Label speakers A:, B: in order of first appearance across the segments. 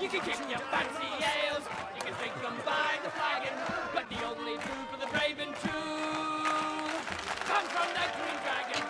A: You can kick your fancy ales, you can drink them by the flagon, but the only food for the brave and true comes from the Green Dragon.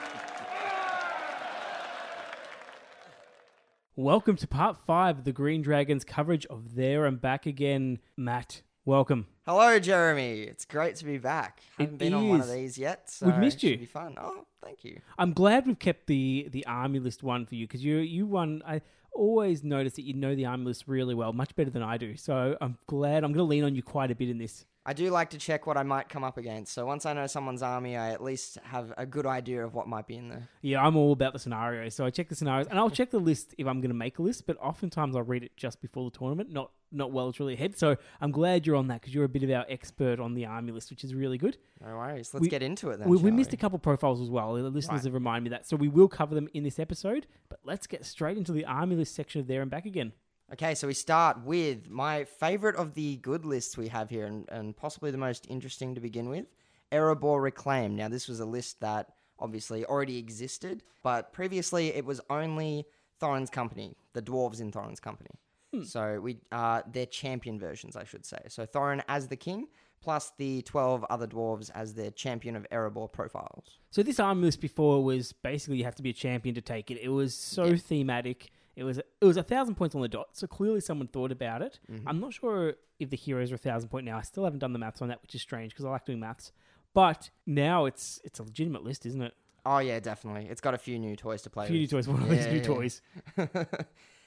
B: Welcome to part five of the Green Dragons coverage of There and Back Again. Matt, welcome.
C: Hello, Jeremy. It's great to be back. Haven't
B: It
C: been on one of
B: is.
C: these yet. So
B: We've missed
C: it should
B: you.
C: Be fun. Oh, thank you.
B: I'm glad we've kept the the army list one for you because you you won. I always notice that you know the army list really well, much better than I do. So I'm glad. I'm going to lean on you quite a bit in this.
C: I do like to check what I might come up against. So once I know someone's army, I at least have a good idea of what might be in there.
B: Yeah, I'm all about the scenarios. So I check the scenarios and I'll check the list if I'm going to make a list. But oftentimes I'll read it just before the tournament, not not well it's really ahead. So I'm glad you're on that because you're a bit of our expert on the army list, which is really good.
C: No worries. Let's
B: We-
C: get into it then.
B: we,
C: shall
B: we missed a couple profiles as well. The listeners have reminded me that. So we will cover them in this episode, but let's get straight into the army list section of there and back again.
C: Okay, so we start with my favorite of the good lists we have here, and, and possibly the most interesting to begin with Erebor Reclaim. Now, this was a list that obviously already existed, but previously it was only Thorin's company, the dwarves in Thorin's company.
B: Hmm.
C: So we uh, they're champion versions, I should say. So Thorin as the king, plus the twelve other dwarves as their champion of Erebor profiles.
B: So this army list before was basically you have to be a champion to take it. It was so thematic. It was it was a thousand points on the dot. So clearly someone thought about it.
C: Mm-hmm.
B: I'm not sure if the heroes are a thousand point now. I still haven't done the maths on that, which is strange because I like doing maths. But now it's it's a legitimate list, isn't it?
C: Oh yeah, definitely. It's got a few new toys to play.
B: Beauty
C: with.
B: toys, one of these
C: Yeah,
B: new
C: yeah.
B: toys.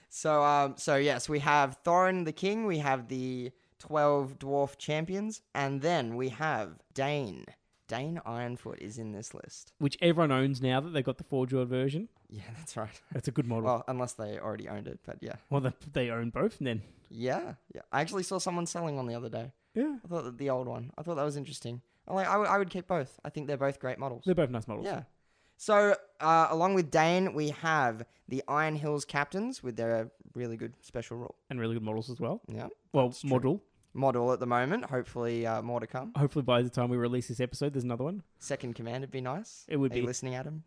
C: So, um, so yes, we have Thorin the King, we have the twelve dwarf champions, and then we have Dane. Dane Ironfoot is in this list.
B: Which everyone owns now that they got the four jawed version.
C: Yeah, that's right.
B: That's a good model. Well,
C: Well, unless they already owned it, but yeah,
B: they, they own both then.
C: yeah, yeah. I actually saw someone selling one the other day.
B: Yeah.
C: I thought that the old one. I thought that was interesting. I like. I would. I would keep both. I think they're both great models.
B: They're both nice models.
C: Yeah. So, uh, along with Dane, we have the Iron Hills captains with their really good special rule.
B: And really good models as well.
C: Yeah.
B: Well, model.
C: Model at the moment. Hopefully, uh, more to come.
B: Hopefully by the time we release this episode, there's another one.
C: Second command would be nice.
B: It would
C: Are you
B: be.
C: listening, Adam?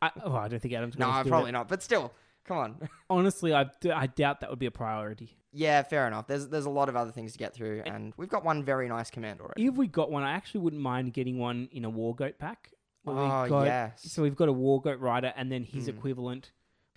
B: I, oh, I don't think Adam's
C: No,
B: going to do
C: probably
B: it.
C: not. But still, come on.
B: Honestly, I, d- I doubt that would be a priority.
C: yeah, fair enough. There's there's a lot of other things to get through, and we've got one very nice command already.
B: If we got one, I actually wouldn't mind getting one in a war goat pack. Where we've
C: Oh,
B: got-
C: yes. Hmm.
B: So we've got a war goat rider and then his equivalent.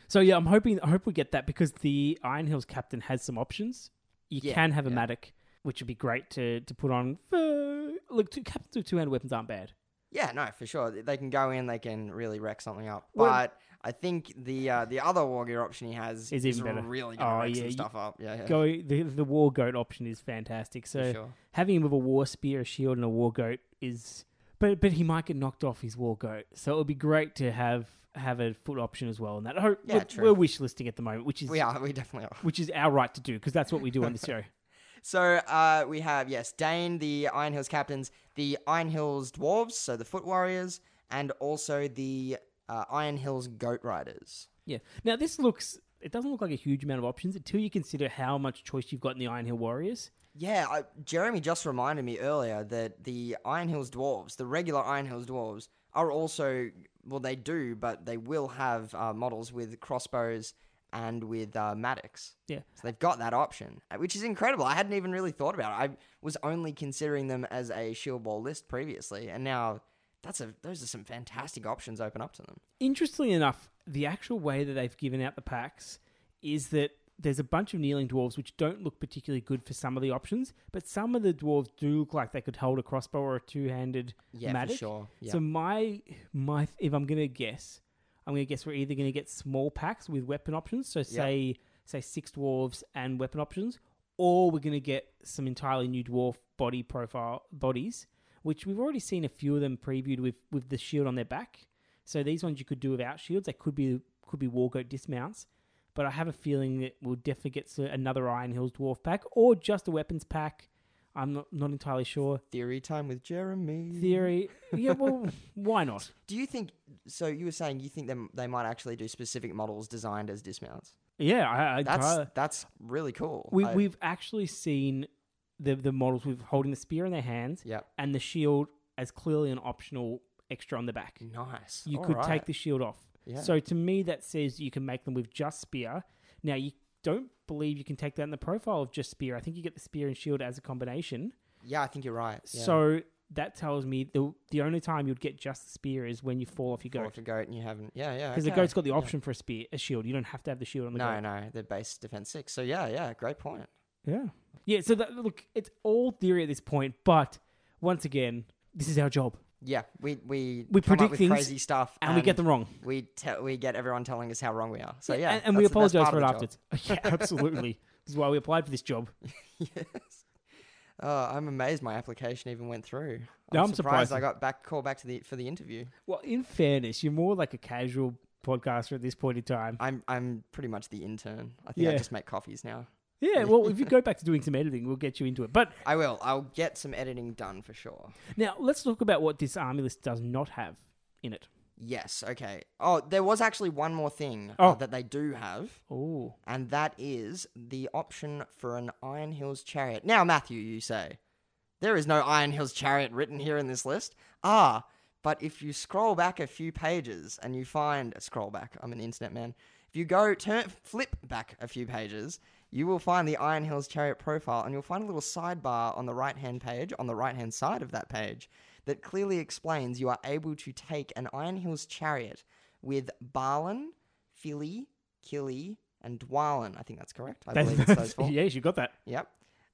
B: So yeah, I'm hoping I hope we get that because the Iron Hills captain has some options. You
C: Yeah,
B: can have a
C: yeah.
B: Matic, which would be great to, to put on. For, look, two, captains with two-handed weapons aren't bad.
C: Yeah, no, for sure. They can go in, they can really wreck something up.
B: Well-
C: but I think the uh, the other warrior option he has
B: Is
C: is,
B: even better.
C: really gonna
B: Oh,
C: wreck
B: yeah,
C: some
B: you-
C: stuff up. Yeah, yeah.
B: Go the the war goat option is fantastic. So
C: sure.
B: having him with a war spear, a shield, and a war goat is, but but he might get knocked off his war goat. So it would be great to have have a foot option as well. And that I hope
C: Yeah,
B: we're,
C: true.
B: we're wish listing at the moment, which is
C: we are. We definitely are.
B: which is our right to do because that's what we do on the show.
C: So uh, we have yes, Dane, the Iron Hills captains, the Iron Hills dwarves, so the foot warriors, and also the uh, Iron Hills goat riders.
B: Yeah. Now this looks. It doesn't look like a huge amount of options until you consider how much choice you've got in the Iron Hill Warriors.
C: Yeah, I, Jeremy just reminded me earlier that the Iron Hills dwarves, the regular Iron Hills dwarves, are also well, they do, but they will have uh, models with crossbows and with uh, mattocks.
B: Yeah.
C: So they've got that option, uh, which is incredible. I hadn't even really thought about it. I was only considering them as a shield ball list previously, and now that's a those are some fantastic options open up to them.
B: Interestingly enough, the actual way that they've given out the packs is that there's a bunch of kneeling dwarves which don't look particularly good for some of the options, but some of the dwarves do look like they could hold a crossbow or a two-handed
C: Yeah, for
B: matic.
C: sure. Yeah.
B: So my my if I'm going to guess, I'm going to guess we're either going to get small packs with weapon options, so say say six dwarves and weapon options, or we're going to get some entirely new dwarf body profile bodies, which we've already seen a few of them previewed with with the shield on their back. So these ones you could do without shields. They could be could be war goat dismounts. But I have a feeling that we'll definitely get s- another Iron Hills Dwarf pack or just a weapons pack. I'm not, not entirely sure.
C: Theory time with Jeremy.
B: Theory, yeah, well, why not?
C: Do you think? So you were saying you think them they might actually do specific models designed as dismounts.
B: Yeah, I, I
C: That's
B: entirely-
C: that's really cool.
B: we,
C: I-
B: we've actually seen the the models with holding the spear in their hands
C: yeah,
B: and the shield as clearly an optional extra on the back.
C: nice.
B: You
C: All
B: could
C: right.
B: take the shield off.
C: Yeah.
B: So to me, that says you can make them with just spear. Now you don't believe you can take that in the profile of just spear. I think you get the spear and shield as a combination.
C: Yeah, I think you're right. Yeah.
B: So that tells me the the only time you'd get just the spear is when you fall off your
C: Or
B: goat.
C: if a goat and you haven't, yeah, yeah,
B: Because
C: okay.
B: the goat's got the option for a spear, a shield. You don't have to have the shield on the
C: No,
B: goat.
C: no, the base defense six. So yeah, yeah, great point.
B: Yeah. Yeah, so that, look, it's all theory at this point, but once again, this is our job.
C: Yeah, we we
B: We
C: come
B: predict
C: up with
B: things
C: crazy stuff,
B: And we get them wrong.
C: We tell we get everyone telling us how wrong we are. So yeah,
B: and, and we
C: that's the best
B: apologize
C: part
B: for it
C: of the
B: afterwards. yeah, absolutely. this is why we applied for this job.
C: job. yes. Oh, I'm amazed my application even went through.
B: Yeah, I'm surprised.
C: I got back called back to the for the interview.
B: Well, in fairness, you're more like a casual podcaster at this point in time.
C: I'm I'm pretty much the intern. I think I
B: Yeah.
C: just make coffees now.
B: Yeah, well, if you go back to doing some editing, we'll get you into it. But
C: I will. I'll get some editing done for sure.
B: now let's talk about what this army list does not have in it.
C: Yes. Okay. Oh, there was actually one more thing uh,
B: Oh.
C: that they do have.
B: Oh,
C: and that is the option for an Iron Hills chariot. Now, Matthew, you say, there is no Iron Hills chariot written here in this list. Ah, but if you scroll back a few pages and you find, scroll back, I'm an internet man. If you go, turn, flip back a few pages, you will find the Iron Hills chariot profile and you'll find a little sidebar on the right hand page, on the right hand side of that page, that clearly explains you are able to take an Iron Hills chariot with Barlin, Philly, Killy, and Dwalin. I think that's correct. I believe it's those four.
B: yes, you got that.
C: Yep.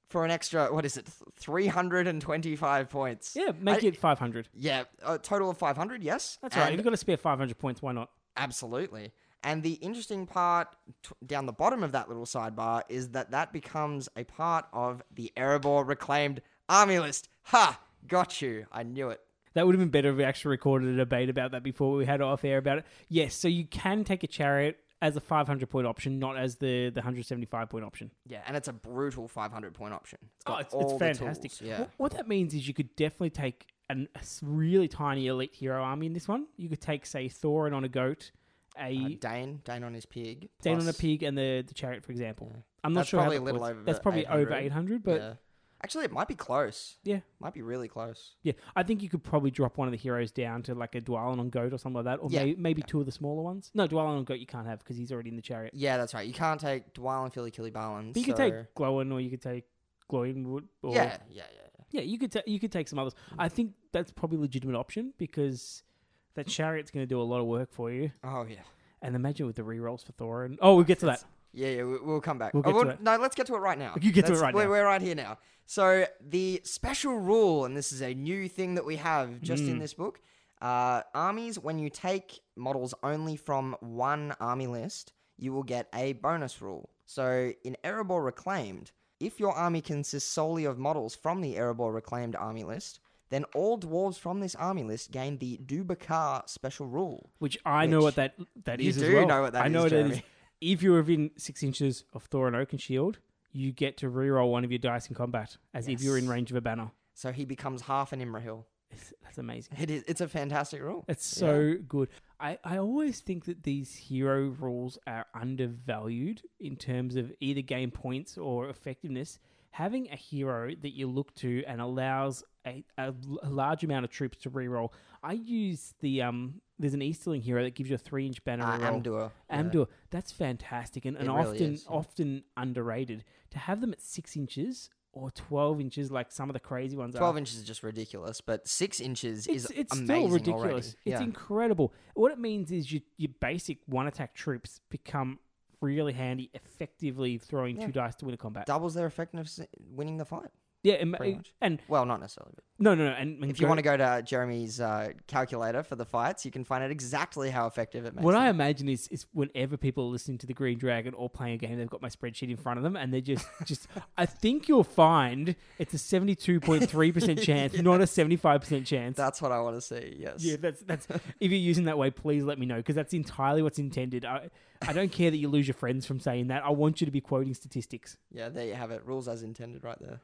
C: For an extra, what is it, th- 325 points.
B: Yeah, make
C: I-
B: it 500.
C: Yeah, a total of 500, yes.
B: That's all right. If
C: And-
B: you've got to spare 500 points, why not?
C: Absolutely. And the interesting part t- down the bottom of that little sidebar is that that becomes a part of the Erebor Reclaimed Army List. Ha! Got you. I knew it.
B: That would have been better if we actually recorded a debate about that before we had off air about it. Yes, so you can take a chariot as a 500 point option, not as the, the 175 point option.
C: Yeah, and it's a brutal 500 point option. It's got
B: Oh, it's,
C: all
B: it's
C: the
B: fantastic.
C: tools, Yeah.
B: What, what that means is you could definitely take an, a s- really tiny elite hero army in this one. You could take, say, Thorin on a goat,
C: Uh,
B: a
C: Dane, Dane on his pig.
B: Dane on a
C: plus-
B: pig, and the, the chariot, for example. I'm not
C: That's
B: sure. how
C: probably
B: that
C: a little
B: works.
C: over
B: That's probably over
C: 800,
B: 800, but
C: yeah. Actually, it might be close.
B: yeah.
C: Might be really close.
B: Yeah, I think you could probably drop one of the heroes down to like a Dwalin on Goat or something like that, or
C: Yeah.
B: may- maybe two of the smaller ones. No, Dwalin on Goat you can't have because he's already in the chariot.
C: Yeah, that's right. You can't take Dwalin, Philly, Killy, Balin.
B: But you could
C: so-
B: take Glowin, or you could take Gloinwood. Or,
C: Yeah, yeah, yeah.
B: yeah, you could ta- you could take some others. I think that's probably a legitimate option because that chariot's going to do a lot of work for you.
C: Oh, yeah.
B: And imagine with the rerolls for Thorin. Oh, we'll get to that.
C: Yeah, yeah, we- we'll come back.
B: We'll
C: Oh,
B: get to
C: well,
B: it.
C: No, let's get to it right now.
B: You get to
C: Let's-
B: it right
C: we're,
B: now.
C: We're right here now. So the special rule, and this is a new thing that we have just
B: Mm.
C: in this book, uh, armies. When you take models only from one army list, you will get a bonus rule. So in Erebor Reclaimed, if your army consists solely of models from the Erebor Reclaimed army list, then all dwarves from this army list gain the Dubakar special rule.
B: Which I know
C: Which
B: what that that
C: you
B: is. as
C: do
B: well.
C: know what that
B: I
C: is,
B: know what it is.
C: Jeremy.
B: If you're within six inches of Thorin Oakenshield, you get to reroll one of your dice in combat, as if you're in
C: Yes.
B: range of a banner.
C: So he becomes half an Imrahil.
B: It's- that's amazing.
C: It is. It's a fantastic rule.
B: It's so good. I, I always think that these hero rules are undervalued in terms of either game points or effectiveness. Having a hero that you look to and allows a, a l- a large amount of troops to reroll. I use the um. There's an Easterling hero that gives you a three inch banner
C: Uh,
B: reroll.
C: Amdur. yeah.
B: Amdur, that's fantastic and, and
C: really
B: often
C: is, yeah.
B: often underrated. To have them at six inches or twelve inches, like some of the crazy ones are.
C: 12 inches is just ridiculous, but six inches is
B: it's
C: amazing
B: still ridiculous.
C: already.
B: It's
C: yeah.
B: incredible. What it means is your your basic one attack troops become really handy, effectively throwing
C: Yeah.
B: two dice to win a combat.
C: doubles their effectiveness in winning the fight.
B: yeah, and,
C: pretty much.
B: and
C: Well, not necessarily. But
B: no, no, no. And, and
C: if you want to go to Jeremy's uh, calculator for the fights, you can find out exactly how effective it makes.
B: what
C: them.
B: I imagine is is whenever people are listening to the Green Dragon or playing a game, they've got my spreadsheet in front of them, and they're just just. I think you'll find it's a seventy two point three percent chance, not a seventy five percent chance.
C: That's what I want to see. Yes.
B: Yeah, that's that's. if you're using that way, please let me know because that's entirely what's intended. I I don't care that you lose your friends from saying that. I want you to be quoting statistics.
C: Yeah, there you have it. Rules as intended right there.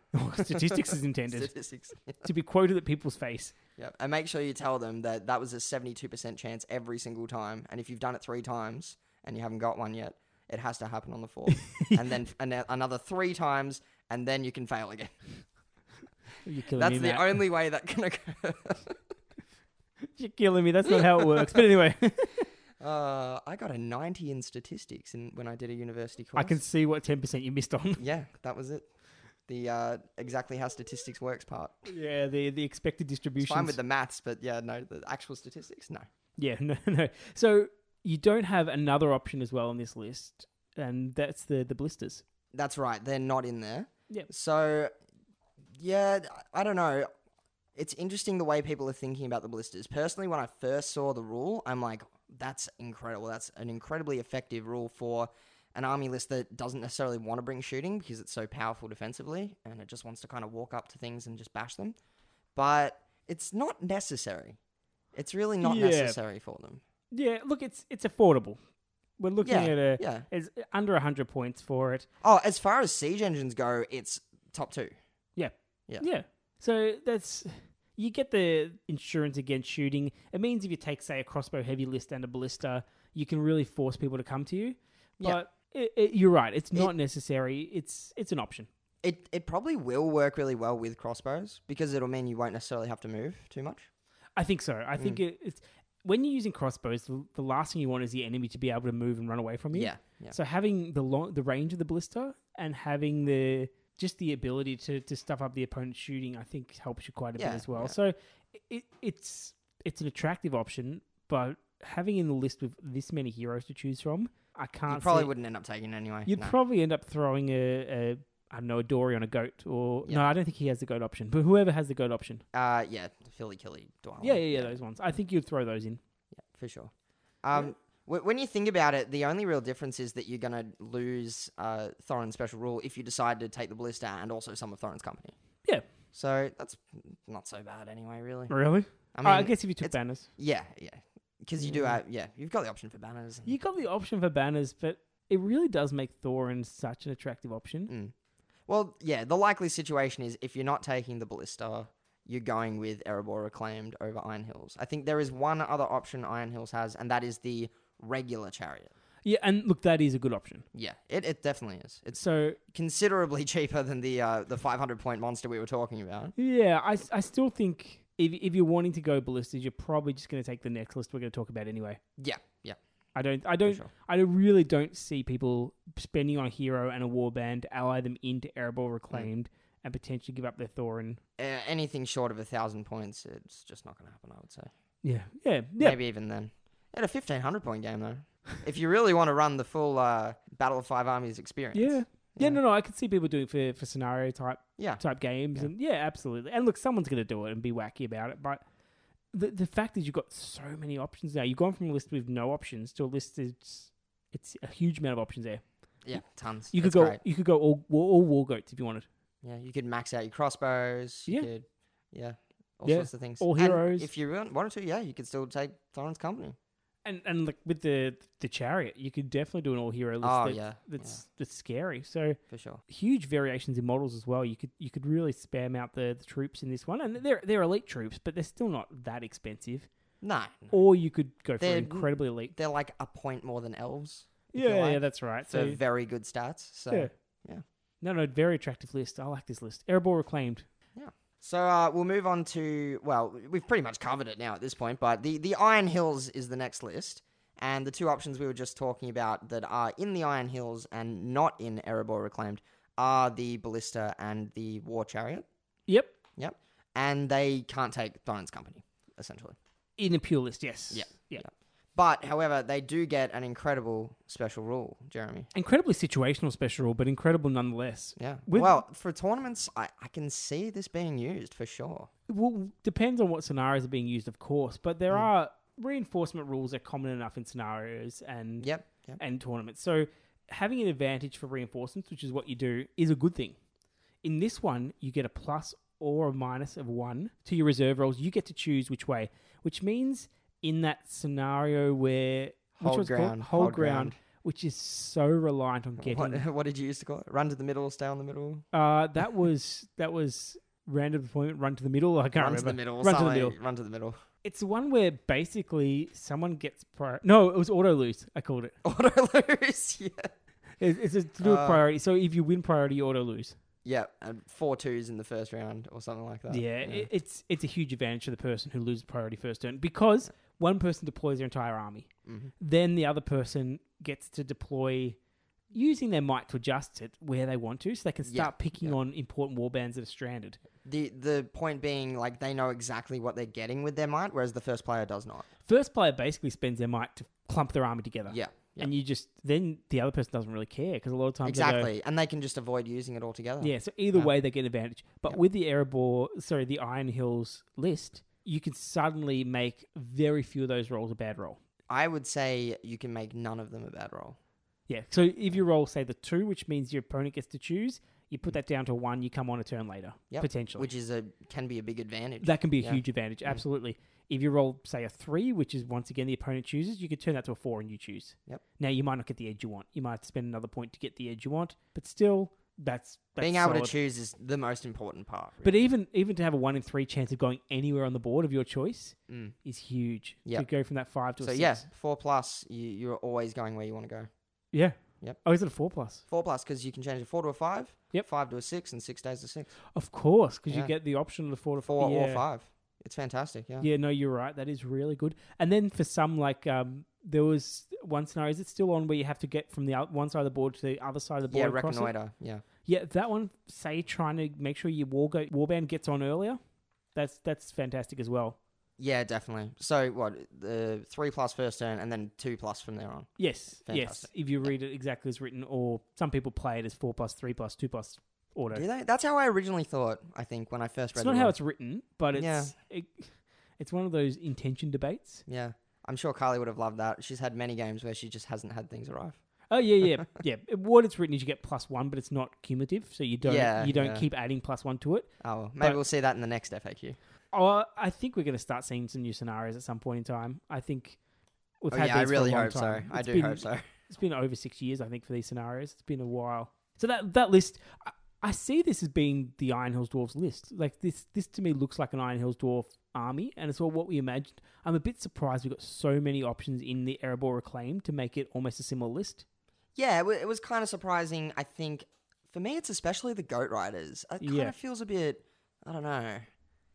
B: statistics is intended
C: Statistics.
B: to be quoted at people's face.
C: yeah. And make sure you tell them that that was a 72% chance every single time. And if you've done it three times and you haven't got one yet, it has to happen on the fourth. and then an- another three times, and then you can fail again.
B: You're killing
C: That's
B: me.
C: the
B: Matt.
C: only way that can occur.
B: You're killing me. That's not how it works. But anyway,
C: Uh, I got a 90 in statistics in, when I did a university course.
B: I can see what ten percent you missed on.
C: Yeah, that was it. The uh, exactly how statistics works part.
B: yeah, the the expected
C: It's
B: distribution.
C: fine with the maths, but yeah, no, the actual statistics, no.
B: Yeah, no, no. So you don't have another option as well on this list, and that's the the blisters.
C: That's right. They're not in there.
B: Yep.
C: So, yeah, I don't know. It's interesting the way people are thinking about the blisters. Personally, when I first saw the rule, I'm like, that's incredible. That's an incredibly effective rule for an army list that doesn't necessarily want to bring shooting because it's so powerful defensively and it just wants to kind of walk up to things and just bash them. But it's not necessary. It's really not
B: Yeah.
C: necessary for them.
B: Yeah, look, it's it's affordable. We're looking
C: Yeah,
B: at a
C: yeah.
B: it's under hundred points for it.
C: Oh, as far as siege engines go, it's top two.
B: Yeah.
C: Yeah.
B: Yeah. So that's you get the insurance against shooting. It means if you take, say, a crossbow heavy list and a ballista, you can really force people to come to you.
C: Yeah.
B: But it, it, you're right; it's not necessary. It's it's an option.
C: It it probably will work really well with crossbows because it'll mean you won't necessarily have to move too much.
B: I think so. I think
C: Mm.
B: it, it's when you're using crossbows, the, the last thing you want is the enemy to be able to move and run away from you.
C: yeah.
B: So having the long, the range of the ballista and having the just the ability to, to stuff up the opponent's shooting, I think helps you quite a
C: Yeah,
B: bit as well.
C: yeah.
B: So it, it's it's an attractive option, but having in the list with this many heroes to choose from, I can't.
C: you
B: Ah,
C: probably
B: see-
C: wouldn't end up taking it anyway.
B: You'd
C: no.
B: probably end up throwing a, a I don't know a dory on a goat or
C: Yeah.
B: no, I don't think he has the goat option, but whoever has the goat option,
C: uh, yeah, Philly Killy Dwyer.
B: yeah, yeah, yeah, those ones. I think you'd throw those in.
C: Yeah, for sure. Um, wh- When you think about it, the only real difference is that you're going to lose uh, Thorin's special rule if you decide to take the Ballista and also some of Thorin's company.
B: Yeah.
C: So that's not so bad anyway, really.
B: Really?
C: I
B: I,
C: mean,
B: guess Mm. if you took
C: it's-
B: banners,
C: yeah, yeah. Because you do have, yeah, you've got the option for banners. and-
B: you got the option for banners, but it really does make Thorin such an attractive option.
C: Mm. Well, yeah, the likely situation is if you're not taking the Ballista, you're going with Erebor Reclaimed over Iron Hills. I think there is one other option Iron Hills has, and that is the regular chariot.
B: Yeah, and look, that is a good option.
C: Yeah, it, it definitely is. It's
B: So
C: considerably cheaper than the uh, the 500 point monster we were talking about.
B: yeah, I, I still think if if you're wanting to go ballistas, you're probably just going to take the next list we're going to talk about anyway.
C: Yeah, yeah.
B: I don't I don't
C: sure.
B: I really don't see people spending on a hero and a warband, ally them into Erebor Reclaimed, and potentially give up their Thorin.
C: Uh, anything short of a thousand points, it's just not going to happen. I would say.
B: Yeah, yeah, yeah.
C: Maybe even then. At a 1500 point game though, if you really want to run the full uh, Battle of Five Armies experience.
B: Yeah.
C: Yeah.
B: Yeah, no, no, I could see people doing it for for scenario type
C: Yeah.
B: type games, and yeah, absolutely. And look, someone's going to do it and be wacky about it, but the the fact is, you've got so many options now. You've gone from a list with no options to a list that's it's a huge amount of options there.
C: Yeah, tons.
B: You
C: It's
B: could go,
C: great.
B: you could go all war- all war goats if you wanted.
C: Yeah, you could max out your crossbows. You
B: Yeah.
C: Could, yeah. All
B: Yeah,
C: sorts of things.
B: all
C: And
B: heroes.
C: if you want- wanted to, yeah, you could still take Thorin's company.
B: And and like with the the chariot, you could definitely do an all hero list.
C: Oh,
B: that-
C: yeah,
B: that's that's scary. So
C: For sure.
B: huge variations in models as well. You could you could really spam out the, the troops in this one, and they're they're elite troops, but they're still not that expensive.
C: No. no.
B: Or you could go for
C: They're-
B: incredibly elite.
C: They're like a point more than elves. if you
B: Yeah, yeah,
C: like,
B: that's right.
C: for
B: So
C: very good stats. So
B: Yeah.
C: yeah.
B: no, no, very attractive list. I like this list. Erebor reclaimed.
C: So uh, we'll move on to well, we've pretty much covered it now at this point, but the, the Iron Hills is the next list. And the two options we were just talking about that are in the Iron Hills and not in Erebor Reclaimed are the Ballista and the War Chariot.
B: Yep,
C: Yep. And they can't take Thorin's company, essentially.
B: in a pure list. Yes.
C: Yeah,
B: Yeah.
C: But, however, they do get an incredible special rule, Jeremy.
B: Incredibly situational special rule, but incredible nonetheless.
C: Yeah.
B: With-
C: well, for tournaments, I, I can see this being used for sure.
B: Well, depends on what scenarios are being used, of course, but
C: Mm.
B: there are reinforcement rules that are common enough in scenarios and
C: Yep. Yep.
B: and tournaments. So having an advantage for reinforcements, which is what you do, is a good thing. In this one, you get a plus or a minus of one to your reserve rolls. You get to choose which way, which means in that scenario where which
C: Hold
B: one's called?
C: ground,
B: hold,
C: hold
B: ground,
C: ground.
B: which is so reliant on
C: What,
B: getting.
C: what did you used to call it? Run to the middle, stay on the middle.
B: Uh, that was that was random deployment. Run to the middle. I can't
C: Run
B: remember.
C: to the middle.
B: Run to
C: something.
B: the middle.
C: Run to the middle.
B: It's the one where basically someone gets prior. No, it was auto lose. I called it.
C: Auto lose. Yeah.
B: It's, it's a to do with
C: Uh,
B: priority. So if you win priority, you auto lose.
C: Yeah. And four twos in the first round or something like that.
B: Yeah, it, it's it's a huge advantage for the person who loses priority first turn because one person deploys their entire army.
C: Mm-hmm.
B: Then the other person gets to deploy using their might to adjust it where they want to, so they can
C: Yeah,
B: start picking on important warbands that are stranded.
C: The the point being, like they know exactly what they're getting with their might, whereas the first player does not.
B: First player basically spends their might to clump their army together.
C: Yeah, yeah.
B: And you just then the other person doesn't really care because a lot of times they go,
C: exactly, and they can just avoid using it altogether.
B: Yeah, so either way they get advantage. But with the Erebor, sorry, the Iron Hills list, you can suddenly make very few of those rolls a bad roll.
C: I would say you can make none of them a bad roll.
B: Yeah. So if you roll, say the two, which means your opponent gets to choose, you put that down to one. You come on a turn later,
C: Yep.
B: potentially.
C: which is a can be a big advantage.
B: that can be a
C: yeah. Mm-hmm.
B: huge advantage, absolutely. If you roll, say a three, which is once again the opponent chooses, you could turn that to a four and you choose.
C: Yep.
B: Now you might not get the edge you want. You might have to spend another point to get the edge you want, but still, that's, that's
C: Being able
B: solid.
C: to choose is the most important part.
B: But even even to have a one in three chance of going anywhere on the board of your choice is huge.
C: Yep.
B: To go from that five to
C: really.
B: a
C: Mm. so
B: six.
C: yeah, four plus, you, you're always going where you want to go.
B: Yeah.
C: Yep.
B: Oh, is it a four plus?
C: Four plus because you can change a four to a five,
B: Yep.
C: five to a six, and six days to six,
B: Of course, because
C: Yeah.
B: you get the option of the four to
C: four
B: yeah.
C: or five. It's fantastic. Yeah.
B: Yeah, no, you're right. That is really good. And then for some, like um, there was one scenario. Is it still on where you have to get from the out- one side of the board to the other side of the
C: Yeah,
B: board? across it?
C: reconnoiter. Yeah,
B: Yeah, that one. Say trying to make sure your war go- warband gets on earlier. That's that's fantastic as well.
C: yeah, definitely. So what the three plus first turn, and then two plus from there on.
B: Yes,
C: Fantastic.
B: yes. If you read it exactly as written, or some people play it as four plus three plus two plus auto.
C: Do they? That's how I originally thought. I think when I first read.
B: It's
C: the
B: not how
C: rule.
B: it's written, but it's it, it's one of those intention debates.
C: Yeah, I'm sure Carly would have loved that. She's had many games where she just hasn't had things arrive.
B: Oh yeah, yeah, yeah. What it's written is you get plus one, but it's not cumulative, so you don't
C: Yeah,
B: you don't
C: yeah.
B: keep adding plus one to it.
C: Oh, well, maybe
B: But-
C: we'll see that in the next FAQ.
B: Oh, I think we're going to start seeing some new scenarios at some point in time. I think we've
C: Oh,
B: had
C: yeah, I
B: these
C: really
B: for a long
C: hope so.
B: time.
C: I
B: It's
C: do
B: been-
C: hope so.
B: It's been over six years, I think, for these scenarios. It's been a while. So that that list, I, I see this as being the Iron Hills Dwarves list. Like this, this to me looks like an Iron Hills Dwarf army, and it's all what we imagined. I'm a bit surprised we got so many options in the Erebor Reclaim to make it almost a similar list.
C: Yeah, it, w- it was kind of surprising. I think for me, it's especially the goat riders. It kind
B: Yeah.
C: of feels a bit. I don't know.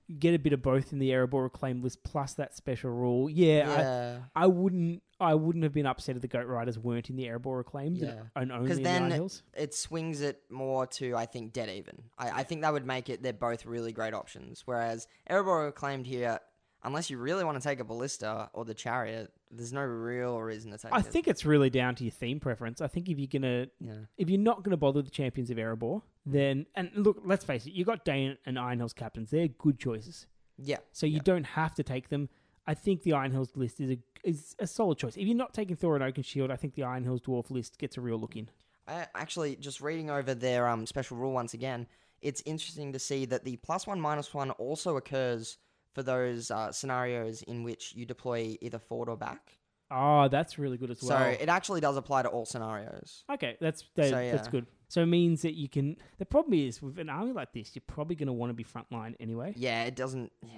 B: You get a bit of both in the Erebor Reclaim list plus that special rule. Yeah, I-
C: Yeah,
B: I wouldn't. I wouldn't have been upset if the Goat Riders weren't in the Erebor acclaimed
C: Yeah.
B: and only
C: because
B: in the Iron
C: then
B: Hills.
C: it swings it more to I think dead even. I, I think that would make it. They're both really great options. Whereas Erebor claimed here, unless you really want to take a ballista or the chariot, there's no real reason to take.
B: I
C: it.
B: think it's really down to your theme preference. I think if you're gonna,
C: Yeah. Mm.
B: if you're not gonna bother the champions of Erebor, then and look, let's face it, you got Dane and Iron Hills captains. They're good choices,
C: Yeah.
B: so you
C: yeah.
B: don't have to take them. I think the Iron Hills list is a is a solid choice. If you're not taking Thor and Oakenshield, I think the Iron Hills Dwarf list gets a real look in.
C: I actually just reading over their um, special rule once again. It's interesting to see that the plus one minus one also occurs for those uh, scenarios in which you deploy either forward or back.
B: Oh, that's really good as well.
C: So it actually does apply to all scenarios.
B: Okay, that's that,
C: So,
B: that's
C: yeah.
B: good. So it means that you can. The problem is with an army like this, you're probably going to want to be frontline anyway.
C: Yeah, it doesn't. Yeah.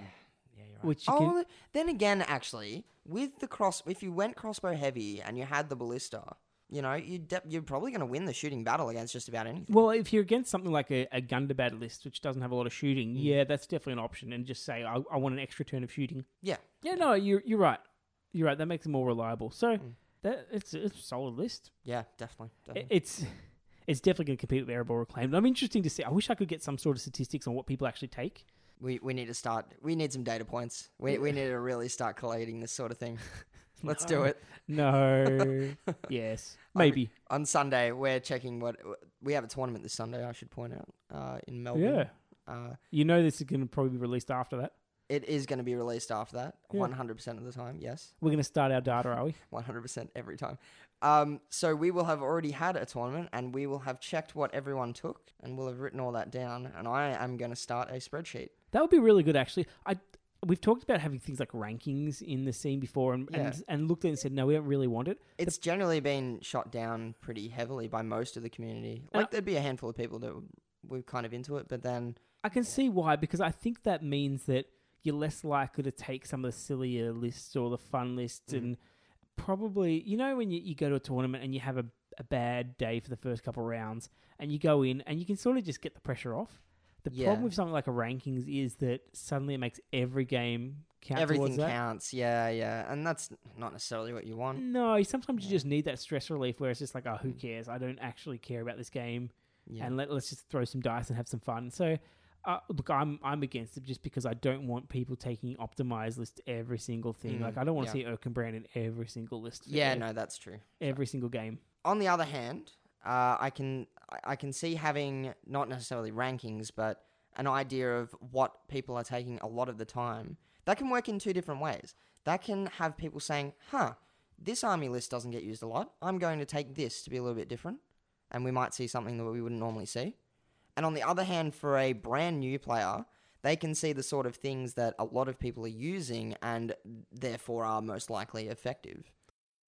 B: Which you
C: Oh,
B: can,
C: then again, actually, with the cross, if you went crossbow heavy and you had the ballista, you know, you'd de- you're probably going to win the shooting battle against just about anything.
B: well, if you're against something like a, a Gundabad list, which doesn't have a lot of shooting,
C: Mm.
B: yeah, that's definitely an option. And just say, I, I want an extra turn of shooting.
C: Yeah.
B: Yeah, no, you're you're right. You're right. That makes it more reliable. So
C: Mm.
B: that it's it's a solid list.
C: Yeah, definitely.
B: I-
C: definitely.
B: It's it's definitely going to compete with Erebor Reclaimed. I'm interesting to see. I wish I could get some sort of statistics on what people actually take.
C: we, we need to start. We need some data points. We, we need to really start collating this sort of thing. Let's do it.
B: No. yes. Maybe.
C: on Sunday, we're checking what we have a tournament this Sunday. I should point out uh, in Melbourne.
B: Yeah.
C: Yeah, uh,
B: You know this is going to probably be released after that.
C: it is going to be released after that,
B: Yeah.
C: one hundred percent of the time. Yes,
B: We're going to start our data, are we?
C: one hundred percent every time. Um, so we will have already had a tournament, and we will have checked what everyone took, and we'll have written all that down. And I am going to start a spreadsheet.
B: That would be really good, actually. I we've talked about having things like rankings in the scene before, and
C: Yeah.
B: and, and looked at it and said, no, we don't really want it.
C: It's generally been shot down pretty heavily by most of the community.
B: And
C: Like there'd be a handful of people that were kind of into it, but then
B: I can see why because I think that means that you're less likely to take some of the sillier lists or the fun lists,
C: Mm.
B: and probably you know when you, you go to a tournament and you have a a bad day for the first couple of rounds, and you go in and you can sort of just get the pressure off. The
C: Yeah.
B: problem with something like a rankings is that suddenly it makes every game count
C: Everything
B: towards that. Mm.
C: counts. Yeah, yeah. And that's not necessarily what you want.
B: No, sometimes you just need that stress relief where it's just like, oh, who cares? I don't actually care about this game,
C: Mm. Yeah.
B: and let, let's just throw some dice and have some fun. So, uh, look, I'm I'm against it just because I don't want people taking optimized list every single thing.
C: Mm,
B: like, I don't want
C: yeah.
B: to see Oakenbrand in every single list. for
C: yeah,
B: ev-
C: no, that's true.
B: every single game.
C: on the other hand, uh, I can I- I can see having not necessarily rankings, but an idea of what people are taking a lot of the time. That can work in two different ways. That can have people saying, "Huh, this army list doesn't get used a lot. I'm going to take this to be a little bit different," and we might see something that we wouldn't normally see. And on the other hand, for a brand new player, they can see the sort of things that a lot of people are using and therefore are most likely effective.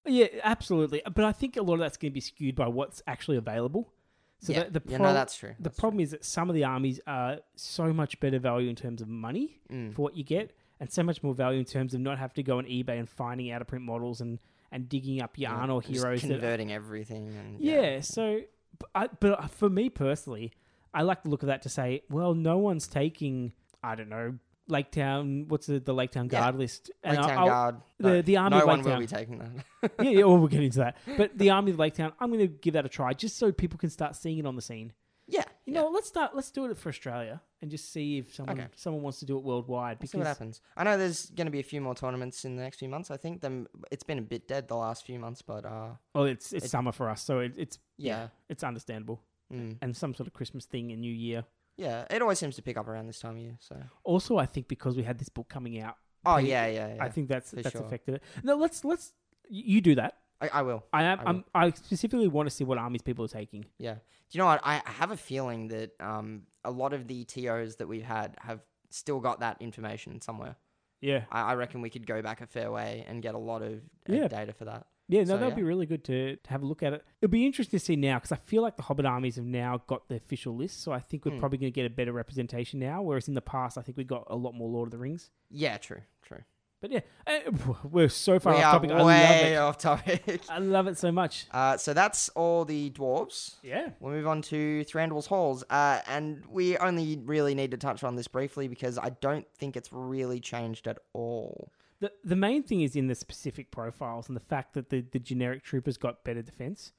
B: Yeah, absolutely. But I think a lot of that's going to be skewed by what's actually available. So
C: yeah,
B: the, the
C: yeah,
B: pro-
C: no, that's true.
B: the
C: That's true.
B: problem is that some of the armies are so much better value in terms of money
C: Mm.
B: for what you get, and so much more value in terms of not have to go on eBay and finding out of print models and and digging up your
C: Yeah,
B: Arnold
C: just
B: heroes. that-
C: converting everything. And,
B: yeah. So, b- I, but for me personally, I like the look of that to say, well, no one's taking I don't know Lake Town. What's the the Lake Town
C: Yeah.
B: Guard list?
C: Lake
B: I-
C: Town
B: I'll-
C: Guard.
B: the-
C: no,
B: the army
C: No
B: of
C: one
B: Lake
C: will
B: Town.
C: be taking that.
B: yeah, yeah, well, we'll get into that. But the Army of Lake Town, I'm going to give that a try just so people can start seeing it on the scene.
C: yeah.
B: You know, let's start. Let's do it for Australia and just see if someone
C: Okay.
B: someone wants to do it worldwide.
C: See
B: Because
C: what happens. I know there's going to be a few more tournaments in the next few months. I think them. It's been a bit dead the last few months, but uh,
B: well, Oh, it's it's summer for us, so it, it's
C: yeah,
B: it's understandable
C: yeah. Mm.
B: and some sort of Christmas thing and New Year.
C: yeah. It always seems to pick up around this time of year. So.
B: Also, I think because we had this book coming out,
C: Oh
B: Pe-
C: yeah, yeah, yeah.
B: I think that's
C: for
B: that's
C: sure.
B: affected it. No, let's let's y- you do that.
C: I, I will.
B: I am
C: I
B: I,
C: will.
B: am I specifically want to see what armies people are taking.
C: Yeah. Do you know what? I I have a feeling that um a lot of the tos that we've had have still got that information somewhere.
B: Yeah,
C: I, I reckon we could go back a fair way and get a lot of uh,
B: Yeah.
C: data for that.
B: Yeah, no,
C: So,
B: that'd
C: yeah.
B: be really good to, to have a look at it. It'll be interesting to see now because I feel like the Hobbit armies have now got the official list, so I think we're
C: Hmm.
B: probably going to get a better representation now. Whereas in the past, I think we got a lot more Lord of the Rings.
C: Yeah. True. True.
B: But yeah, eh, we're so far
C: we
B: off
C: are
B: topic. I love
C: way
B: it.
C: off topic.
B: I love it so much.
C: Uh, so that's all the dwarves.
B: Yeah,
C: We'll move on to Thranduil's halls, uh, and we only really need to touch on this briefly because I don't think it's really changed at all.
B: the the main thing is in the specific profiles and the fact that the, the generic troopers got better defense.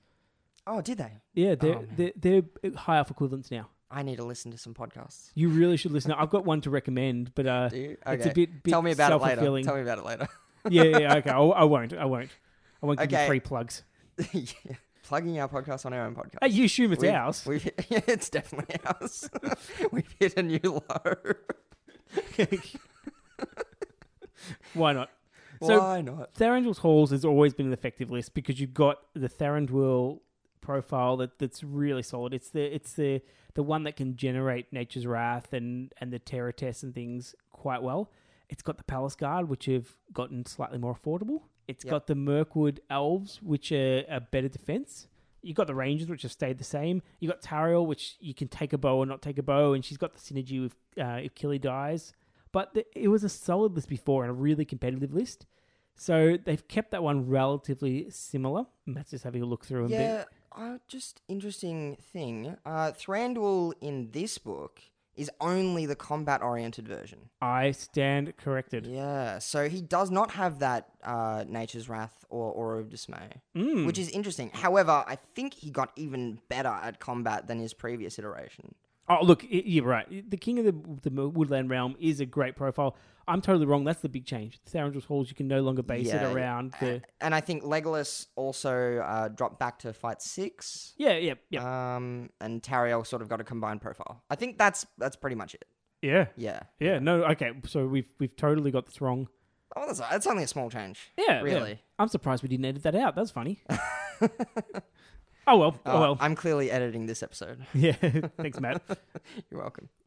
C: Oh, did they?
B: Yeah, they're,
C: man.
B: they're they're high off equivalents now.
C: I need to listen to some podcasts.
B: You really should listen. I've got one to recommend, but uh,
C: Do you?
B: it's a bit, bit
C: Tell me about it later.
B: self-fulfilling.
C: Tell me about it later.
B: yeah, yeah, yeah, okay. I, I won't. I won't. I won't give
C: Okay.
B: you free plugs.
C: Yeah. Plugging our podcast on our own podcast.
B: Hey, you assume it's
C: We've-
B: ours.
C: We've, yeah, it's definitely ours. we've hit a new low.
B: Why not? So-
C: Why not?
B: Theranduil's Halls has always been an effective list because you've got the Theranduil profile that, that's really solid. It's the it's the the one that can generate Nature's Wrath and and the Terror Test and things quite well. It's got the Palace Guard, which have gotten slightly more affordable. It's
C: Yep.
B: got the Mirkwood Elves, which are a better defense. You got the Rangers, which have stayed the same. You got Tariel, which you can take a bow or not take a bow, and she's got the synergy with uh, if Killy dies. But th- it was a solid list before and a really competitive list. So they've kept that one relatively similar. Matt's just having a look through and being-
C: Yeah, uh, just interesting thing. Uh, Thranduil in this book is only the combat-oriented version.
B: I stand corrected.
C: Yeah, so he does not have that uh, Nature's Wrath or Aura of Dismay,
B: Mm.
C: which is interesting. However, I think he got even better at combat than his previous iteration.
B: Oh, look, i you're right. The King of the, the Woodland Realm is a great profile. I'm totally wrong. That's the big change. Theranduil's Halls, you can no longer base
C: Yeah,
B: it around the.
C: And I think Legolas also uh, dropped back to fight six.
B: Yeah, yeah, yeah.
C: Um, and Tariel sort of got a combined profile. I think that's that's pretty much it.
B: yeah.
C: Yeah.
B: Yeah, no, okay. So we've we've totally got this wrong.
C: Oh, that's, that's only a small change.
B: Yeah, yeah.
C: Really?
B: I'm surprised we didn't edit that out. That's funny. oh well, oh
C: Uh,
B: well.
C: I'm clearly editing this episode.
B: Yeah, thanks, Matt.
C: You're welcome.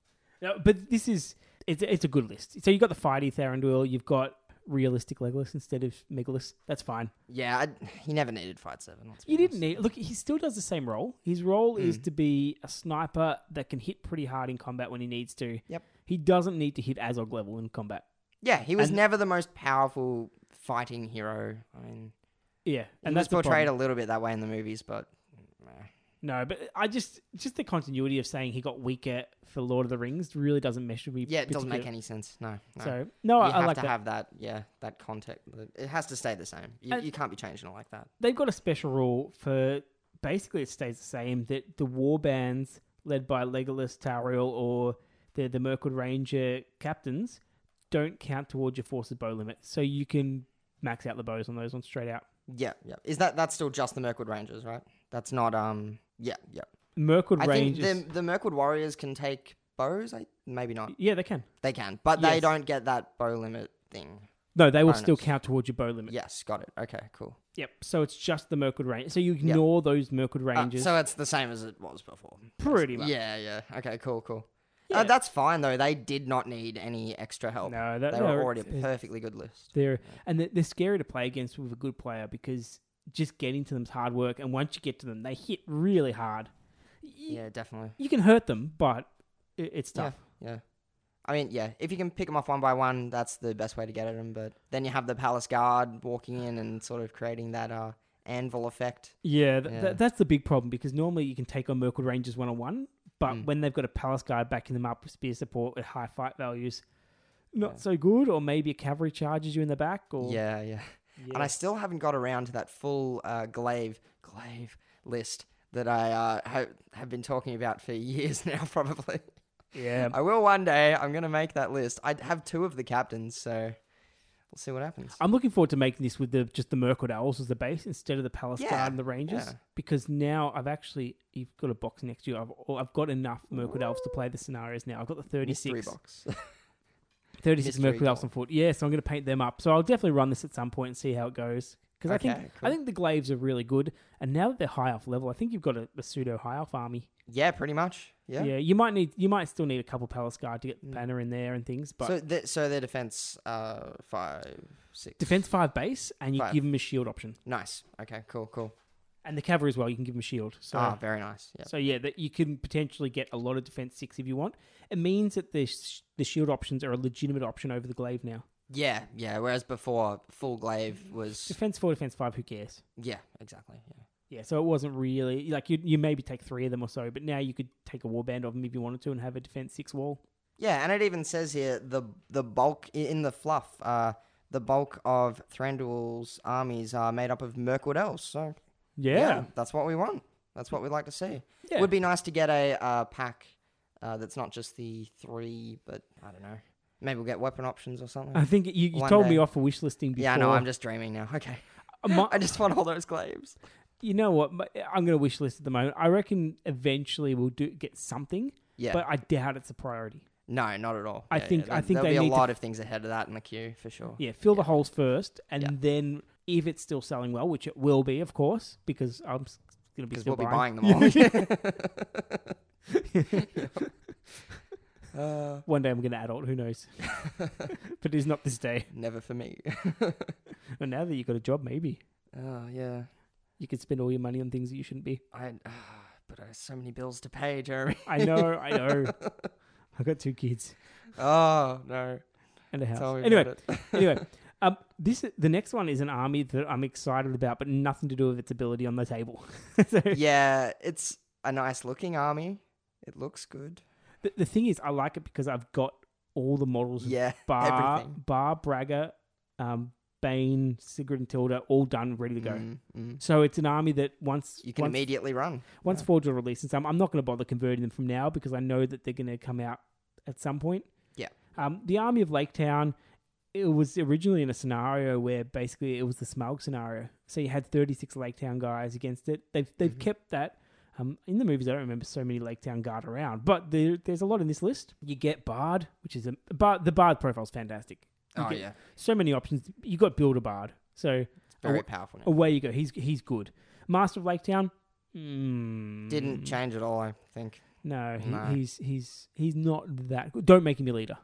B: No, but this is it's it's a good list. So you've got the fighty Theranduil, you've got realistic Legolas instead of Megalus. That's fine.
C: Yeah, I, he never needed fight seven. let's be
B: You didn't
C: honest.
B: need look. He still does the same role. His role is
C: Mm.
B: to be a sniper that can hit pretty hard in combat when he needs to.
C: Yep.
B: He doesn't need to hit Azog level in combat.
C: Yeah, he was
B: And-
C: never the most powerful fighting hero. I mean,
B: Yeah,
C: and
B: and
C: he was
B: that's the
C: portrayed
B: problem.
C: a little bit that way in the movies, but eh,
B: No, but I just just the continuity of saying he got weaker for Lord of the Rings really doesn't mesh with me.
C: Yeah, it doesn't make
B: particularly.
C: any sense. No. no.
B: So no, Oh,
C: you
B: I, I
C: have
B: like
C: to
B: that.
C: have that, yeah, that context. It has to stay the same. You,
B: And-
C: you can't be changing it like that.
B: They've got a special rule for basically it stays the same that the war bands led by Legolas, Tauriel, or the the Mirkwood Ranger captains don't count towards your forces bow limit, so you can max out the bows on those ones straight out.
C: Yeah, yeah. Is that that's still just the Mirkwood Rangers, right? That's not um. Yeah, yeah.
B: Mirkwood
C: I think
B: Rangers,
C: the the Mirkwood Warriors can take bows. I, maybe not.
B: yeah, they can.
C: They can, but they
B: Yes.
C: don't get that bow limit thing.
B: No, they will still
C: Bonus.
B: count towards your bow limit.
C: Yes, got it. Okay, cool.
B: Yep. So it's just the Mirkwood Ranger. So you ignore those Mirkwood
C: Uh,
B: Rangers.
C: so it's the same as it was before.
B: Pretty much.
C: Yeah, yeah. Okay, cool, cool.
B: Yeah.
C: Uh, that's fine though. They did not need any extra help.
B: no, that,
C: they
B: no,
C: were already a
B: it's- it's-
C: perfectly good list.
B: They're and they're, they're scary to play against with a good player because just getting to them's hard work, and once you get to them, they hit really hard. Y-
C: Yeah, definitely.
B: You can hurt them, but it, it's
C: Yeah.
B: tough.
C: Yeah. I mean, yeah. If you can pick them off one by one, that's the best way to get at them. But then you have the palace guard walking in and sort of creating that uh, anvil effect.
B: Yeah, th-
C: Yeah.
B: th- that's the big problem because normally you can take on Merkwood Rangers one on one, but
C: Mm.
B: when they've got a Palace Guard backing them up with spear support at high fight values, not
C: Yeah.
B: so good. Or maybe a cavalry charges you in the back. Or
C: Yeah, yeah.
B: Yeah.
C: And I still haven't got around to that full uh, glaive glaive list that I uh, ha- have been talking about for years now. Probably,
B: yeah.
C: I will one day. I'm gonna make that list. I have two of the captains, so we'll see what happens.
B: I'm looking forward to making this with the just the Merkwood Owls as the base instead of the Palace
C: Yeah,
B: Guard and the Rangers
C: yeah.
B: because now I've actually you've got a box next year. I've or I've got enough Merkwood Elves to play the scenarios now. I've got the
C: Mystery
B: 36,
C: box.
B: 36
C: mystery
B: Merkwood Elves
C: box.
B: on foot. Yeah, so I'm going to paint them up. So I'll definitely run this at some point and see how it goes because I
C: Okay,
B: think
C: cool.
B: I think the Glaives are really good and now that they're high elf level, I think you've got a, a pseudo high elf army.
C: yeah, pretty much. Yeah. Mm.
B: you might need you might still need a couple Palace Guard to get the banner in there and things, but
C: so, th- so their defense uh, five, six.
B: defense five base and you
C: Five.
B: give them a shield option
C: Nice. Okay. Cool. Cool.
B: and the cavalry as well. You can give them a shield. So
C: Ah, very nice. Yeah.
B: So yeah, that you can potentially get a lot of defense six if you want. It means that the sh- the shield options are a legitimate option over the glaive now.
C: Yeah. Yeah. Whereas before, full glaive was.
B: Defense four, defense five. Who cares?
C: Yeah. Exactly. Yeah.
B: Yeah, so it wasn't really like you. You maybe take three of them or so, but now you could take a warband of them if you wanted to and have a defense six wall.
C: Yeah, and it even says here the the bulk i- in the fluff. Uh, the bulk of Thranduil's armies are made up of Mirkwood elves. So
B: Yeah,
C: that's what we want. That's what we'd like to see.
B: Yeah.
C: Would be nice to get a uh, pack uh, that's not just the three, but I don't know. Maybe we'll get weapon options or something.
B: I think you, you
C: One
B: told
C: day.
B: me off for wish listing Uh, before.
C: yeah, no, I'm just dreaming now. Okay,
B: My-
C: I just want all those glaives.
B: you know what? My- I'm going to wish list at the moment. I reckon eventually we'll do get something,
C: Yeah,
B: but I doubt it's a priority.
C: no, not at all.
B: I
C: Yeah, yeah,
B: think- I
C: there-
B: think
C: there'll
B: they
C: be
B: need
C: a
B: to
C: lot of things ahead of that in the queue for sure.
B: Yeah, fill the holes first, and
C: Yeah.
B: then if it's still selling well, which it will be, of course, because I'm going to be
C: because
B: still
C: we'll be buying
B: buying.
C: them all. Uh,
B: One day I'm going to adult. Who knows? but it's not this day.
C: never for me.
B: And now that you've got a job, maybe
C: Oh yeah,
B: you could spend all your money on things that you shouldn't be.
C: I. ah, but I have so many bills to pay, Jeremy.
B: I know. I know. I've got two kids
C: Oh no.
B: and a house.
C: Tell me
B: anyway,
C: about it.
B: anyway. Um, this the next one is an army that I'm excited about, but nothing to do with its ability on the table. so
C: yeah, it's a nice looking army. It looks good.
B: the, the thing is, I like it because I've got all the models
C: Yeah,
B: Bar,
C: everything.
B: Bar, Bragger, um, Bane, Sigrid, and Tilda, all done, ready to go.
C: Mm, mm.
B: So it's an army that once
C: You can
B: once,
C: immediately run.
B: once Forge will release, and some, I'm not going to bother converting them from now because I know that they're going to come out at some point.
C: Yeah.
B: Um, the army of Laketown, it was originally in a scenario where basically it was the Smaug scenario. So you had 36 Laketown guys against it. They've they've
C: Mhm.
B: kept that. Um, in the movies, I don't remember so many Laketown guard around, but there, there's a lot in this list. You get Bard, which is a Bard. The Bard profile's fantastic You
C: Oh
B: get-
C: yeah,
B: so many options. You got Builder Bard, so
C: very
B: aw-
C: powerful. Now.
B: away you go. He's he's good. Master of Laketown mm,
C: Didn't change at all. I think.
B: No, he,
C: Nah.
B: he's he's he's not that good. Don't make him your leader.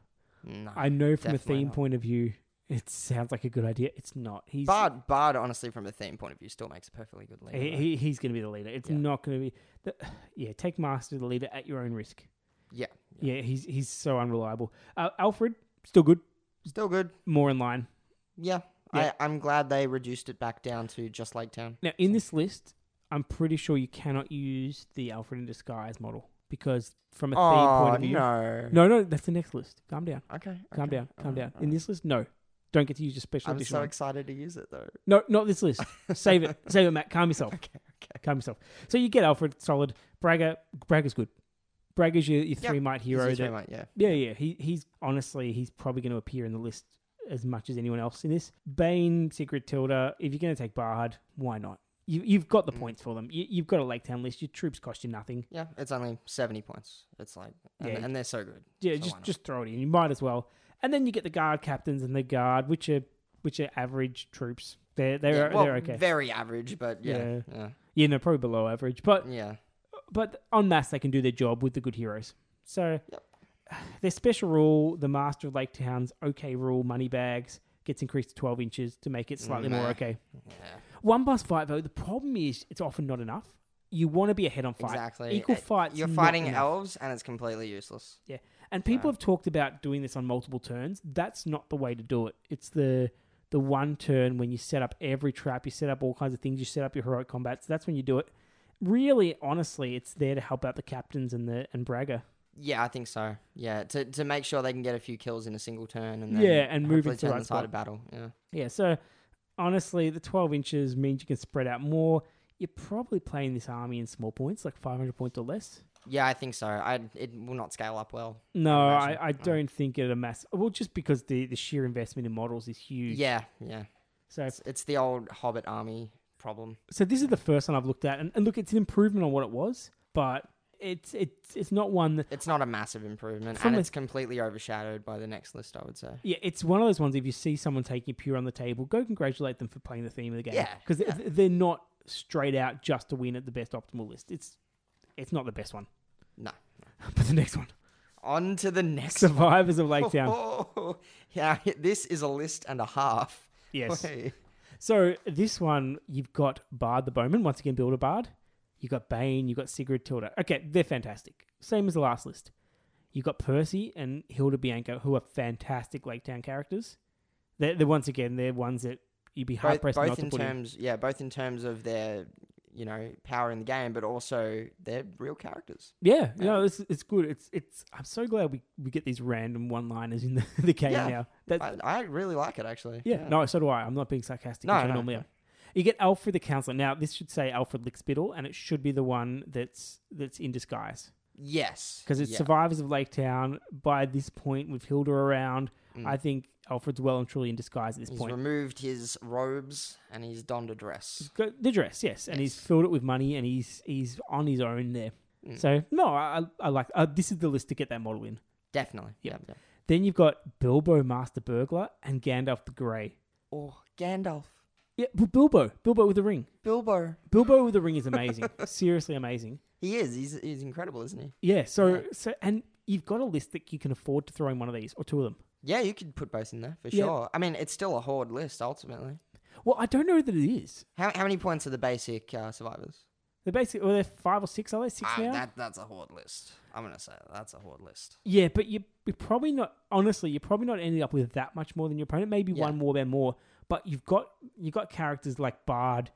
C: No.
B: I know from a
C: definitely
B: theme
C: not.
B: point of view, it sounds like a good idea. It's not. He's
C: Bard, Bard, honestly, from a theme point of view, still makes a perfectly good leader.
B: he,
C: though.
B: he, he's going to be the leader. It's
C: Yeah.
B: not going to be. The, yeah, take Master the leader at your own risk.
C: Yeah,
B: Yeah, he's he's so unreliable. Uh, Alfred still good,
C: still good.
B: more in line.
C: Yeah,
B: Yeah.
C: I, I'm glad they reduced it back down to just Lake Town.
B: Now, in this list, I'm pretty sure you cannot use the Alfred in disguise model because from a theme point
C: Oh
B: of view,
C: no.
B: no, no, that's the next list. Calm down,
C: Okay.
B: calm
C: okay,
B: down, calm
C: alright,
B: down. In
C: alright.
B: this list, no, don't get to use your special
C: I'm
B: edition.
C: so
B: one.
C: excited to use it though.
B: no, not this list. Save it, save it, Matt. Calm yourself.
C: Okay. Okay.
B: Calm yourself. So you get Alfred solid. Bragger, Bragger's good. Bragger's your, your three might
C: He's
B: hero.
C: used
B: that-
C: very much, yeah.
B: yeah, yeah. He he's honestly he's probably going to appear in the list as much as anyone else in this. Bane, Secret Tilda. If you're going to take Barhard, why not? You you've got the
C: Mm.
B: points for them. You, you've got a Lake Town list. Your troops cost you nothing.
C: Yeah, it's only 70 points. It's like, and,
B: Yeah.
C: and they're so good.
B: Yeah,
C: So why
B: just
C: not?
B: just throw it in. You might as well. And then you get the guard captains and the guard, which are which are average troops. They're they're
C: Yeah, well,
B: they're okay.
C: Very average, but yeah.
B: Yeah.
C: Yeah.
B: yeah, no, probably below average, but
C: yeah.
B: but en masse they can do their job with the good heroes. So
C: Yep.
B: their special rule, the Master of Lake Town's OK rule, money bags gets increased to twelve inches to make it slightly more
C: Meh.
B: okay.
C: yeah.
B: One bus fight though, the problem is it's often not enough. You want to be a head on fight.
C: Exactly.
B: Equal
C: It-
B: fights.
C: You're
B: not
C: fighting
B: enough.
C: elves and it's completely useless.
B: Yeah. And people have talked about doing this on multiple turns. That's not the way to do it. It's the the one turn when you set up every trap, you set up all kinds of things, you set up your heroic combats. That's when you do it. Really, honestly, it's there to help out the captains and the and Bragger.
C: Yeah, I think so. Yeah, to to make sure they can get a few kills in a single turn and then
B: Yeah, and move
C: hopefully
B: into the
C: turn
B: right
C: the tide
B: spot.
C: of battle. Yeah.
B: Yeah, so honestly, the 12 inches means you can spread out more. You're probably playing this army in small points, like 500 points or less.
C: Yeah, I think so. I it will not scale up well.
B: No, I,
C: imagine.
B: I don't think it a mass. Well, just because the, the sheer investment in models is huge.
C: Yeah, yeah.
B: So,
C: It's, it's the old Hobbit army problem.
B: so this is the first one I've looked at, and, and look, it's an improvement on what it was, but it's it's it's not one that.
C: It's not a massive improvement,
B: From
C: and
B: a-
C: it's completely overshadowed by the next list. I would say.
B: Yeah, it's one of those ones. If you see someone taking pure on the table, go congratulate them for playing the theme of the game.
C: Yeah,
B: because they're not straight out just to win at the best optimal list. It's it's not the best one,
C: No.
B: but the next one.
C: On to the next.
B: Survivors of Lake Town.
C: yeah, this is a list and a half.
B: Yes.
C: Wait.
B: So this one, you've got Bard the Bowman, once again Builder Bard. You've got Bane, you've got Sigrid Tilda. Okay, they're fantastic. Same as the last list. You've got Percy and Hilda Bianco, who are fantastic Lake Town characters. They're, they're once again, they're ones that you'd be hard
C: both,
B: pressed
C: both
B: not
C: in
B: to put in.
C: terms, yeah, both in terms of their, you know, power in the game, but also they're real characters.
B: Yeah,
C: Yeah.
B: no, it's it's good. It's it's. I'm so glad we, we get these random one liners in the, the game
C: Yeah.
B: now. That
C: I, I really like it actually.
B: Yeah, no, so do I. I'm not being sarcastic.
C: No,
B: which I
C: no,
B: normally
C: no.
B: am. You get Alfred the Counselor. Now, this should say Alfred Lickspittle, and it should be the one that's that's in disguise
C: Yes,
B: because it's
C: yeah.
B: survivors of Lake Town. By this point, with Hilda around,
C: Mm.
B: I think Alfred's well and truly in disguise at this
C: He's
B: point. Mm.
C: removed his robes and he's donned a dress.
B: He's got the dress, yes, and he's
C: Yes.
B: filled it with money, and he's he's on his own there.
C: Mm.
B: So no, I, I- I like uh, this is the list to get that model in.
C: Definitely.
B: Yeah.
C: Yep, yep.
B: Then you've got Bilbo, Master Burglar, and Gandalf the Grey.
C: Or Oh, Gandalf,
B: Yeah, but Bilbo, Bilbo with a ring.
C: Bilbo.
B: Bilbo with a ring is amazing. Seriously amazing.
C: He is. He's he's incredible, isn't he?
B: Yeah, so
C: Yeah.
B: so and you've got a list that you can afford to throw in one of these or two of them.
C: Yeah, you could put both in there for
B: Yeah.
C: sure. I mean, it's still a horde list ultimately.
B: Well, I don't know that it is.
C: How how many points are the basic uh, survivors?
B: They're basically well, they're five or six, are they six
C: Ah,
B: now?
C: that that's a horde list. I'm gonna say that's a horde list.
B: Yeah, but you, you're probably not. Honestly, you're probably not ending up with that much more than your opponent. Maybe
C: Yeah.
B: one more than more, but you've got you've got characters like Bard,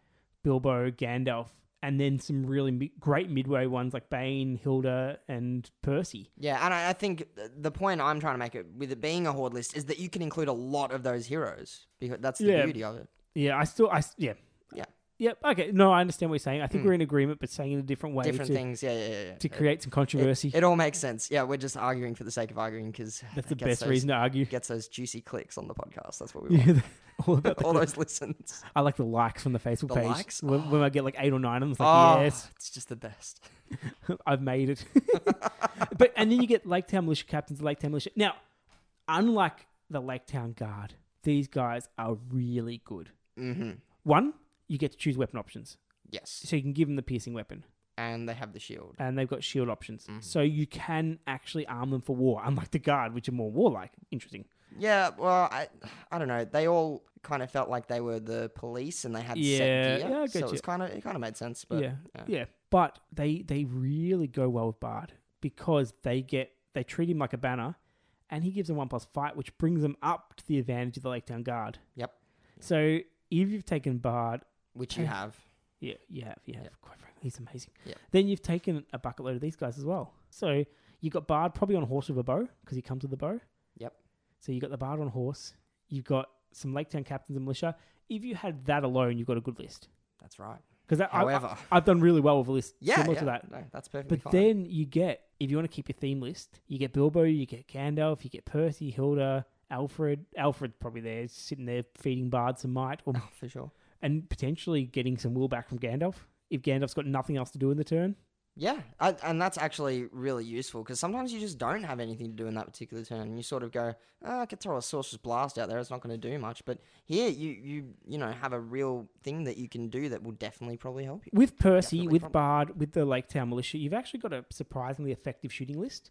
B: Bilbo, Gandalf, and then some really mi- great midway ones like Bane, Hilda, and Percy.
C: Yeah, and I, I think th- the point I'm trying to make it with it being a horde list is that you can include a lot of those heroes because that's the
B: Yeah. Uh,
C: beauty of it.
B: Yeah, I still, I s- yeah,
C: Yeah.
B: yep. Okay, no, I understand what you're saying. I think
C: Mm.
B: we're in agreement, but saying it a different way
C: Different
B: to,
C: things, yeah, yeah, yeah. yeah.
B: to
C: It-
B: create some
C: it,
B: controversy.
C: It, all makes sense. Yeah, we're just arguing for the sake of arguing because
B: That's the best reason to argue.
C: Gets those juicy clicks on the podcast. That's what we want.
B: Yeah, all about the
C: all those listens.
B: I like the likes from the Facebook
C: The
B: page.
C: likes?
B: When, when I get like eight or nine of them, it's like,
C: Oh,
B: yes,
C: it's just the best.
B: I've made it. but and then you get Lake Town Militia captains, Lake Town Militia. Now, unlike the Lake Town Guard, these guys are really good.
C: Mm-hmm.
B: One, you get to choose weapon options,
C: Yes,
B: so you can give them the piercing weapon,
C: and they have the shield.
B: and they've got shield options,
C: Mm-hmm.
B: so you can actually arm them for war. Unlike the Guard, which are more warlike. Interesting.
C: Yeah, well, I, I don't know. They all kind of felt like they were the police, and they had
B: Yeah,
C: set gear.
B: yeah, I
C: so
B: get
C: it was
B: you.
C: kind of it kind of made sense. But
B: yeah, yeah. But they they really go well with Bard because they get they treat him like a banner, and he gives them one plus fight, which brings them up to the advantage of the Lake Town Guard.
C: Yep.
B: So if you've taken Bard,
C: which you have.
B: Yeah, you have, you have. Quite frankly, he's amazing.
C: Yeah.
B: Then you've taken a bucket load of these guys as well. So you got Bard probably on horse with a bow because he comes with a bow.
C: Yep.
B: So you got the Bard on horse. You've got some Lake Town captains and militia. If you had that alone, you've got a good list.
C: That's right.
B: Because
C: However,
B: I've done really well with a list
C: yeah,
B: similar
C: yeah,
B: to that.
C: No, that's perfectly
B: But
C: fine.
B: then you get, if you want to keep your theme list, you get Bilbo, you get Gandalf, you get Percy, Hilda, Alfred. Alfred's probably there, sitting there feeding Bard some might, or,
C: oh, for sure.
B: and potentially getting some will back from Gandalf if Gandalf's got nothing else to do in the turn.
C: Yeah, I, and that's actually really useful because sometimes you just don't have anything to do in that particular turn, and you sort of go, oh, "I could throw a sorcerer's blast out there; it's not going to do much." But here, you you you know have a real thing that you can do that will definitely probably help you.
B: With Percy,
C: Definitely
B: with
C: problem.
B: Bard, with the Lake Town Militia, you've actually got a surprisingly effective shooting list.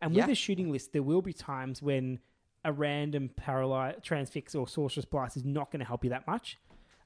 B: And with
C: Yeah.
B: a shooting list, there will be times when a random paralyze, transfix, or sorceress blast is not going to help you that much.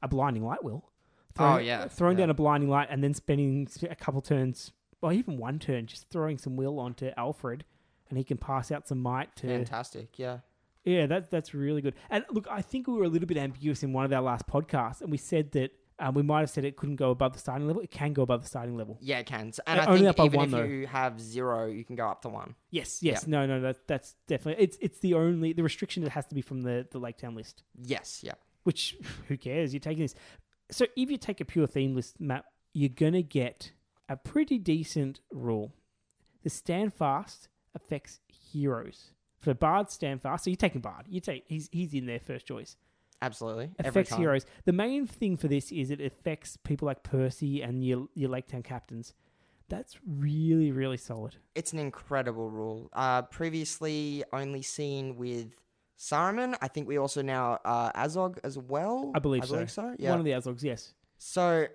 B: A blinding light will.
C: Oh, yeah,
B: throwing
C: yeah.
B: down a blinding light and then spending s- a couple turns, or even one turn, just throwing some will onto Alfred, and he can pass out some might to.
C: Fantastic, yeah,
B: Yeah, that, that's really good. And look, I think we were a little bit ambiguous in one of our last podcasts, and we said that um, we might have said it couldn't go above the starting level. It can go above the starting level.
C: yeah, it can. So- And
B: Uh,
C: I
B: only
C: think
B: up by
C: even
B: one,
C: if
B: though.
C: you have zero, you can go up to one.
B: Yes, yes, no, no, that, that's definitely it's it's the only the restriction that has to be from the the Lake Town list.
C: Yes, yeah,
B: Which who cares? You're taking this. So if you take a pure theme list map, you're gonna get a pretty decent rule. The stand fast affects heroes. For Bard stand fast, so you're taking Bard. You take he's he's in there first choice.
C: absolutely. Every
B: affects
C: time.
B: heroes. The main thing for this is it affects people like Percy and your your Lake Town captains. That's really really solid.
C: It's an incredible rule. Uh, previously only seen with Saruman. I think we also now uh, Azog as well.
B: I believe
C: I
B: so.
C: believe so. Yeah.
B: One of the Azogs, yes.
C: So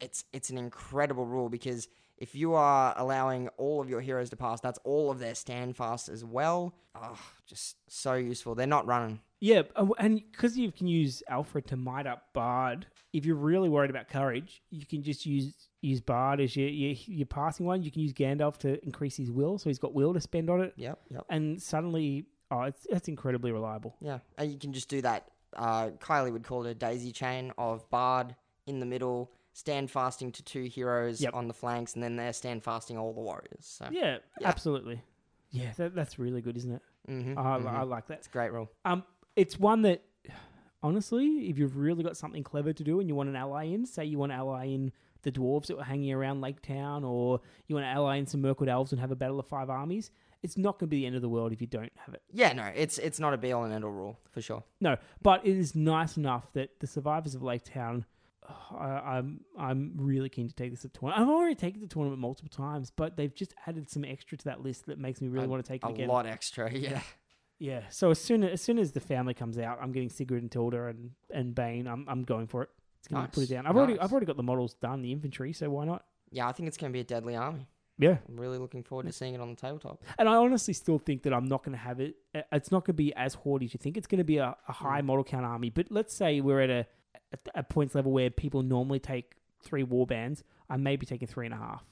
C: it's it's an incredible rule because if you are allowing all of your heroes to pass, that's all of their stand fast as well. Oh, just so useful. They're not running.
B: Yeah, oh, and because you can use Alfred to might up Bard, if you're really worried about courage, you can just use use Bard as your your, your passing one. You can use Gandalf to increase his will, so he's got will to spend on it,
C: Yep, yep.
B: and suddenly, oh, it's that's incredibly reliable.
C: Yeah, and you can just do that. Uh, Kylie would call it a daisy chain of Bard in the middle, stand fasting to two heroes
B: Yep.
C: on the flanks, and then they're stand fasting all the warriors. So,
B: Yeah,
C: Yeah.
B: absolutely. Yeah, that, that's really good, isn't it?
C: mhm,
B: I,
C: mhm.
B: I like that.
C: it's a great rule.
B: Um, it's one that honestly, if you've really got something clever to do and you want an ally in, say you want to ally in the dwarves that were hanging around Lake Town, or you want to ally in some Mirkwood elves and have a battle of five armies, it's not going to be the end of the world if you don't have it.
C: Yeah, no, it's it's not a be all and end all rule for sure.
B: No, but it is nice enough that the survivors of Lake Town. oh, I, I'm I'm really keen to take this to tournament. I've already taken the tournament multiple times, but they've just added some extra to that list that makes me really
C: A-
B: want to take it
C: A
B: again.
C: lot extra, yeah.
B: Yeah. So as soon as, as soon as the family comes out, I'm getting Sigrid and Tilda and and Bane. I'm I'm going for it. It's gonna put it
C: Nice,
B: down. I've already
C: nice.
B: I've already got the models done, the infantry. So why not?
C: Yeah, I think it's going to be a deadly army.
B: Yeah.
C: I'm really looking forward to seeing it on the tabletop.
B: And I honestly still think that I'm not gonna have it. uh, It's not gonna be as hoard as you think. It's gonna be a,
C: Hmm.
B: a high model count army. But let's say we're at a at a points level where people normally take three war bands. I may be taking three and a half.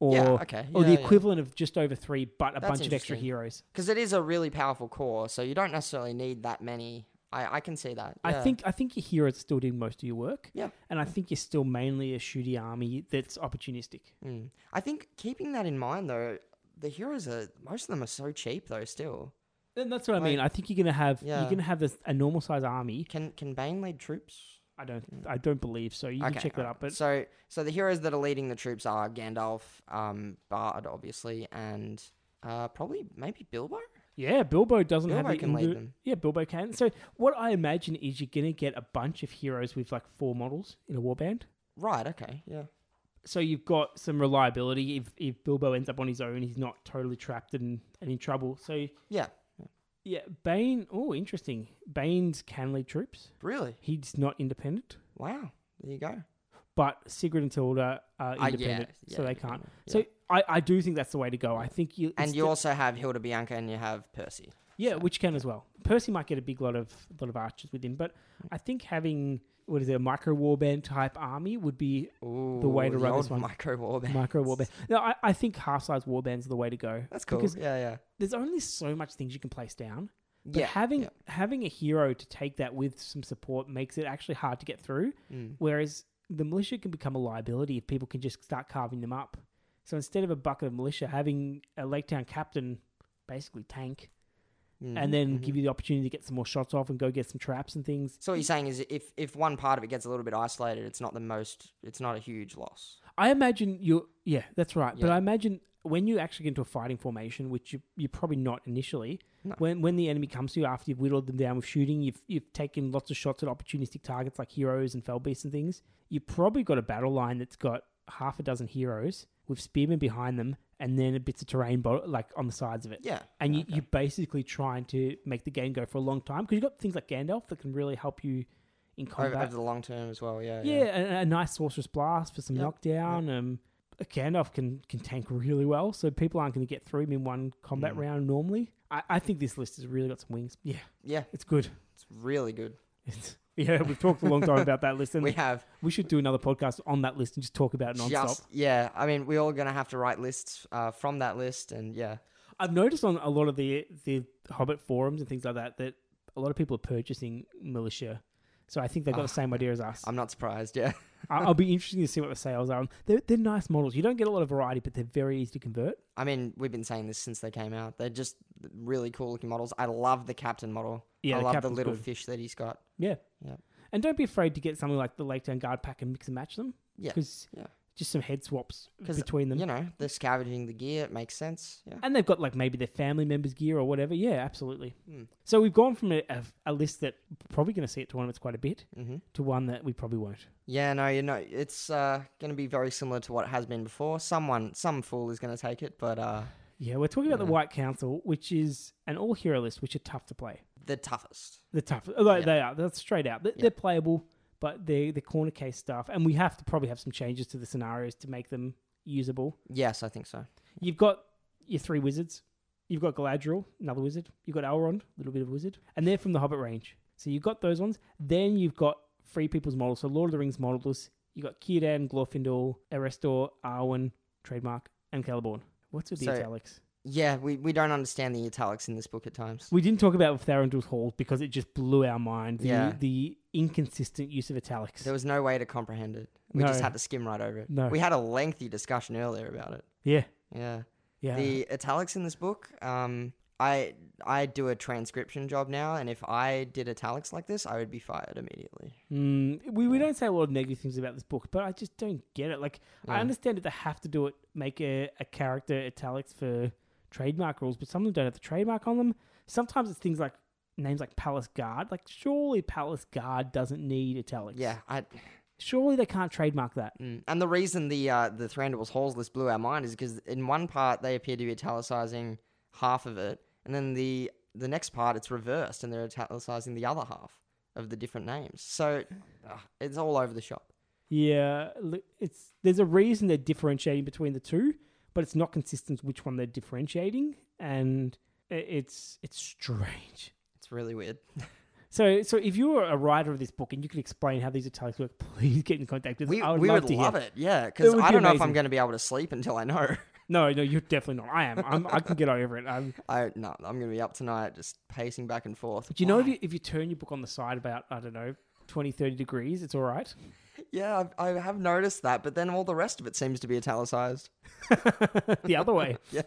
B: Or
C: yeah, okay.
B: Or
C: yeah,
B: the equivalent of just over three, but a
C: That's
B: bunch of extra
C: interesting.
B: heroes.
C: Because it is a really powerful core, so you don't necessarily need that many. I, I can see that.
B: I
C: yeah.
B: think I think your heroes still do most of your work.
C: Yeah.
B: and I think you're still mainly a shooty army that's opportunistic.
C: Mm. I think keeping that in mind, though, the heroes are. Most of them are so cheap, though, still.
B: And that's what I
C: Like-
B: mean. I think you're gonna have you're
C: Yeah.
B: gonna have this, a normal size army.
C: Can can Bane lead troops?
B: I don't I don't believe so. You can check that
C: alright.
B: up. But
C: Mm. So, so the heroes that are leading the troops are Gandalf, um, Bard, obviously, and uh, probably maybe Bilbo?
B: yeah, Bilbo doesn't have
C: Bilbo
B: the
C: can lead
B: indi-
C: them.
B: Yeah, Bilbo can. So what I imagine is you're gonna get a bunch of heroes with like four models in a warband.
C: Right, okay, yeah.
B: So you've got some reliability. If if Bilbo ends up on his own, he's not totally trapped and, and in trouble. So
C: Yeah,
B: yeah, Bane. Oh, interesting. Bane's can lead troops.
C: really?
B: He's not independent.
C: Wow, there you go.
B: but Sigrid and Tilda are
C: Ah, yeah,
B: Uh, independent, so
C: yeah,
B: they can't.
C: independent,
B: So I, I do think that's the way to go. I think you
C: And
B: it's
C: you
B: the-
C: also have Hilda Bianca and you have Percy.
B: yeah, which can as well. Percy might get a big lot of lot of archers with him, but
C: Mm.
B: I think having what is it, a micro warband type army would be
C: Ooh,
B: way to run
C: old
B: this one.
C: Micro warband.
B: micro warband. No, I, I think half size warbands are the way to go.
C: That's cool.
B: Because
C: yeah, yeah.
B: there's only so much things you can place down. But
C: Yeah,
B: having
C: yeah. Mm.
B: having a hero to take that with some support makes it actually hard to get through. Whereas the militia can become a liability if people can just start carving them up. So instead of a bucket of militia, having a Lake Town captain basically tank
C: Mm-hmm,
B: and then give you the opportunity to get some more shots off and go get some traps and things.
C: So what you're saying is, if if one part of it gets a little bit isolated, it's not the most. It's not a huge loss.
B: I imagine you. Yeah, that's right. But
C: Yeah.
B: I imagine when you actually get into a fighting formation, which you, you're probably not initially, when when the enemy comes to you after you've whittled them down with shooting, you've you've taken lots of shots at opportunistic targets like heroes and fell beasts and things. You've probably got a battle line that's got half a dozen heroes with spearmen behind them, and then bits of terrain bo- like on the sides of it.
C: Yeah.
B: and you,
C: Okay.
B: you're basically trying to make the game go for a long time because you've got things like Gandalf that can really help you in
C: Over,
B: combat.
C: over the long term as well. Yeah.
B: Yeah, a, a nice sorceress blast for some
C: Yep,
B: knockdown. Um, a Gandalf can can tank really well, so people aren't going to get through him in one
C: Mm.
B: combat round normally. I, I think this list has really got some wings. Yeah,
C: Yeah.
B: it's good.
C: It's really good.
B: It's, yeah, we've talked a long time about that list, and
C: We
B: we,
C: have
B: should do another podcast on that list and just talk about it nonstop.
C: just yeah. I mean, we're all gonna have to write lists uh, from that list, and yeah,
B: I've noticed on a lot of the the Hobbit forums and things like that that a lot of people are purchasing militia. So I think they've got the same idea as us.
C: Ah, I'm not surprised. Yeah.
B: I- I'll be interested to see what the sales are. They're, they're nice models. You don't get a lot of variety, but they're very easy to convert.
C: I mean, we've been saying this since they came out. They're just really cool looking models. I love the captain model.
B: Yeah,
C: I
B: the
C: love the
B: captain's
C: little
B: good.
C: fish that he's got.
B: Yeah.
C: Yep.
B: And don't be afraid to get something like the Lake Town Guard pack and mix and match them.
C: Yeah,
B: Because
C: yeah.
B: just some head swaps
C: 'Cause,
B: between them.
C: You know, they're scavenging the gear. It makes sense. Yeah.
B: And they've got like maybe their family members' gear or whatever. Yeah, absolutely.
C: Mm.
B: So we've gone from a, a, a list that we're probably going to see at tournaments quite a bit
C: Mm-hmm.
B: to one that we probably won't.
C: Yeah, no, you know, it's uh, going to be very similar to what it has been before. Someone, some fool is going to take it, but uh,
B: Yeah, we're talking about
C: Yeah.
B: the White Council, which is an all hero list, which are tough to play.
C: the toughest.
B: They're tough. Like,
C: Yeah.
B: They are. That's straight out. They're,
C: Yeah.
B: they're playable, but they're, they're corner case stuff. And we have to probably have some changes to the scenarios to make them usable.
C: Yes, I think so.
B: You've got your three wizards. You've got Galadriel, another wizard. You've got Elrond, a little bit of a wizard. And they're from the Hobbit range. So you've got those ones. Then you've got Free People's models. So Lord of the Rings models. You've got Círdan, Glorfindel, Erestor, Arwen, trademark, and Celeborn. What's with the
C: So-
B: italics?
C: Yeah, we, we don't understand the italics in this book at times.
B: We didn't talk about Thranduil's Hall because it just blew our mind. The,
C: Yeah.
B: the inconsistent use of italics.
C: There was no way to comprehend it. We just
B: No.
C: had to skim right over it.
B: No.
C: We had a lengthy discussion earlier about it.
B: yeah.
C: Yeah.
B: Yeah.
C: The italics in this book, um, I I do a transcription job now, and if I did italics like this, I would be fired immediately.
B: Mm, we, we don't say a lot of negative things about this book, but I just don't get it. Like, I
C: Yeah.
B: understand that they have to do it, make a, a character italics for trademark rules, but some of them don't have the trademark on them. Sometimes it's things like names like Palace Guard. Like, surely Palace Guard doesn't need italics.
C: Yeah, I
B: Surely they can't trademark that.
C: Mm. And the reason the uh, the Thranduil's Halls list blew our mind is because in one part they appear to be italicizing half of it, and then the the next part it's reversed and they're italicizing the other half of the different names. So ah, it's all over the shop.
B: Yeah. l- It's There's a reason they're differentiating between the two, but it's not consistent which one they're differentiating. And i- it's it's strange.
C: It's really weird.
B: So, so if you're a writer of this book and you could explain how these italics work, please get in contact with us.
C: We,
B: I would
C: we
B: love
C: would
B: to
C: love
B: hear.
C: it, yeah. Because
B: would
C: I
B: be
C: don't know if I'm
B: amazing.
C: going to be able to sleep until I know.
B: No, no, you're definitely not. I am. I'm, I can get over it. Um,
C: I no, I'm going to be up tonight just pacing back and forth.
B: do you know if you if you turn your book on the side about I don't know 20, 30 degrees, it's all right.
C: Yeah, I've, I have noticed that, but then all the rest of it seems to be italicized.
B: the other way.
C: Yeah.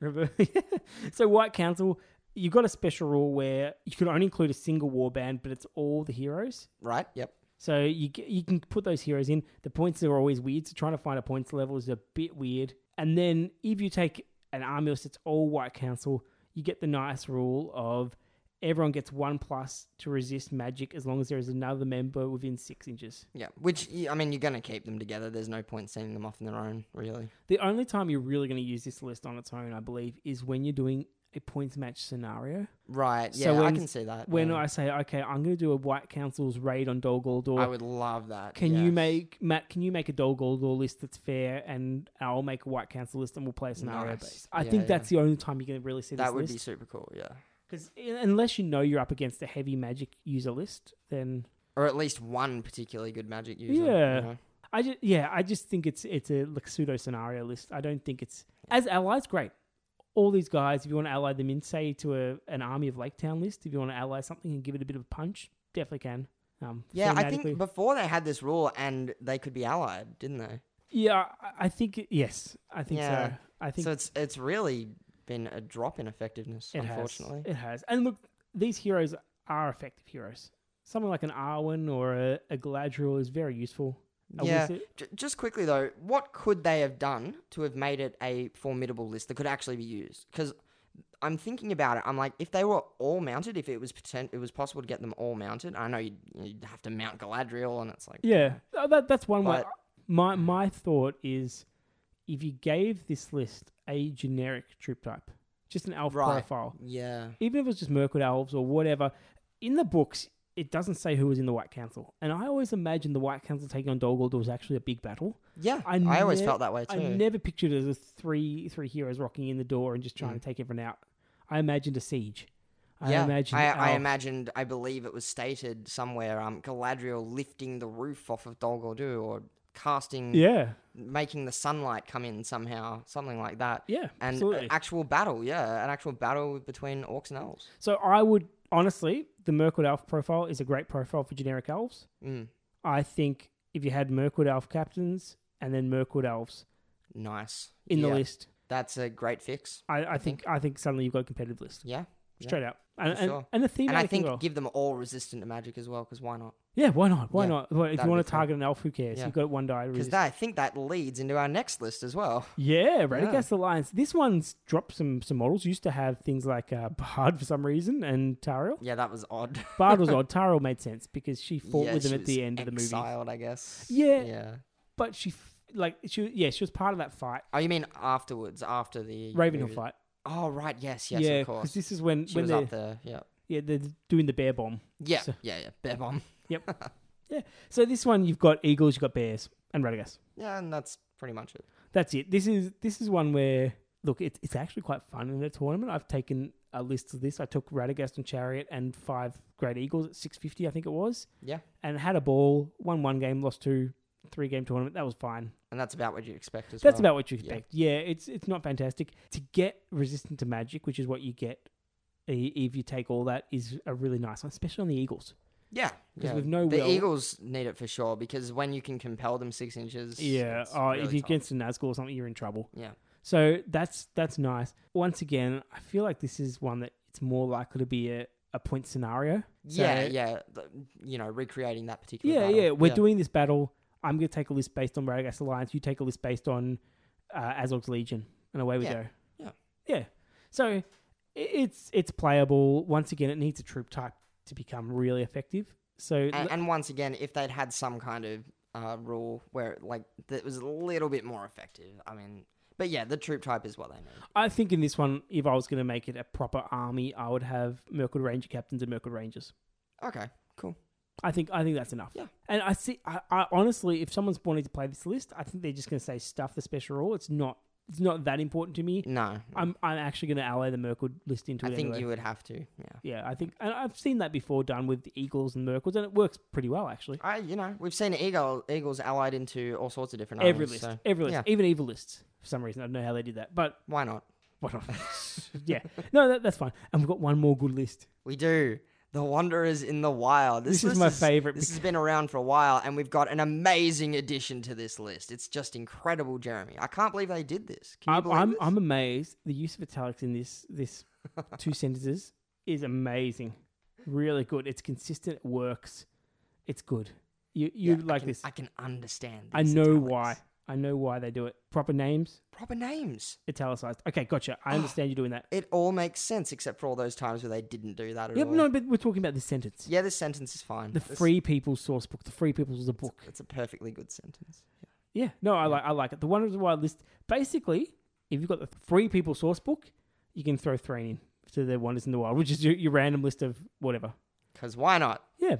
B: Remember? so White Council, you've got a special rule where you can only include a single warband, but it's all the heroes.
C: Right? Yep.
B: So you g- you can put those heroes in. The points are always weird. So trying to find a points level is a bit weird. And then if you take an army list that's all white council, you get the nice rule of everyone gets one plus to resist magic as long as there is another member within six inches.
C: Yeah, which y- I mean, you're gonna keep them together. There's no point sending them off on their own, really.
B: The only time you're really going to use this list on its own, I believe, is when you're doing a points match scenario.
C: Right?
B: So
C: Yeah, I
B: when-
C: can see that.
B: When
C: yeah.
B: I say, okay, I'm going to do a white council's raid on Dol Guldur.
C: I would love that.
B: Can you
C: yes.
B: make Matt? Can you make a Dol Goldor list that's fair, and I'll make a White Council list, and we'll play a scenario
C: Nice.
B: based. I
C: Yeah,
B: think
C: yeah.
B: that's the only time you're going to really see this
C: that would be
B: list.
C: super cool. Yeah,
B: Because unless you know you're up against a heavy magic user list, then
C: or at least one particularly good magic user. you
B: Yeah.
C: know?
B: I just yeah, I just think it's it's a like pseudo scenario list. I don't think it's as allies great. All these guys, if you want to ally them in, say to a, an army of Lake Town list, if you want to ally something and give it a bit of a punch, definitely can. Um,
C: Yeah, I
B: thematically.
C: think before they had this rule and they could be allied, didn't they?
B: yeah, I- I think it- yes, I think so.
C: Yeah.
B: I think
C: so it's it's really been a drop in effectiveness,
B: it
C: unfortunately.
B: has. It has. And look, these heroes are effective heroes. Someone like an Arwen or a, a Galadriel is very useful. A
C: Yeah.
B: wizard-
C: J- just quickly though, what could they have done to have made it a formidable list that could actually be used? Because I'm thinking about it. I'm like, if they were all mounted, if it was potent, it was possible to get them all mounted. I know you'd, you'd have to mount Galadriel, and it's like,
B: Yeah, uh, that, that's one way.
C: But-
B: My my thought is, if you gave this list a generic troop type, just an elf
C: Right.
B: profile,
C: yeah,
B: even if it's just Merkwood elves or whatever, in the books it doesn't say who was in the White Council, and I always imagined the White Council taking on Dol Guldur was actually a big battle.
C: yeah.
B: I
C: I, always
B: ne-
C: felt that way too.
B: I never pictured it as three three heroes rocking in the door and just trying to take everyone out. I imagined a siege. I
C: Mm. yeah,
B: imagined.
C: I, I
B: elf-
C: imagined. I believe it was stated somewhere. Um, Galadriel lifting the roof off of Dol Guldur, or casting,
B: Yeah,
C: making the sunlight come in somehow, something like that.
B: yeah,
C: and uh,
B: absolutely.
C: an actual battle, yeah, an actual battle between orcs and elves.
B: So I would honestly, the Mirkwood Elf profile is a great profile for generic elves.
C: Mm,
B: I think if you had Mirkwood Elf captains and then Mirkwood Elves
C: nice
B: in
C: Yeah,
B: the list,
C: That's a great fix.
B: I, I think I think suddenly you've got a competitive list
C: Yeah, Yeah.
B: straight up, and
C: For
B: and,
C: sure.
B: and the theme.
C: and I
B: think
C: think give them all resistant to magic as well, because why not?
B: yeah, why not? Why
C: Yeah,
B: not? Well, if you
C: that'd
B: want
C: be
B: to
C: fun.
B: target an elf, who cares?
C: Yeah.
B: You've got one die. to
C: Because
B: resist.
C: I think that leads into our next list as well.
B: Yeah, Renegades
C: Yeah.
B: Alliance. This one's dropped some some models. Used to have things like uh, Bard for some reason and Tariel.
C: Yeah, that was odd.
B: Bard was odd. Tariel made sense because she fought
C: Yeah,
B: with them
C: she
B: at the
C: was
B: end of the movie.
C: exiled, I guess.
B: Yeah.
C: Yeah.
B: But she f- like she yeah she was part of that fight.
C: Oh, you mean afterwards, after the
B: Ravenhill
C: movie.
B: fight.
C: Oh, right. Yes. Yes.
B: yeah,
C: of course.
B: this is when
C: She
B: when
C: was
B: they're,
C: up there. Yeah.
B: yeah, they're doing the bear bomb.
C: Yeah.
B: So-
C: yeah. Yeah. Bear bomb.
B: So this one you've got eagles, you've got bears, and Radagast.
C: Yeah, and that's pretty much it.
B: That's it. This is this is one where look, it's it's actually quite fun in a tournament. I've taken a list of this. I took Radagast and Chariot and five Great Eagles at six fifty, I think it was.
C: Yeah.
B: And had a ball, won one game, lost two, three game tournament. That was fine.
C: And that's about what you expect as
B: That's
C: well.
B: about what you
C: Yeah.
B: expect. Yeah. it's it's not fantastic. To get resistant to magic, which is what you get i- if you take all that, is a really nice one, especially on the Eagles.
C: Yeah.
B: 'Cause
C: yeah.
B: with no
C: the
B: will-
C: Eagles need it for sure because when you can compel them six inches.
B: Yeah.
C: it's
B: Oh, if
C: really
B: you're
C: tough.
B: against a Nazgul or something, you're in trouble.
C: Yeah.
B: So that's that's nice. Once again, I feel like this is one that it's more likely to be a, a point scenario. So-
C: yeah, yeah. th- You know, recreating that particular.
B: Yeah,
C: battle.
B: yeah. We're doing this battle. I'm going to take a list based on Radagast Alliance. You take a list based on uh, Azog's Legion, and away we
C: Yeah.
B: go.
C: Yeah.
B: Yeah. So i- it's it's playable. Once again, it needs a troop type to become really effective. So
C: And,
B: l-
C: and once again, if they'd had some kind of uh, rule where like that was a little bit more effective. I mean, but yeah, the troop type is what they need.
B: I think in this one, if I was going to make it a proper army, I would have Merkwood Ranger captains and Merkwood Rangers.
C: Okay, cool.
B: I think I think that's enough.
C: Yeah.
B: And I see. I, I honestly, if someone's wanting to play this list, I think they're just going to say stuff the special rule. It's not. It's not that important to me.
C: No,
B: I'm I'm actually going to ally the Merkwood list into
C: Mm-hmm. I
B: it.
C: think
B: anyway.
C: you would have to. Yeah.
B: Yeah, I think, and I've seen that before done with the Eagles and Merkles, and it works pretty well actually.
C: I, you know, we've seen eagle, eagles allied into all sorts of different
B: every
C: armies,
B: list,
C: so
B: every list,
C: yeah.
B: even evil lists. For some reason, I don't know how they did that, but
C: why not?
B: what? not? yeah, no, that, that's fine. And we've got one more good list.
C: We do. The Wanderers in the Wild. This,
B: This is
C: list
B: my favourite
C: This has been around for a while, and we've got an amazing addition to this list. It's just incredible, Jeremy. I can't believe they did this. Can you
B: I'm
C: believe
B: I'm,
C: this?
B: I'm amazed. The use of italics in this this two sentences is amazing. Really good. It's consistent. It works. It's good. You you
C: Yeah, I
B: like
C: can-
B: this?
C: I can understand.
B: I
C: these
B: know
C: italics.
B: why. I know why they do it. Proper names,
C: Proper names.
B: italicized. Okay, gotcha. I understand you doing that.
C: It all makes sense except for all those times where they didn't do that at
B: Yep,
C: all.
B: no, but we're talking about this sentence.
C: Yeah, this sentence is fine.
B: The
C: This-
B: Free People's Source Book. The Free People's is a book.
C: It's a perfectly good sentence.
B: Yeah, no, I like I like it. The Wonders of the Wild list. Basically, if you've got the Free People's Source Book, you can throw three in to the Wonders in the Wild, which is your, your random list of whatever.
C: Because why not?
B: Yeah,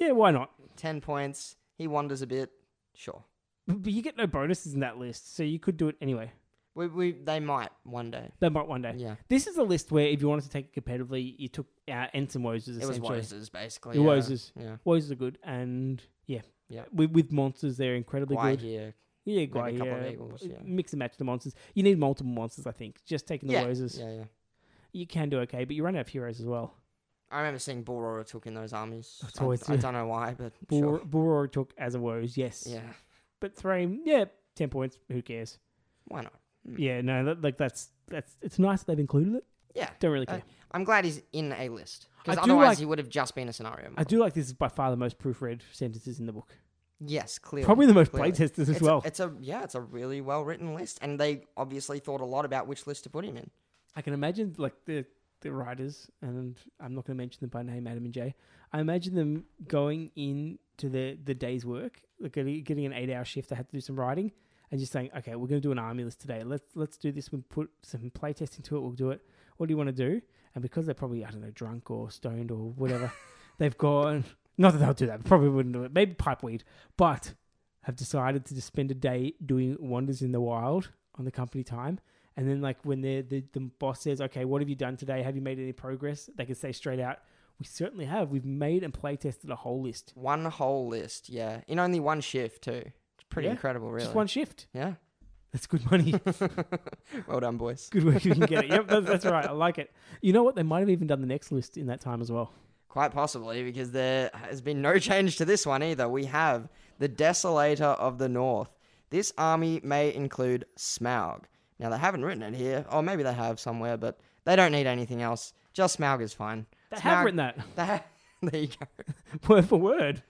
B: yeah, why not?
C: 10 points. He wanders a bit. Sure.
B: But but you get no bonuses in that list, so you could do it anyway.
C: We, we, they might one day.
B: They might one day.
C: Yeah.
B: This is a list where if you wanted to take it competitively, you took uh, Ensign Wozers.
C: It was
B: essentially.
C: Wozers, basically.
B: The
C: yeah.
B: Wozers.
C: Yeah.
B: Wozers are good, and yeah,
C: Yeah.
B: with, with monsters, they're incredibly
C: Why
B: good.
C: here?
B: Yeah,
C: Maybe
B: guy,
C: a couple of
B: yeah.
C: eagles,
B: B-
C: yeah.
B: Mix and match the monsters. You need multiple monsters, I think. Just taking the
C: Yeah.
B: roses,
C: Yeah, yeah.
B: you can do okay, but you run out of heroes as well.
C: I remember seeing Bullroarer took in those armies.
B: It's
C: I,
B: always-
C: I don't know why, but
B: Bor-
C: sure.
B: Boror took as a woes, yes.
C: Yeah,
B: But Thraim, yeah, 10 points, who cares?
C: why not?
B: Yeah, no, that, like that's that's it's nice they've included it.
C: Yeah,
B: Don't really
C: Uh,
B: care.
C: I'm glad he's in a list because
B: I do
C: otherwise
B: like-
C: he would have just been a scenario.
B: I
C: model.
B: do like this is by far the most proofread sentences in the book.
C: Yes, clearly.
B: Probably the most
C: clearly.
B: playtesters as
C: It's a-
B: well.
C: it's a yeah, it's a really well written list, and they obviously thought a lot about which list to put him in.
B: I can imagine like the the writers, and I'm not going to mention them by name, Adam and Jay. I imagine them going in to the the day's work, like getting getting an eight hour shift. They had to do some writing, and just saying, okay, we're going to do an army list today. Let's let's do this. We put some playtest into it. We'll do it. What do you want to do? And because they're probably I don't know drunk or stoned or whatever, they've gone. Not that they'll do that. Probably wouldn't do it. Maybe pipe weed, but have decided to just spend a day doing wonders in the wild on the company time. And then, like, when the, the, the boss says, okay, what have you done today? Have you made any progress? They can say straight out, we certainly have. We've made and play tested a whole list.
C: One whole list, yeah, in only one shift too. It's pretty
B: Yeah,
C: incredible, really.
B: Just one shift.
C: Yeah.
B: That's good money.
C: well done, boys.
B: good work if you can get it. Yep, that's, that's right. I like it. You know what? They might have even done the next list in that time as well.
C: Quite possibly, because there has been no change to this one either. We have the Desolator of the North. This army may include Smaug. Now, they haven't written it here, or maybe they have somewhere, but they don't need anything else. Just Smaug is fine.
B: They
C: Smaug,
B: have written that
C: they ha- there you go.
B: word for word.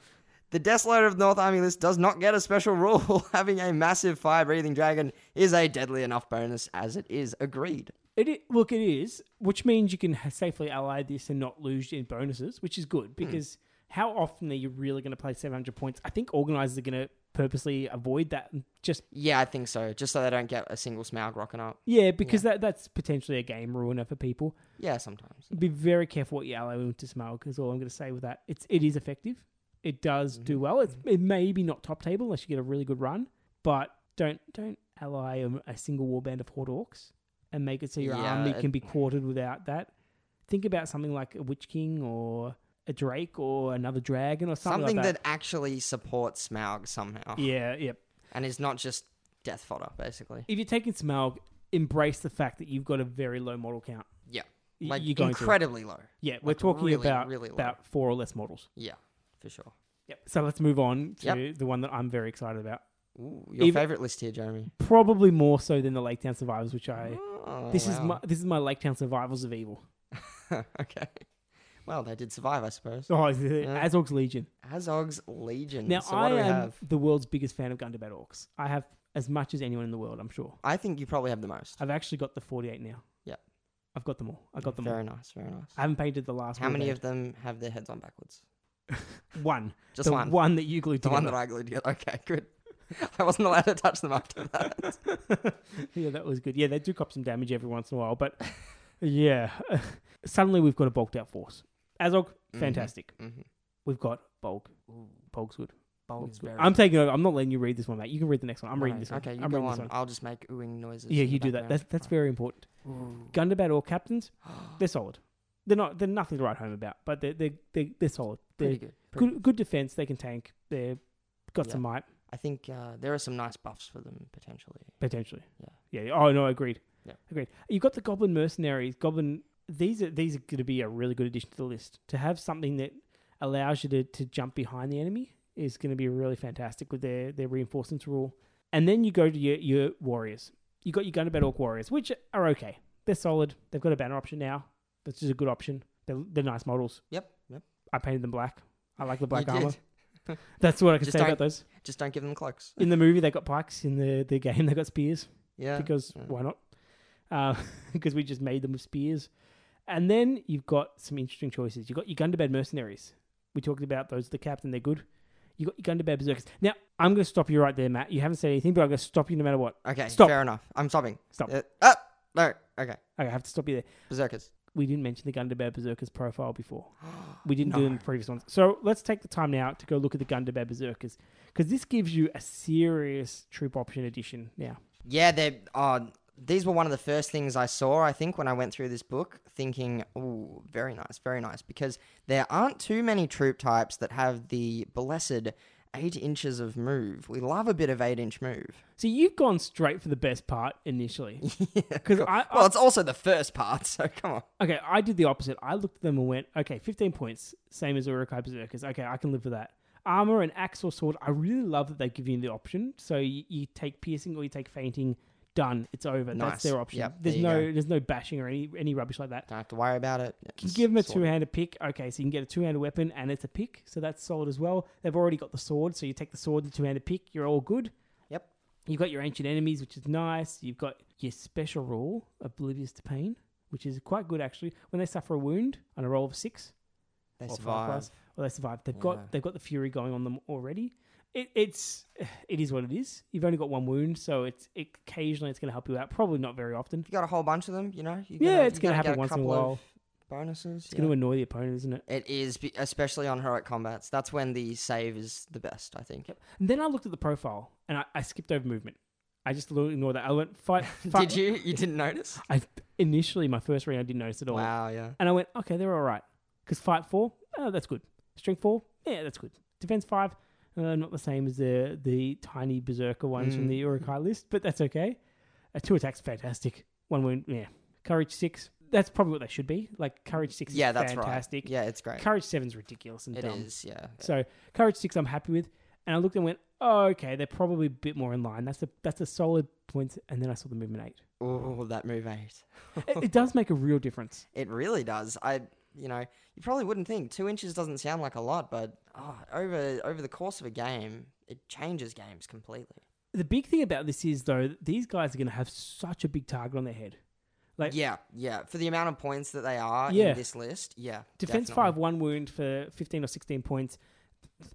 C: The Desolator of the North Army list does not get a special rule. Having a massive fire breathing dragon is a deadly enough bonus as it is. Agreed.
B: It i look, it is, which means you can ha- safely ally this and not lose in bonuses, which is good because how often are you really going to play 700 points? I think organizers are going to purposely avoid that and just
C: Yeah, I think so. Just so they don't get a single Smaug rocking up.
B: Yeah, because that that's potentially a game ruiner for people.
C: Yeah, sometimes.
B: Be very careful what you allow them to smell. Because all I'm going to say with that. It's it is effective. It does do
C: Mm-hmm.
B: well. It's, it may be not top table unless you get a really good run, but don't don't ally a, a single warband of horde orcs and make it so your
C: Yeah,
B: army
C: it-
B: can be quartered without that. Think about something like a witch king or a drake or another dragon or something,
C: Something,
B: like
C: that. actually supports Smaug somehow.
B: Yeah, yep.
C: and it's not just death fodder, basically.
B: If you're taking Smaug, embrace the fact that you've got a very low model count.
C: Yeah,
B: Y-
C: like
B: you're going to.
C: incredibly low.
B: Yeah, we're
C: Like,
B: talking
C: really,
B: about
C: really low.
B: about four or less models.
C: Yeah, for sure.
B: Yep. So let's move on to
C: Yep.
B: the one that I'm very excited about.
C: Ooh, your
B: Even-
C: favorite list here, Jeremy.
B: Probably more so than the Lake Town Survivors, which I
C: Oh,
B: this is
C: wow.
B: my this is my Lake Town Survivors of Evil.
C: okay. Well, they did survive, I suppose.
B: Oh, Azog's Legion.
C: Azog's Legion.
B: Now
C: Mm, so what
B: I
C: do we
B: am
C: have?
B: the world's biggest fan of Gundabad orcs. I have as much as anyone in the world, I'm sure.
C: I think you probably have the most.
B: I've actually got the 48 now.
C: Yep.
B: I've got them all. I got them all.
C: Very nice, very nice.
B: I haven't painted the last
C: How many
B: warband.
C: of them have their heads on backwards?
B: one?
C: Just
B: the
C: one.
B: One that you glued
C: The one
B: together.
C: that I glued together. Okay, good. I wasn't allowed to touch them after that.
B: yeah, that was good. Yeah, they do cop some damage every once in a while, but yeah. Suddenly we've got a bulked out force. Azog, fantastic.
C: Mhm.
B: We've got Bulk. Bulk's good.
C: Bulk's very
B: I'm taking over. I'm not letting you read this one, mate. You can read the next one. I'm reading
C: Right,
B: this one.
C: Okay, you
B: I'm
C: go
B: reading
C: on.
B: this one.
C: I'll just make oohing noises.
B: yeah,
C: in the
B: you do that.
C: background.
B: That's that's very important. Gundabad or captains, they're solid. They're not. They're nothing to write home about, but they're they're they're, they're solid. They're
C: Pretty good. Pretty
B: good good defense. They can tank. They're got some might.
C: I think uh, there are some nice buffs for them potentially.
B: Potentially.
C: Yeah.
B: Yeah. yeah. Oh no, agreed.
C: Yeah.
B: Agreed. You've got the Goblin mercenaries. Goblin. These are these are going to be a really good addition to the list. To have something that allows you to, to jump behind the enemy is going to be really fantastic with their their reinforcements rule. And then you go to your your warriors. You got your Gunnerbed Orc warriors, which are okay. They're solid. They've got a banner option now. That's just a good option. They're, they're nice models.
C: Yep, yep.
B: I painted them black. I like the black
C: you
B: armor.
C: did.
B: That's what I can
C: Just
B: say
C: don't-
B: about those.
C: Just don't give them cloaks.
B: In the movie, they got pikes. In the, the game, they got spears
C: Yeah.
B: because
C: yeah.
B: why not? Because we just made them with spears. And then you've got some interesting choices. You've got your Gundabad mercenaries. We talked about those, the captain, they're good. you got your Gundabad berserkers. Now, I'm going to stop you right there, Matt. You haven't said anything, but I'm going to stop you no matter what.
C: Okay,
B: Stop.
C: fair enough. I'm stopping.
B: Stop.
C: Uh, ah, no. Okay,
B: Okay, I have to stop you there.
C: berserkers.
B: We didn't mention the Gundabad berserkers profile before. We didn't do
C: No.
B: it in the previous ones. So let's take the time now to go look at the Gundabad berserkers because this gives you a serious troop option addition now.
C: Yeah, they. Uh, these were one of the first things I saw. I think when I went through this book, thinking, "Ooh, very nice, very nice," because there aren't too many troop types that have the blessed Eight inches of move. We love a bit of eight inch move.
B: So you've gone straight for the best part initially. Because I,
C: Well, it's also the first part, so come on.
B: Okay, I did the opposite. I looked at them and went, okay, 15 points, same as Urukai Berserkers. Okay, I can live with that. Armor and axe or sword, I really love that they give you the option. So you, you take piercing or you take fainting, done, it's over.
C: Nice.
B: That's their option.
C: Yep,
B: there's
C: there you
B: no
C: go.
B: there's no bashing or any, any rubbish like that.
C: Don't have to worry about it.
B: You give them a two handed pick. Okay, so you can get a two handed weapon and it's a pick. So that's solid as well. They've already got the sword. So you take the sword, the two handed pick, you're all good.
C: Yep.
B: You've got your ancient enemies, which is nice. You've got your special rule, oblivious to pain, which is quite good actually. When they suffer a wound on a roll of six,
C: They
B: or five
C: survive.
B: plus, or they survive. They've
C: Yeah.
B: got they've got the fury going on them already. It, it's it is what it is. You've only got one wound, so it's it, occasionally it's going to help you out. Probably not very often.
C: If you got a whole bunch of them, you know. You're
B: Yeah, it's
C: you're
B: gonna
C: get
B: happen once in a
C: couple of
B: while.
C: Bonuses.
B: It's going to annoy the opponent, isn't it?
C: It is, be- especially on heroic combats. That's when the save is the best, I think.
B: And then I looked at the profile and I, I skipped over movement. I just lo- ignored that. I went fight.
C: Did you? You didn't notice?
B: I initially my first round I didn't notice at all.
C: Wow, yeah.
B: And I went, okay, they're all right. Because fight four, oh, that's good. Strength four, yeah, that's good. Defense five, uh, not the same as the the tiny berserker ones from
C: Mm.
B: the Urukai list, but that's okay. Uh, two attacks, fantastic. One wound, yeah. Courage six, that's probably what they should be. Like courage six,
C: Yeah,
B: is
C: that's
B: fantastic.
C: right. Yeah, it's great.
B: Courage seven's ridiculous and
C: It
B: dumb.
C: is, yeah.
B: So courage six, I'm happy with. And I looked and went, oh, okay, they're probably a bit more in line. That's a that's a solid point. And then I saw the movement eight.
C: Oh, that move eight.
B: it, it does make a real difference.
C: It really does. I, you know, you probably wouldn't think two inches doesn't sound like a lot, but oh, over over the course of a game, it changes games completely.
B: the big thing about this is though that these guys are going to have such a big target on their head. Like
C: Yeah, yeah. For the amount of points that they are
B: Yeah.
C: in this list, yeah.
B: defense
C: definitely.
B: five one wound for fifteen or sixteen points,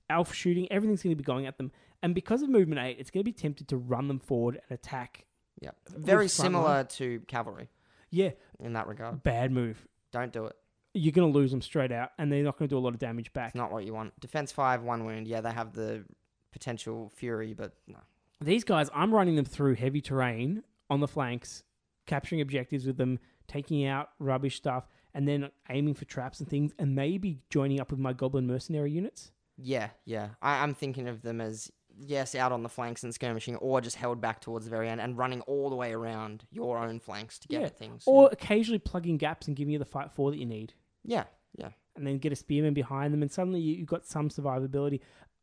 B: alpha shooting, everything's going to be going at them, and because of movement eight, it's going to be tempted to run them forward and attack.
C: Yeah, very
B: front
C: similar Oh. to cavalry
B: Yeah,
C: in that regard.
B: bad move.
C: Don't do it.
B: You're going to lose them straight out, and they're not going to do a lot of damage back.
C: It's not what you want. Defense five, one wound. Yeah, they have the potential fury, but no.
B: These guys, I'm running them through heavy terrain on the flanks, capturing objectives with them, taking out rubbish stuff, and then aiming for traps and things, and maybe joining up with my goblin mercenary units.
C: Yeah, yeah. I, I'm thinking of them as yes, out on the flanks and skirmishing, or just held back towards the very end and running all the way around your own flanks to get at things. yeah.
B: Or occasionally plugging gaps and giving you the fight four that you need.
C: yeah, yeah.
B: And then get a spearman behind them, and suddenly you, you've got some survivability.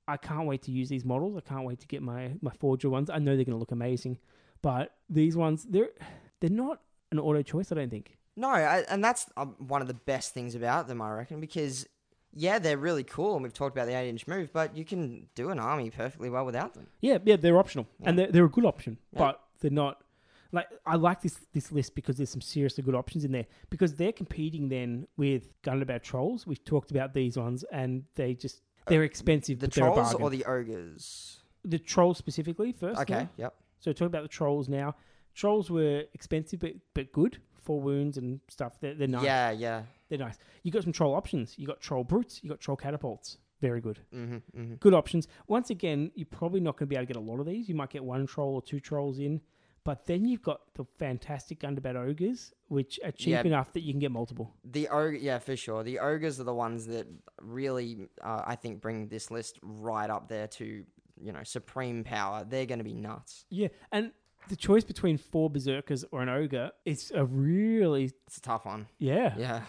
B: I can't wait to use these models. I can't wait to get my, my Forger ones. I know they're going to look amazing. But these ones, they're, they're not an auto choice, I don't think.
C: No, I, and that's um, one of the best things about them, I reckon, because yeah, they're really cool, and we've talked about the eight-inch move, but you can do an army perfectly well without them.
B: Yeah, yeah, they're optional. And they're, they're a good option,
C: Yeah.
B: but they're not. Like I like this this list because there's some seriously good options in there because they're competing then with Gundabad trolls. We've talked about these ones and they just they're expensive.
C: Uh, The
B: but they're a
C: trolls or
B: bargain.
C: the ogres?
B: the trolls specifically first.
C: Okay,
B: now.
C: yep.
B: So talk about the trolls now. Trolls were expensive but but good for wounds and stuff. They're, they're nice.
C: Yeah, yeah.
B: They're nice. You got some troll options. You got troll brutes. You got troll catapults. Very good.
C: Mm-hmm, mm-hmm.
B: Good options. Once again, you're probably not going to be able to get a lot of these. You might get one troll or two trolls in. But then you've got the fantastic underbat ogres, which are cheap
C: Yeah.
B: enough that you can get multiple.
C: The ogre, yeah, for sure. The ogres are the ones that really, uh, I think, bring this list right up there to you know supreme power. They're going to be nuts.
B: Yeah, and the choice between four berserkers or an ogre is a really
C: It's a tough one.
B: yeah yeah,
C: Yeah,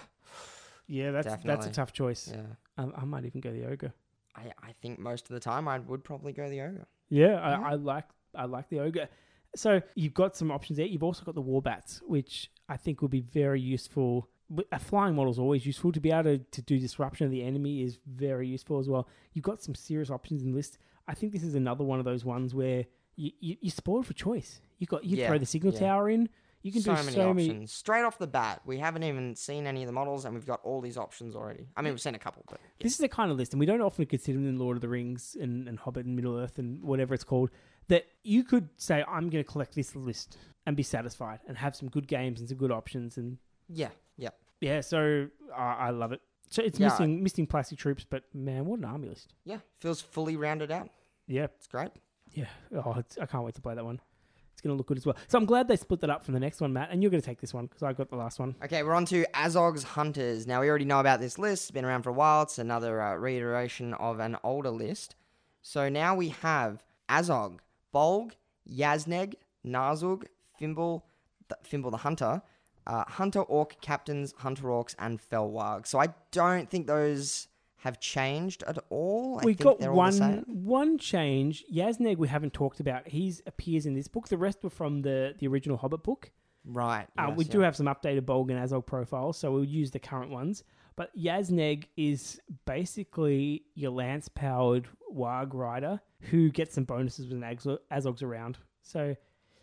B: that's that's
C: Definitely.
B: a tough choice.
C: yeah.
B: Um, I might even go the ogre.
C: I, I think most of the time I would probably go the ogre.
B: Yeah, I, I like I like the ogre. So you've got some options there. You've also got the warbats, which I think will be very useful. But A flying model is always useful to be able to, to do disruption of the enemy is very useful as well. You've got some serious options in the list. I think this is another one of those ones where you, you, you're spoiled for choice. You got you
C: Yeah,
B: throw the signal
C: yeah.
B: tower in. You can
C: so
B: do
C: many
B: so
C: options
B: many.
C: straight off the bat. We haven't even seen any of the models, and we've got all these options already. I mean, we've seen a couple, but
B: This is the kind of list, and we don't often consider them in Lord of the Rings and, and Hobbit and Middle Earth and whatever it's called, that you could say, I'm going to collect this list and be satisfied and have some good games and some good options. And
C: yeah, yeah.
B: yeah, so I I love it. So it's
C: Yeah.
B: missing missing plastic troops, but man, what an army list.
C: Yeah, feels fully rounded out.
B: Yeah,
C: It's great.
B: yeah. Oh, it's, I can't wait to play that one. It's going to look good as well. So I'm glad they split that up from the next one, Matt, and you're going to take this one because I got the last one.
C: Okay, we're on to Azog's Hunters. Now, we already know about this list. It's been around for a while. It's another uh, reiteration of an older list. So now we have Azog, Bolg, Yazneg, Nazug, Fimble, th- Fimble the Hunter, uh, Hunter Orc Captains, Hunter Orcs, and Felwag. So I don't think those have changed at all. I
B: we
C: think
B: got
C: they're all the
B: one
C: same.
B: one change. Yazneg we haven't talked about. He's appears in this book. The rest were from the the original Hobbit book.
C: Right.
B: Uh,
C: yes,
B: we do
C: yeah.
B: have some updated Bolg and Azog profiles, so we'll use the current ones. But Yazneg is basically your lance powered Warg rider who gets some bonuses when Azog- Azog's around. So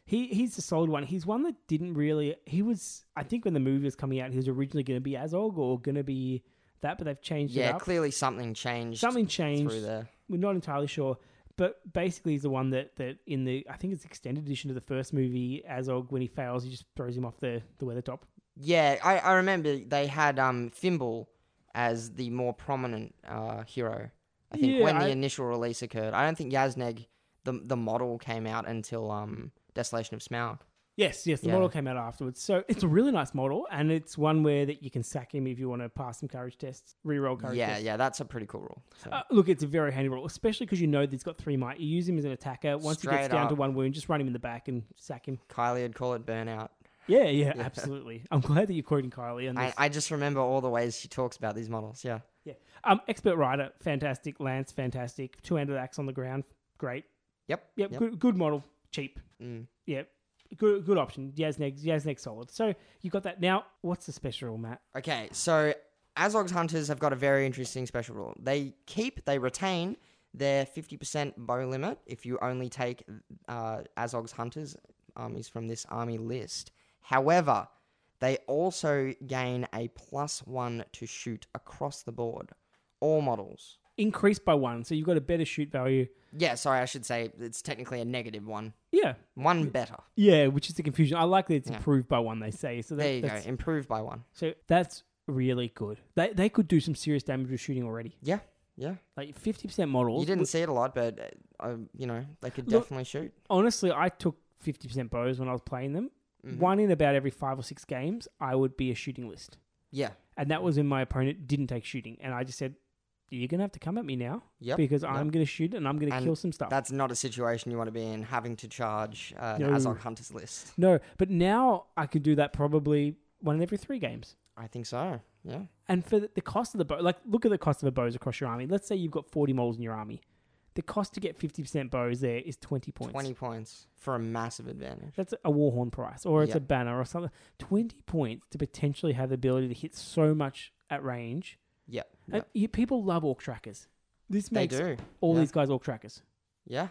B: he he's a solid one. He's one that didn't really. He was, I think, when the movie was coming out, he was originally going to be Azog or going to be that, but they've changed it
C: Yeah,
B: up.
C: clearly something changed.
B: Something changed.
C: through there.
B: We're not entirely sure, but basically, he's the one that that in the I think it's extended edition of the first movie, Azog when he fails, he just throws him off the the weather top.
C: Yeah, I, I remember they had um, Thimble as the more prominent uh, hero. I think
B: Yeah,
C: when the
B: I-
C: initial release occurred, I don't think Yazneg the the model came out until um, Desolation of Smaug.
B: Yes, yes, the
C: Yeah.
B: model came out afterwards. So it's a really nice model, and it's one where that you can sack him if you want to pass some courage tests, reroll courage
C: Yeah,
B: tests.
C: yeah, that's a pretty cool rule. So,
B: Uh, look, it's a very handy rule, especially because you know that he's got three might. You use him as an attacker. Once he gets
C: Straight
B: down to
C: up.
B: one wound, just run him in the back and sack him.
C: Kylie would call it burnout.
B: Yeah, yeah, absolutely. I'm glad that you're quoting Kylie on
C: I,
B: this.
C: I just remember all the ways she talks about these models. Yeah,
B: yeah. Um, expert rider, fantastic. Lance, fantastic. Two-handed axe on the ground, great.
C: yep,
B: Yep, Good, good model, cheap.
C: Mm.
B: Yep, good, good option. Yazneg, Yazneg, solid. So you got that. Now, what's the special rule, Matt?
C: Okay, so Azog's hunters have got a very interesting special rule. They keep, they retain their 50% bow limit if you only take uh, Azog's hunters armies from this army list. However, they also gain a plus one to shoot across the board. All models.
B: increased by one, so you've got a better shoot value.
C: Yeah, sorry, I should say it's technically a negative one.
B: Yeah,
C: One better.
B: yeah, which is the confusion. I like that it's
C: Yeah.
B: improved by one. They say so. That,
C: There you go,
B: that's,
C: improved by one.
B: So that's really good. They they could do some serious damage with shooting already.
C: Yeah, yeah.
B: Like fifty percent models.
C: You didn't see it a lot, but, uh, uh, you know, they could
B: Look-
C: definitely shoot.
B: Honestly, I took fifty percent bows when I was playing them.
C: Mm-hmm.
B: One in about every five or six games, I would be a shooting list,
C: Yeah,
B: and that was when my opponent didn't take shooting, and I just said, "You're gonna have to come at me now
C: yep.
B: because
C: yep.
B: I'm gonna shoot and I'm gonna
C: And
B: kill some stuff."
C: That's not a situation you want to be in, having to charge uh,
B: No.
C: an Azog Hunter's list.
B: No, but now I could do that probably one in every three games.
C: I think so. Yeah.
B: And for the the cost of the bow, like look at the cost of the bows across your army. Let's say you've got 40 models in your army. The cost to get 50% bows there is 20 points.
C: 20 points for a massive advantage.
B: That's a warhorn price or it's a
C: Yep.
B: banner or something. 20 points to potentially have the ability to hit so much at range.
C: Yep.
B: And
C: yep.
B: you, people love orc trackers. This
C: They
B: makes
C: do.
B: all
C: yeah.
B: these guys orc trackers.
C: Yeah.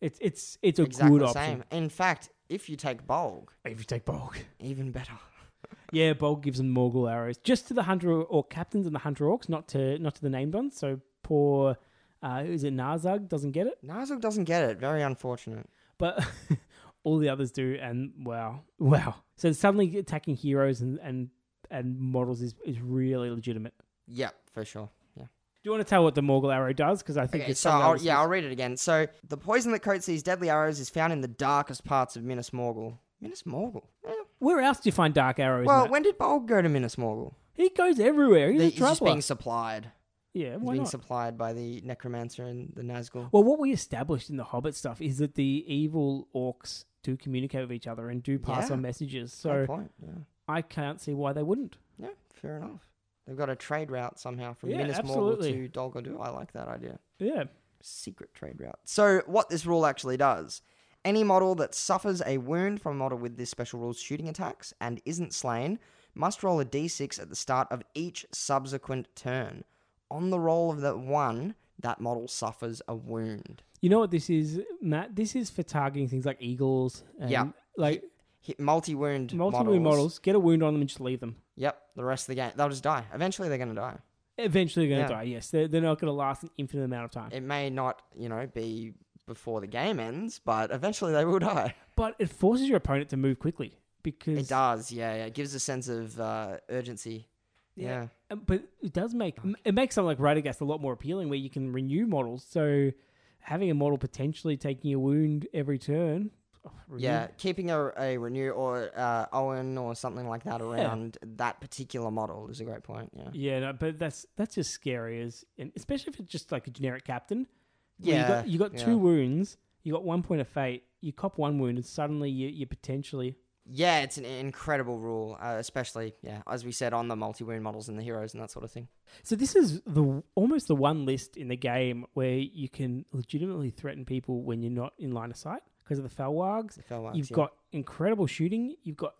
B: It's it's it's a
C: Exactly
B: good
C: the
B: option
C: same. In fact, if you take Bulg,
B: if you take bulk.
C: even better.
B: Yeah, Bolt gives them Morgul arrows just to the hunter or captains and the hunter orcs, not to not to the named ones. So poor, uh, is it Narzug doesn't get it?
C: Nazog doesn't get it. Very unfortunate.
B: but all the others do and wow wow so suddenly attacking heroes and and, and models is, is really legitimate
C: Yep, for sure. Yeah.
B: do you want to tell what the morgul arrow does because i think
C: Okay,
B: it's
C: so
B: something
C: I'll,
B: else
C: yeah,
B: is-
C: I'll read it again. So the poison that coats these deadly arrows is found in the darkest parts of Minas Morgul. Minas Morgul. Eh,
B: where else do you find dark arrows
C: Well,
B: Matt?
C: when did Bulg go to Minas Morgul?
B: he goes everywhere he's
C: He's
B: a
C: just
B: traveler
C: being supplied.
B: yeah
C: It's
B: why
C: being
B: not?
C: supplied by the necromancer and the Nazgul.
B: well what we established in the hobbit stuff is that the evil orcs do communicate with each other and do pass
C: Yeah.
B: on messages so
C: Good point. Yeah.
B: i can't see why they wouldn't
C: yeah, fair enough. They've got a trade route somehow from
B: Yeah,
C: Minas
B: absolutely.
C: Morgul to Dol Guldur. I like that idea.
B: yeah
C: Secret trade route. So, what this rule actually does any model that suffers a wound from a model with this special rule's shooting attacks and isn't slain must roll a d6 at the start of each subsequent turn. On the roll of that one, that model suffers a wound.
B: you know what this is matt this is for targeting things like eagles and
C: Yeah.
B: like
C: Hit multi wound
B: multiple
C: models.
B: models get a wound on them and just leave them
C: Yep, the rest of the game. They'll just die. Eventually, they're going to die.
B: Eventually, they're going to
C: Yeah.
B: die. Yes, they're, they're not going to last an infinite amount of time.
C: It may not, you know, be before the game ends, but eventually they will die.
B: but it forces your opponent to move quickly because.
C: It does, yeah, yeah. It gives a sense of uh, urgency. Yeah.
B: Uh, But it does make it makes something like Radagast a lot more appealing, where you can renew models. So having a model potentially taking a wound every turn. oh, renew-
C: Yeah, keeping a, a renew or uh, Owen or something like that around that particular model is a great point. Yeah,
B: Yeah, no, but that's that's just scary as, and especially if it's just like a generic captain. where
C: Yeah,
B: you got, you got
C: yeah.
B: two wounds, you got one point of fate, you cop one wound, and suddenly you, you're potentially.
C: Yeah, it's an incredible rule, uh, especially yeah, as we said on the multi wound models and the heroes and that sort of thing.
B: So this is the almost the one list in the game where you can legitimately threaten people when you're not in line of sight because of the Felwargs.
C: The Felwargs,
B: You've
C: yeah.
B: got incredible shooting. You've got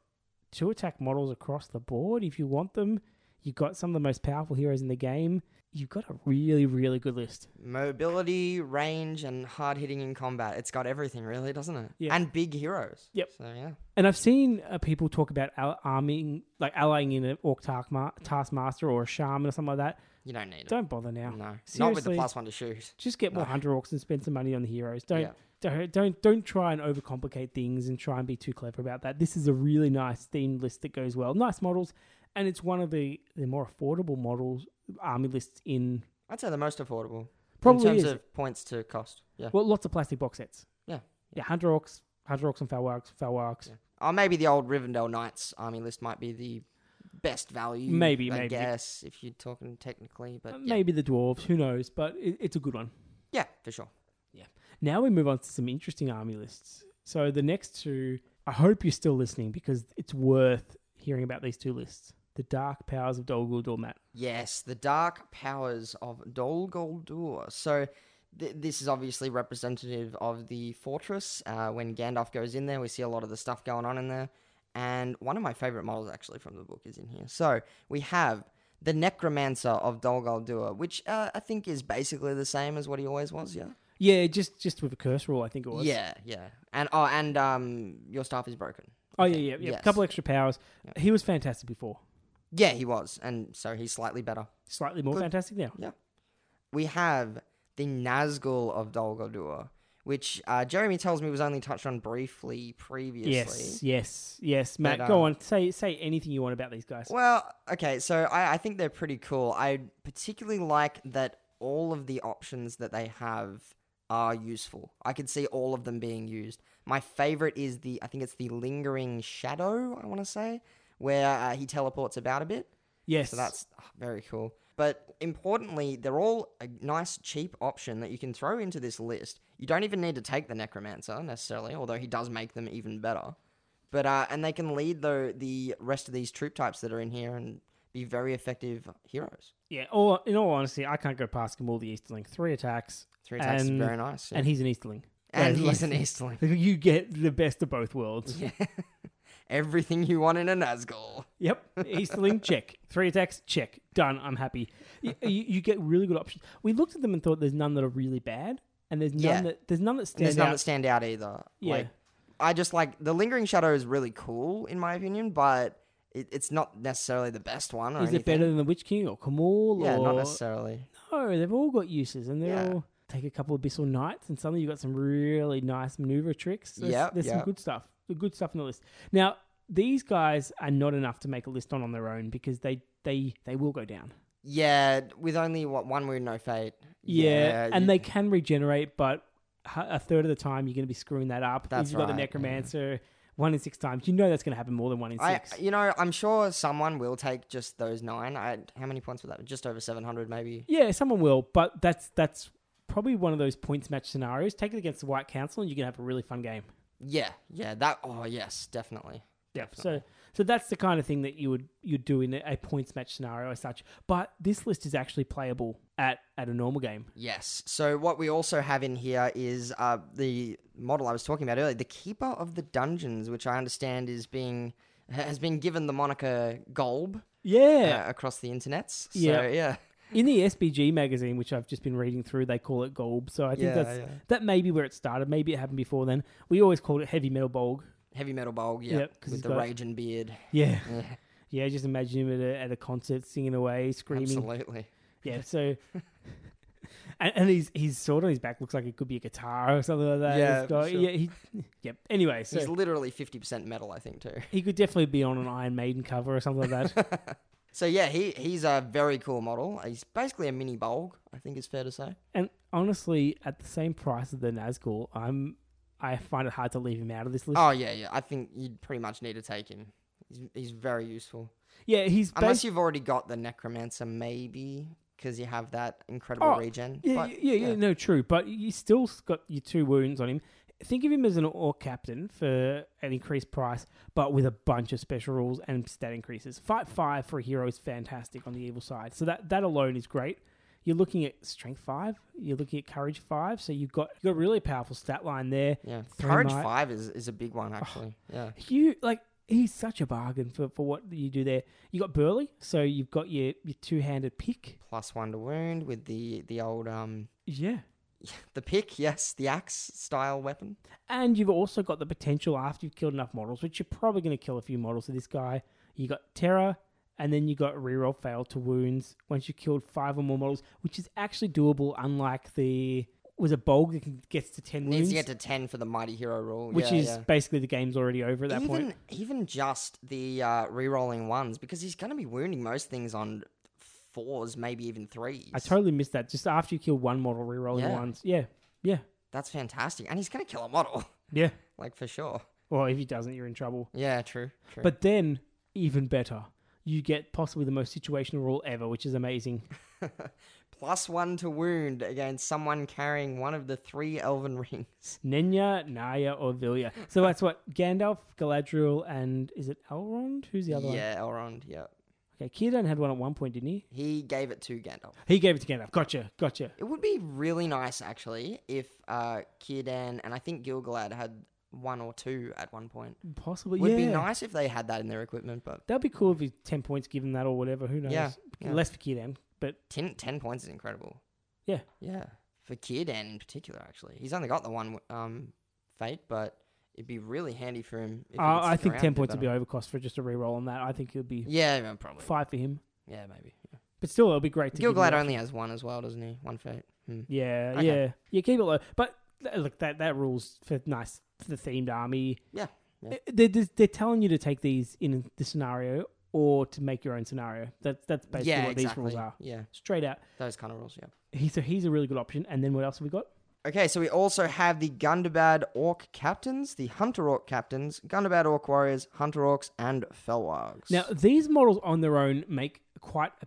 B: two attack models across the board if you want them. You've got some of the most powerful heroes in the game. You've got a really, really good list.
C: mobility, range, and hard hitting in combat. It's got everything, really, doesn't it?
B: Yeah.
C: And big heroes.
B: Yep.
C: So yeah,
B: And I've seen uh, people talk about al- arming, like allying in an Orc Tarkma- Taskmaster or a Shaman or something like that.
C: you don't need it.
B: Don't bother now.
C: no, not with the
B: Seriously,
C: plus one to shoot.
B: just get more Hunter Orcs and spend some money on the heroes. Don't,
C: Yeah.
B: don't, don't, don't try and overcomplicate things and try and be too clever about that. This is a really nice themed list that goes well. Nice models. And it's one of the, the more affordable models, army lists in
C: I'd say the most affordable
B: Probably
C: in terms
B: is.
C: of points to cost. Yeah.
B: Well, lots of plastic box sets.
C: Yeah.
B: Yeah, Hunter Orcs, Hunter Orcs and Falwarks, Falwarks.
C: Oh, maybe the old Rivendell Knights army list might be the best value.
B: Maybe,
C: I
B: maybe.
C: guess if you're talking technically, but
B: Uh,
C: yeah.
B: Maybe the Dwarves, who knows, but it, it's a good one.
C: yeah, for sure.
B: Now we move on to some interesting army lists. So the next two, I hope you're still listening because it's worth hearing about these two lists. The Dark Powers of Dol Guldur, Matt.
C: Yes, the dark powers of Dol Guldur. So, th- this is obviously representative of the fortress. Uh, when Gandalf goes in there, we see a lot of the stuff going on in there. And one of my favorite models, actually, from the book is in here. So, we have the Necromancer of Dol Guldur, which uh, I think is basically the same as what he always was, yeah?
B: Yeah, just just with a curse rule, I think it was.
C: Yeah, yeah. And, oh, and um, your staff is broken.
B: Oh yeah, yeah, yeah.
C: Yes.
B: A couple extra powers. He was fantastic before.
C: Yeah, he was. And so, he's slightly better.
B: Slightly more fantastic now.
C: Yeah. We have the Nazgul of Dol Guldur, which uh, Jeremy tells me was only touched on briefly previously.
B: Yes, yes, yes. Matt,
C: But,
B: go
C: uh,
B: on. Say say anything you want about these guys.
C: Well, okay, so I, I think they're pretty cool. I particularly like that all of the options that they have are useful. I could see all of them being used. My favorite is the, I think it's the Lingering Shadow, I want to say, where uh, he teleports about a bit.
B: yes.
C: So that's ah, very cool. But importantly, they're all a nice, cheap option that you can throw into this list. You don't even need to take the Necromancer necessarily, although he does make them even better. But uh, and they can lead though the rest of these troop types that are in here and be very effective heroes.
B: Yeah, all, in all honesty, I can't go past Gamul the Easterling. Three attacks.
C: Three attacks is
B: and,
C: very nice. yeah.
B: And he's an Easterling.
C: And
B: Like,
C: he's
B: like,
C: an Easterling.
B: You get the best of both worlds.
C: Everything you want in a Nazgul.
B: Yep. Easterling, check. Three attacks, check. Done. I'm happy. You, you, you get really good options. We looked at them and thought there's none that are really bad, and there's none
C: Yeah.
B: that there's none that
C: And
B: stand
C: there's none
B: out.
C: that stand out either.
B: Yeah.
C: Like, I just like the lingering shadow is really cool in my opinion, but it, it's not necessarily the best one. Or
B: Is it
C: anything.
B: better than the Witch King or Kamul?
C: Yeah,
B: or...
C: not necessarily.
B: No, they've all got uses, and they're
C: Yeah.
B: all take a couple of Abyssal Knights, and suddenly you've got some really nice maneuver tricks. There's,
C: Yep,
B: there's some
C: yep.
B: good stuff. The good stuff in the list. Now, these guys are not enough to make a list on on their own because they they they will go down.
C: Yeah, with only what one wound, no fate.
B: Yeah, and
C: you-
B: they can regenerate, but h- a third of the time you're going to be screwing that up.
C: That's
B: If you've got
C: right,
B: the
C: yeah.
B: necromancer. One in six times, you know that's going to happen more than one in
C: I,
B: six.
C: you know, I'm sure someone will take just those nine. I, how many points would that? be? Just over 700, maybe.
B: yeah, someone will, but that's that's probably one of those points match scenarios. Take it against the White Council, and you're going to have a really fun game.
C: Yeah, yeah. That. Oh, yes, definitely.
B: Yeah. So so that's the kind of thing that you would you'd do in a, a points match scenario as such. But this list is actually playable at, at a normal game.
C: Yes. So what we also have in here is uh, the model I was talking about earlier, the Keeper of the Dungeons, which I understand is being has been given the moniker Golb
B: Yeah.
C: uh, across the internets. So,
B: Yeah.
C: yeah.
B: in the SBG magazine, which I've just been reading through, they call it Golb. So I think
C: Yeah,
B: that's
C: yeah.
B: that may be where it started. Maybe it happened before then. We always called it heavy metal bulg.
C: Heavy metal bulg, yeah,
B: Yep, 'cause
C: with
B: he's
C: the
B: got-
C: rage and beard.
B: Yeah. Yeah, just imagine him at a, at a concert singing away, screaming.
C: Absolutely.
B: Yeah, so and, and he's he's sword on his back looks like it could be a guitar or something like that.
C: Yeah,
B: It's
C: for
B: got-
C: sure.
B: yeah. He, yep. Anyway, so
C: He's literally 50% metal, I think, too.
B: he could definitely be on an Iron Maiden cover or something like that.
C: So yeah, he he's a very cool model. He's basically a mini bulk, I think it's fair to say.
B: and honestly, at the same price as the Nazgul, I'm I find it hard to leave him out of this list.
C: Oh yeah, yeah. I think you'd pretty much need to take him. He's, he's very useful.
B: yeah, he's
C: Unless
B: based,
C: you've already got the necromancer, maybe. because you have that incredible
B: Oh,
C: regen.
B: Yeah,
C: but,
B: yeah, yeah, no, true. But you still s- got your two wounds on him. Think of him as an orc captain for an increased price, but with a bunch of special rules and stat increases. Fight five for a hero is fantastic on the evil side. So that, that alone is great. You're looking at strength five. You're looking at courage five. So you've got you have got a really powerful stat line there.
C: yeah.
B: Three
C: Courage
B: might- Oh.
C: five is, is a big one actually. Yeah,
B: You like he's such a bargain for, for what you do there. You got burly, so you've got your, your two handed pick.
C: plus one to wound with the the old um
B: Yeah,
C: the pick. Yes, the axe style weapon.
B: And you've also got the potential after you've killed enough models, which you're probably going to kill a few models of this guy. You got terror, and then you got reroll fail to wounds once you've killed five or more models, which is actually doable. Unlike the was a bulg that can- gets to ten
C: Needs
B: wounds,
C: to get to ten for the mighty hero rule,
B: which
C: yeah,
B: is
C: yeah.
B: basically the game's already over at that
C: even
B: point.
C: even just the uh, re-rolling ones because he's going to be wounding most things on fours, maybe even threes.
B: I totally missed that. Just after you kill one model, rerolling
C: Yeah.
B: ones. Yeah, yeah,
C: That's fantastic, and he's going to kill a model,
B: yeah.
C: like for sure.
B: Well, if he doesn't, you're in trouble.
C: Yeah, true. true.
B: But then, even better, you get possibly the most situational rule ever, which is amazing.
C: plus one to wound against someone carrying one of the three elven rings.
B: Nenya, Naya, or Vilya. So that's what Gandalf, Galadriel, and is it Elrond? Who's the other one?
C: yeah, Elrond. Yeah,
B: Okay, Círdan had one at one point, didn't he?
C: he gave it to Gandalf.
B: He gave it to Gandalf. Gotcha, gotcha.
C: It would be really nice actually if uh, Círdan and I think Gilgalad had one or two at one point.
B: Possibly,
C: It would
B: yeah.
C: be nice if they had that in their equipment, but
B: That'd be cool if he's ten points given that or whatever. Who knows?
C: Yeah, yeah.
B: Less for Círdan, but
C: 10, 10 points is incredible.
B: Yeah.
C: Yeah. For Kierdan in particular, actually. He's only got the one um, fate, but it'd be really handy for him. If he
B: uh,
C: could
B: I
C: stick
B: think
C: around
B: ten
C: a bit
B: points would be
C: better.
B: overcost for just a reroll on that. I think it would be
C: Yeah, yeah, probably.
B: five for him,
C: Yeah, maybe. Yeah.
B: but still, it'll be great to. give him
C: Gilglad
B: that.
C: only has one as well, doesn't he? One fate. Hmm.
B: Yeah,
C: Okay.
B: yeah, yeah. Keep it low, but th- look, that that rules for nice for the themed army.
C: Yeah, yeah.
B: Uh, They're, they're they're telling you to take these in the scenario or to make your own scenario. That's that's basically
C: yeah,
B: what
C: exactly.
B: these rules are.
C: Yeah,
B: Straight out.
C: those kind of rules, yeah.
B: He, so he's a really good option. And then what else have we got?
C: Okay, so we also have the Gundabad Orc Captains, the Hunter Orc Captains, Gundabad Orc Warriors, Hunter Orcs, and Felwargs.
B: Now these models on their own make quite a,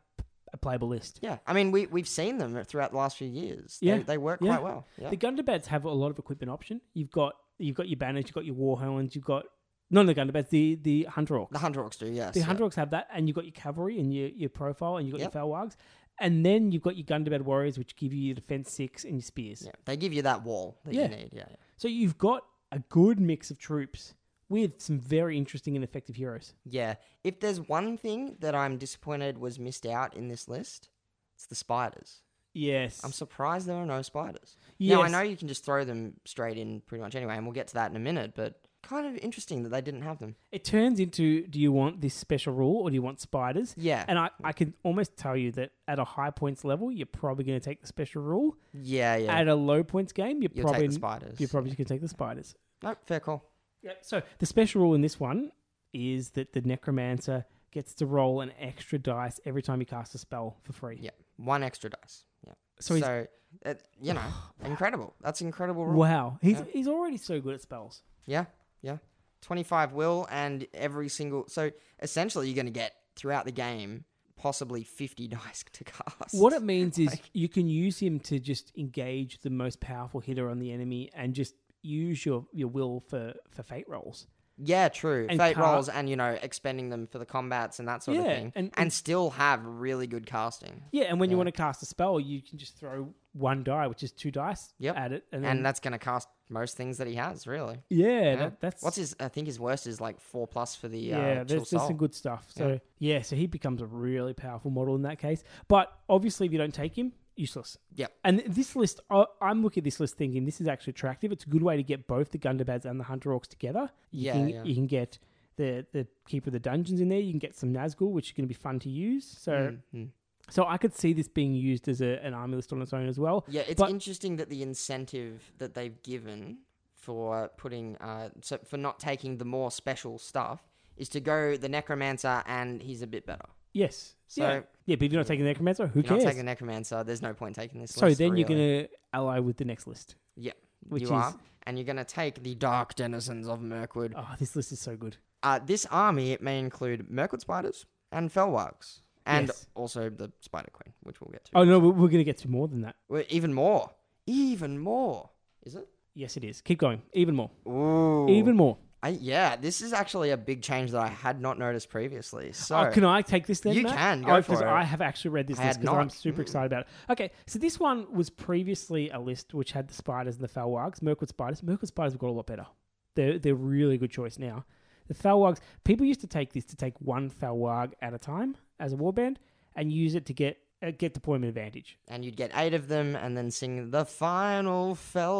B: a playable list.
C: yeah, I mean, we, we've seen them throughout the last few years. They,
B: Yeah,
C: they work
B: yeah.
C: quite well. Yeah.
B: The Gundabats have a lot of equipment option. You've got you've got your banners, you've got your warhounds, you've got not the Gundabats, the the hunter orcs.
C: The Hunter Orcs do, yes.
B: The
C: yeah.
B: Hunter Orcs have that, and you've got your cavalry and your, your profile, and you've got
C: Yep.
B: your Falwargs. And then you've got your Gundabad Warriors, which give you your defense six and your spears.
C: Yeah, they give you that wall that
B: Yeah.
C: you need. Yeah, yeah.
B: So you've got a good mix of troops with some very interesting and effective heroes.
C: Yeah. If there's one thing that I'm disappointed was missed out in this list, it's the spiders.
B: Yes.
C: I'm surprised there are no spiders.
B: yes.
C: Now I know you can just throw them straight in pretty much anyway, and we'll get to that in a minute. But kind of interesting that they didn't have them.
B: It turns into do you want this special rule or do you want spiders?
C: Yeah.
B: And I, I can almost tell you that at a high points level, you're probably going to take the special rule.
C: yeah, yeah.
B: At a low points game, you're
C: You'll
B: probably
C: take the spiders.
B: you're probably going to take the spiders.
C: nope. Fair call.
B: Yeah. So the special rule in this one is that the necromancer gets to roll an extra dice every time he casts a spell for free.
C: Yeah. One extra dice. Yeah.
B: So
C: So,
B: he's-
C: uh, you know, incredible. That's incredible. Rule.
B: Wow. He's he's already so good at spells.
C: Yeah, yeah. 25 will and every single so essentially you're going to get throughout the game possibly 50 dice to cast.
B: What it means is you can use him to just engage the most powerful hitter on the enemy and just use your, your will for, for fate rolls.
C: Yeah, true.
B: and
C: Fate
B: ca-
C: rolls and you know expending them for the combats and that sort of
B: Yeah,
C: thing
B: and-
C: and,
B: and-
C: still have really good casting.
B: Yeah, and when you want to cast a spell, you can just throw one die, which is two dice
C: Yep.
B: at it. And, then,
C: And that's going to cast most things that he has, really.
B: yeah,
C: Yeah.
B: That, that's
C: What's his I think his worst is like 4 plus for the uh,
B: yeah,
C: chill
B: there's, there's
C: soul.
B: some good stuff. So yeah. so he becomes a really powerful model in that case. But obviously, if you don't take him, useless.
C: Yep.
B: And this list, I I'm looking at this list thinking this is actually attractive. It's a good way to get both the Gundabeds and the Hunter Orcs together. You
C: Yeah,
B: can,
C: yeah.
B: you can get the the Keeper of the Dungeons in there. You can get some Nazgul, which is going to be fun to use. So
C: Mhm.
B: so I could see this being used as a, an army list on its own as well.
C: Yeah, it's
B: But-
C: interesting that the incentive that they've given for putting, uh, so for not taking the more special stuff is to go the necromancer and he's a bit better.
B: Yes.
C: So-
B: yeah. yeah, but if you're not taking the Necromancer, who
C: You're
B: cares?
C: not taking the necromancer. There's no point taking this.
B: so
C: list,
B: then you're
C: really.
B: going to ally with the next list.
C: yeah,
B: which
C: you
B: is-
C: are, and you're gonna take the dark denizens of Mirkwood.
B: Oh, this list is so good.
C: Uh, this army may include Mirkwood spiders and Felwarks and
B: Yes.
C: also the Spider Queen, which we'll get to.
B: Oh no, we- we're going to get to more than that.
C: Well, even more, even more. Is it?
B: Yes, it is. Keep going. Even more.
C: Ooh,
B: Even more.
C: I, yeah, this is actually a big change that I had not noticed previously. So
B: Oh, can I take this then?
C: You
B: Matt?
C: can, go
B: oh, because
C: for it.
B: I have actually read this
C: I
B: list
C: had
B: because I'm
C: not.
B: super excited about it. Okay, so this one was previously a list which had the spiders and the falwargs, Mirkwood spiders. Mirkwood spiders have got a lot better. They're they're really good choice now. The falwargs. People used to take this to take one falwarg at a time as a warband and use it to get uh, get deployment advantage.
C: and you'd get eight of them, and then sing the final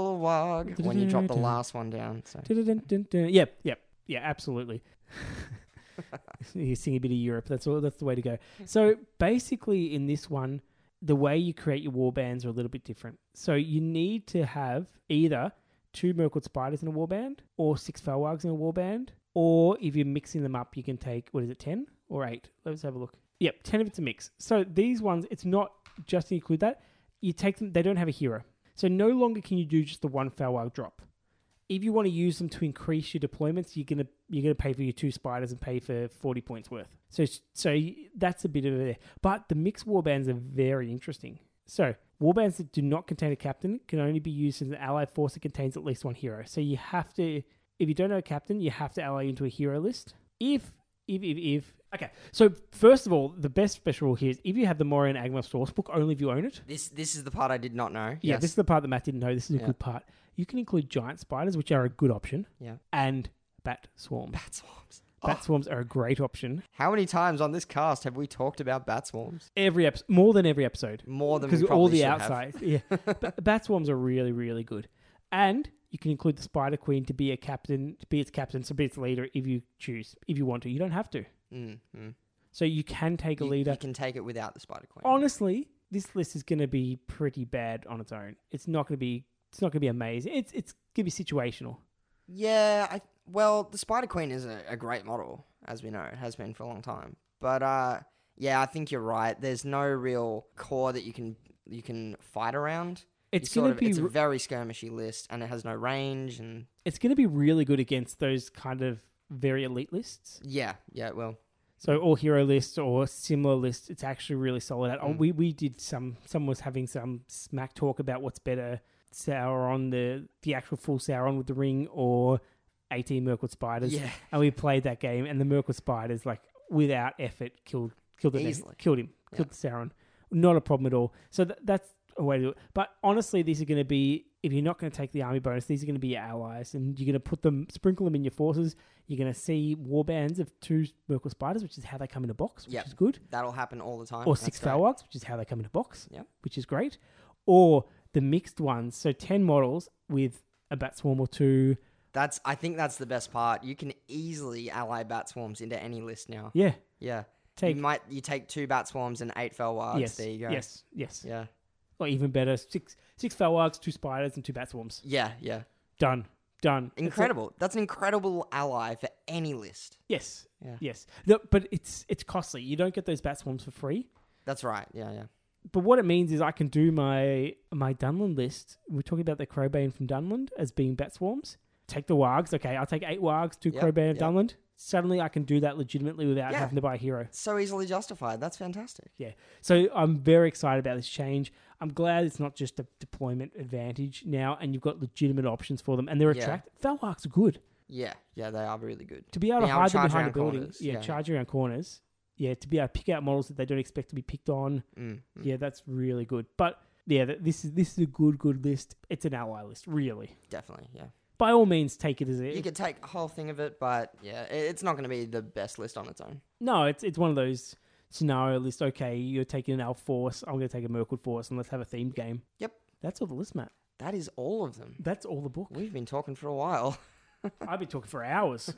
C: Felwag when you drop the last one down. So
B: Dun-dun-dun-dun. Yep, yep, yeah, absolutely. you sing a bit of Europe. That's all. That's the way to go. So basically, in this one, the way you create your war bands are a little bit different. So you need to have either two Merkwood spiders in a warband, or six Falwargs in a warband, or if you're mixing them up, you can take what is it, ten or eight? Let's have a look. Yep, ten if it's a mix. So these ones, it's not just to include that. You take them; they don't have a hero. So no longer can you do just the one Falwag drop if you want to use them to increase your deployments, you're gonna you're gonna pay for your two spiders and pay for forty points worth. So so y- that's a bit of a but the mixed warbands are very interesting. So warbands that do not contain a captain can only be used as an allied force that contains at least one hero. So you have to if you don't know a captain, you have to ally into a hero list. If if if if okay. So first of all, the best special rule here is if you have the Moria and Agmos sourcebook, only if you own it.
C: this this is the part I did not know.
B: Yeah,
C: Yes.
B: this is the part that Matt didn't know. This is a
C: Yeah.
B: good part. You can include giant spiders, which are a good option
C: yeah.
B: and bat swarms.
C: Bat Oh. swarms.
B: Bat swarms are a great option.
C: How many times on this cast have we talked about bat swarms?
B: Every episode, more than every episode,
C: More than
B: because
C: we
B: all
C: probably
B: the
C: should have.
B: outside, yeah, Ba- bat swarms are really, really good. And you can include the spider queen to be a captain, to be its captain, to be its leader if you choose, if you want to. You don't have to,
C: Mm, mm.
B: so you can take a
C: You,
B: leader. Oh,
C: you can take it without the spider queen.
B: Honestly, this list is going to be pretty bad on its own. It's not going to be, it's not going to be amazing. It's it's going to be situational.
C: Yeah, I well, the Spider Queen is a, a great model, as we know, it has been for a long time. But uh, yeah, I think you're right. There's no real core that you can you can fight around. You
B: It's
C: sort
B: going
C: of-
B: to be
C: it's a
B: re-
C: very skirmishy list, and it has no range. And
B: it's going to be really good against those kind of very elite lists.
C: yeah, yeah, well,
B: So all hero lists or similar lists, it's actually really solid. At, We we did some. Someone was having some smack talk about what's better, Sauron the the actual full Sauron with the ring or eighteen Merkwood spiders.
C: Yeah.
B: and we played that game, and the Merkwood spiders like without effort killed killed the next-
C: Easily.
B: killed him killed Sauron. Not a problem at all. So th- that's a way to do it. But honestly, these are going to be if you're not going to take the army bonus, these are going to be your allies, and you're going to put them, sprinkle them in your forces. You're going to see warbands of two Merkle spiders, which is how they come in a box, which
C: Yep.
B: is good,
C: that'll happen all the time.
B: or
C: Oh, That's
B: six
C: great.
B: Falwarks, which is how they come in a box,
C: Yep.
B: which is great, or the mixed ones. So ten models with a bat swarm or two.
C: That's I think that's the best part. You can easily ally bat swarms into any list now.
B: Yeah.
C: Yeah,
B: Take-
C: you might you take two bat swarms and eight felwards.
B: yes.
C: There you go.
B: Yes. Yes.
C: Yeah.
B: Or even better, six six Falwarks, two spiders, and two bat swarms.
C: Yeah. Yeah.
B: Done. Done. It's a-
C: Incredible. That's an incredible ally for any list.
B: Yes.
C: Yeah.
B: Yes. No, but it's it's costly. You don't get those bat swarms for free.
C: That's right. Yeah, yeah.
B: but what it means is I can do my my Dunland list. We're talking about the Crowbane from Dunland as being bat swarms. Take the wargs. Okay, I'll take eight wargs, two
C: Yep,
B: Crowbane and
C: yep.
B: Dunland. Suddenly I can do that legitimately without
C: Yeah.
B: having to buy a hero.
C: So easily justified. That's fantastic.
B: Yeah. So I'm very excited about this change. I'm glad it's not just a deployment advantage now and you've got legitimate options for them and they're
C: Yeah.
B: attractive. Falwargs are good.
C: Yeah, yeah, they are really good.
B: To be able to
C: Yeah,
B: hide them
C: charge
B: behind a
C: around
B: building.
C: corners.
B: Yeah,
C: Yeah, yeah.
B: charge around corners. Yeah, to be able to pick out models that they don't expect to be picked on.
C: Mm. mm.
B: Yeah, that's really good. But yeah, th- this is this is a good good list. It's an ally list, really.
C: Definitely, yeah.
B: By all means, take it as
C: You
B: a
C: could take a whole thing of it, but yeah, i- it's not going to be the best list on its own.
B: no. It's it's one of those scenario lists. Okay, you're taking an Alf force. I'm going to take a Merkwood force, and let's have a themed game.
C: Yep.
B: That's all the list, Matt.
C: That is all of them.
B: That's all the book.
C: We've been talking for a while.
B: I've been talking for hours.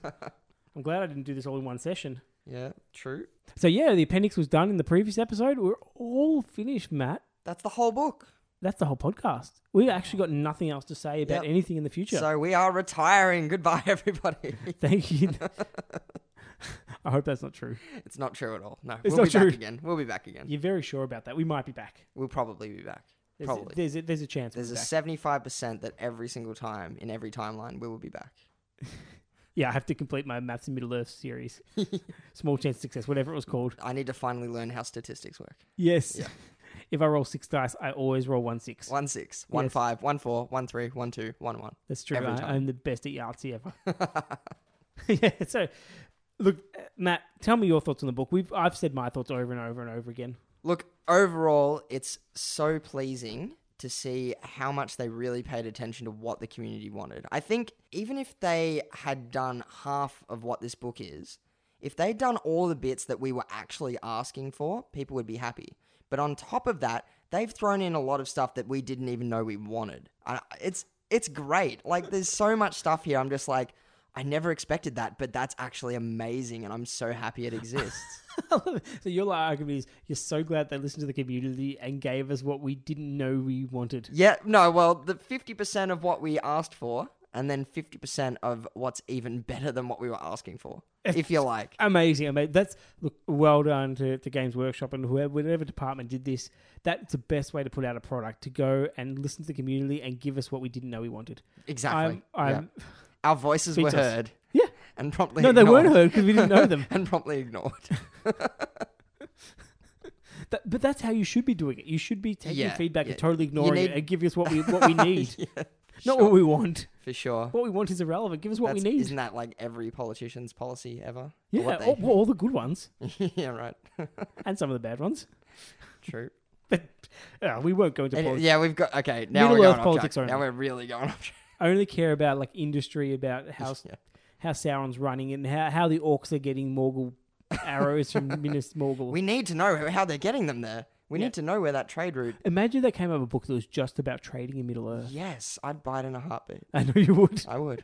B: I'm glad I didn't do this all in one session.
C: Yeah, true.
B: So yeah, the appendix was done in the previous episode. We're all finished, Matt.
C: That's the whole book.
B: That's the whole podcast. We've actually got nothing else to say about
C: Yep.
B: anything in the future.
C: So we are retiring. Goodbye, everybody.
B: Thank you. I hope that's not true.
C: it's not true at all. No,
B: It's
C: we'll
B: not
C: be
B: true.
C: back again. We'll be back again.
B: You're very sure about that. We might be back.
C: We'll probably be back.
B: There's A,
C: Probably.
B: there's a, there's a chance.
C: There's
B: we'll
C: a
B: be back.
C: 75% that every single time in every timeline we will be back.
B: Yeah, I have to complete my Maths in Middle Earth series. Small chance of success, whatever it was called.
C: I need to finally learn how statistics work.
B: Yes. if I roll six dice, I always roll one six.
C: One six, one
B: Yes.
C: five, one four, one three, one two, one one.
B: That's true.
C: Every
B: I,
C: time.
B: I'm the best at Yahtzee ever. yeah. So, look, uh, Matt, tell me your thoughts on the book. We've I've said my thoughts over and over and over again.
C: Look, overall, it's so pleasing to see how much they really paid attention to what the community wanted. I think even if they had done half of what this book is, if they'd done all the bits that we were actually asking for, people would be happy. But on top of that, they've thrown in a lot of stuff that we didn't even know we wanted. I- It's it's great. Like there's so much stuff here. I'm just like, I never expected that, but that's actually amazing, and I'm so happy it exists.
B: so your argument is you're so glad they listened to the community and gave us what we didn't know we wanted.
C: Yeah, no, well, the 50% of what we asked for, and then 50% of what's even better than what we were asking for, if you like.
B: Amazing, amazing. That's look well done to, to Games Workshop and whoever, whatever department did this. That's the best way to put out a product to go and listen to the community and give us what we didn't know we wanted.
C: Exactly.
B: I'm, I'm,
C: yeah. Our voices were
B: speechless.
C: heard
B: yeah.
C: and promptly
B: No, they
C: ignored.
B: weren't heard because we didn't know them.
C: and promptly ignored.
B: That, but that's how you should be doing it. You should be taking
C: Yeah,
B: feedback
C: yeah.
B: and totally
C: You
B: ignoring
C: need-
B: it and giving us what we what we need,
C: yeah,
B: not
C: sure,
B: what we want.
C: for sure.
B: What we want is irrelevant. Give us what
C: That's-
B: we need.
C: Isn't that like every politician's policy ever? Or
B: yeah, oh,
C: what
B: all, all the good ones
C: they- yeah, right.
B: and some of the bad ones.
C: True.
B: But uh, we won't go into
C: And-
B: politics.
C: yeah, we've got okay. Now
B: Middle
C: we're
B: Earth
C: going
B: politics
C: off track. Now
B: only.
C: we're really going off track.
B: I only care about like industry, about how
C: Yeah.
B: how Sauron's running and how, how the orcs are getting Morgul arrows from Minas Morgul.
C: We need to know how they're getting them there. We
B: Yeah.
C: need to know where that trade route.
B: Imagine they came up with a book that was just about trading in Middle Earth.
C: Yes, I'd buy it in a heartbeat.
B: I know you would,
C: I would.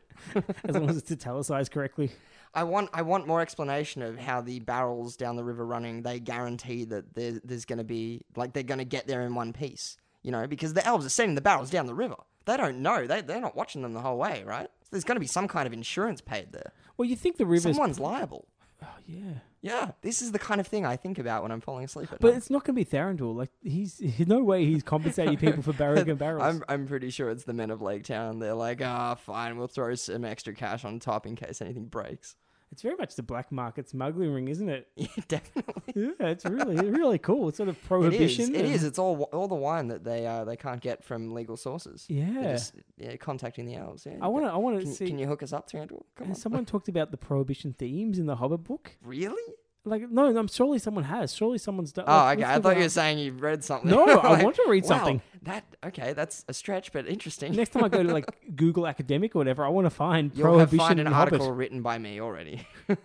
B: as long as it's italicized correctly.
C: I want I want more explanation of how the barrels down the river running they guarantee that there, there's going to be like they're going to get there in one piece, you know, because the elves are sending the barrels down the river. They don't know. They they're not watching them the whole way, right? So there's going to be some kind of insurance paid there.
B: Well, you think the rivers?
C: Someone's liable.
B: oh, yeah.
C: Yeah, this is the kind of thing I think about when I'm falling asleep at
B: But
C: night.
B: it's not going to be Tharandor. Like he's no way he's compensating people for barrowing and barrels.
C: I'm I'm pretty sure it's the men of Lake Town. They're like, ah, fine, we'll throw some extra cash on top in case anything breaks.
B: It's very much the black market smuggling ring, isn't it?
C: Yeah, definitely.
B: Yeah, it's really really cool. It's sort of
C: It is.
B: prohibition.
C: It
B: and-
C: is. It's all wi- all the wine that they uh, they can't get from legal sources. They're
B: Yeah.
C: just, yeah, contacting the elves. Yeah.
B: I want to. I want to
C: Can,
B: see.
C: can you hook us up, Tyrandul? Come on.
B: Has someone talked about the prohibition themes in the Hobbit book?
C: Really?
B: Like, no, no, I'm surely someone has. Surely someone's done.
C: Oh,
B: like,
C: okay.
B: what's
C: I
B: the
C: thought you
B: one-
C: were saying you read something.
B: No, I want to read
C: wow,
B: something.
C: That okay? That's a stretch, but interesting.
B: Next time I go to like Google Academic or whatever, I want to find
C: You'll have
B: prohibition
C: find an
B: in the Hobbit.
C: article written by me already.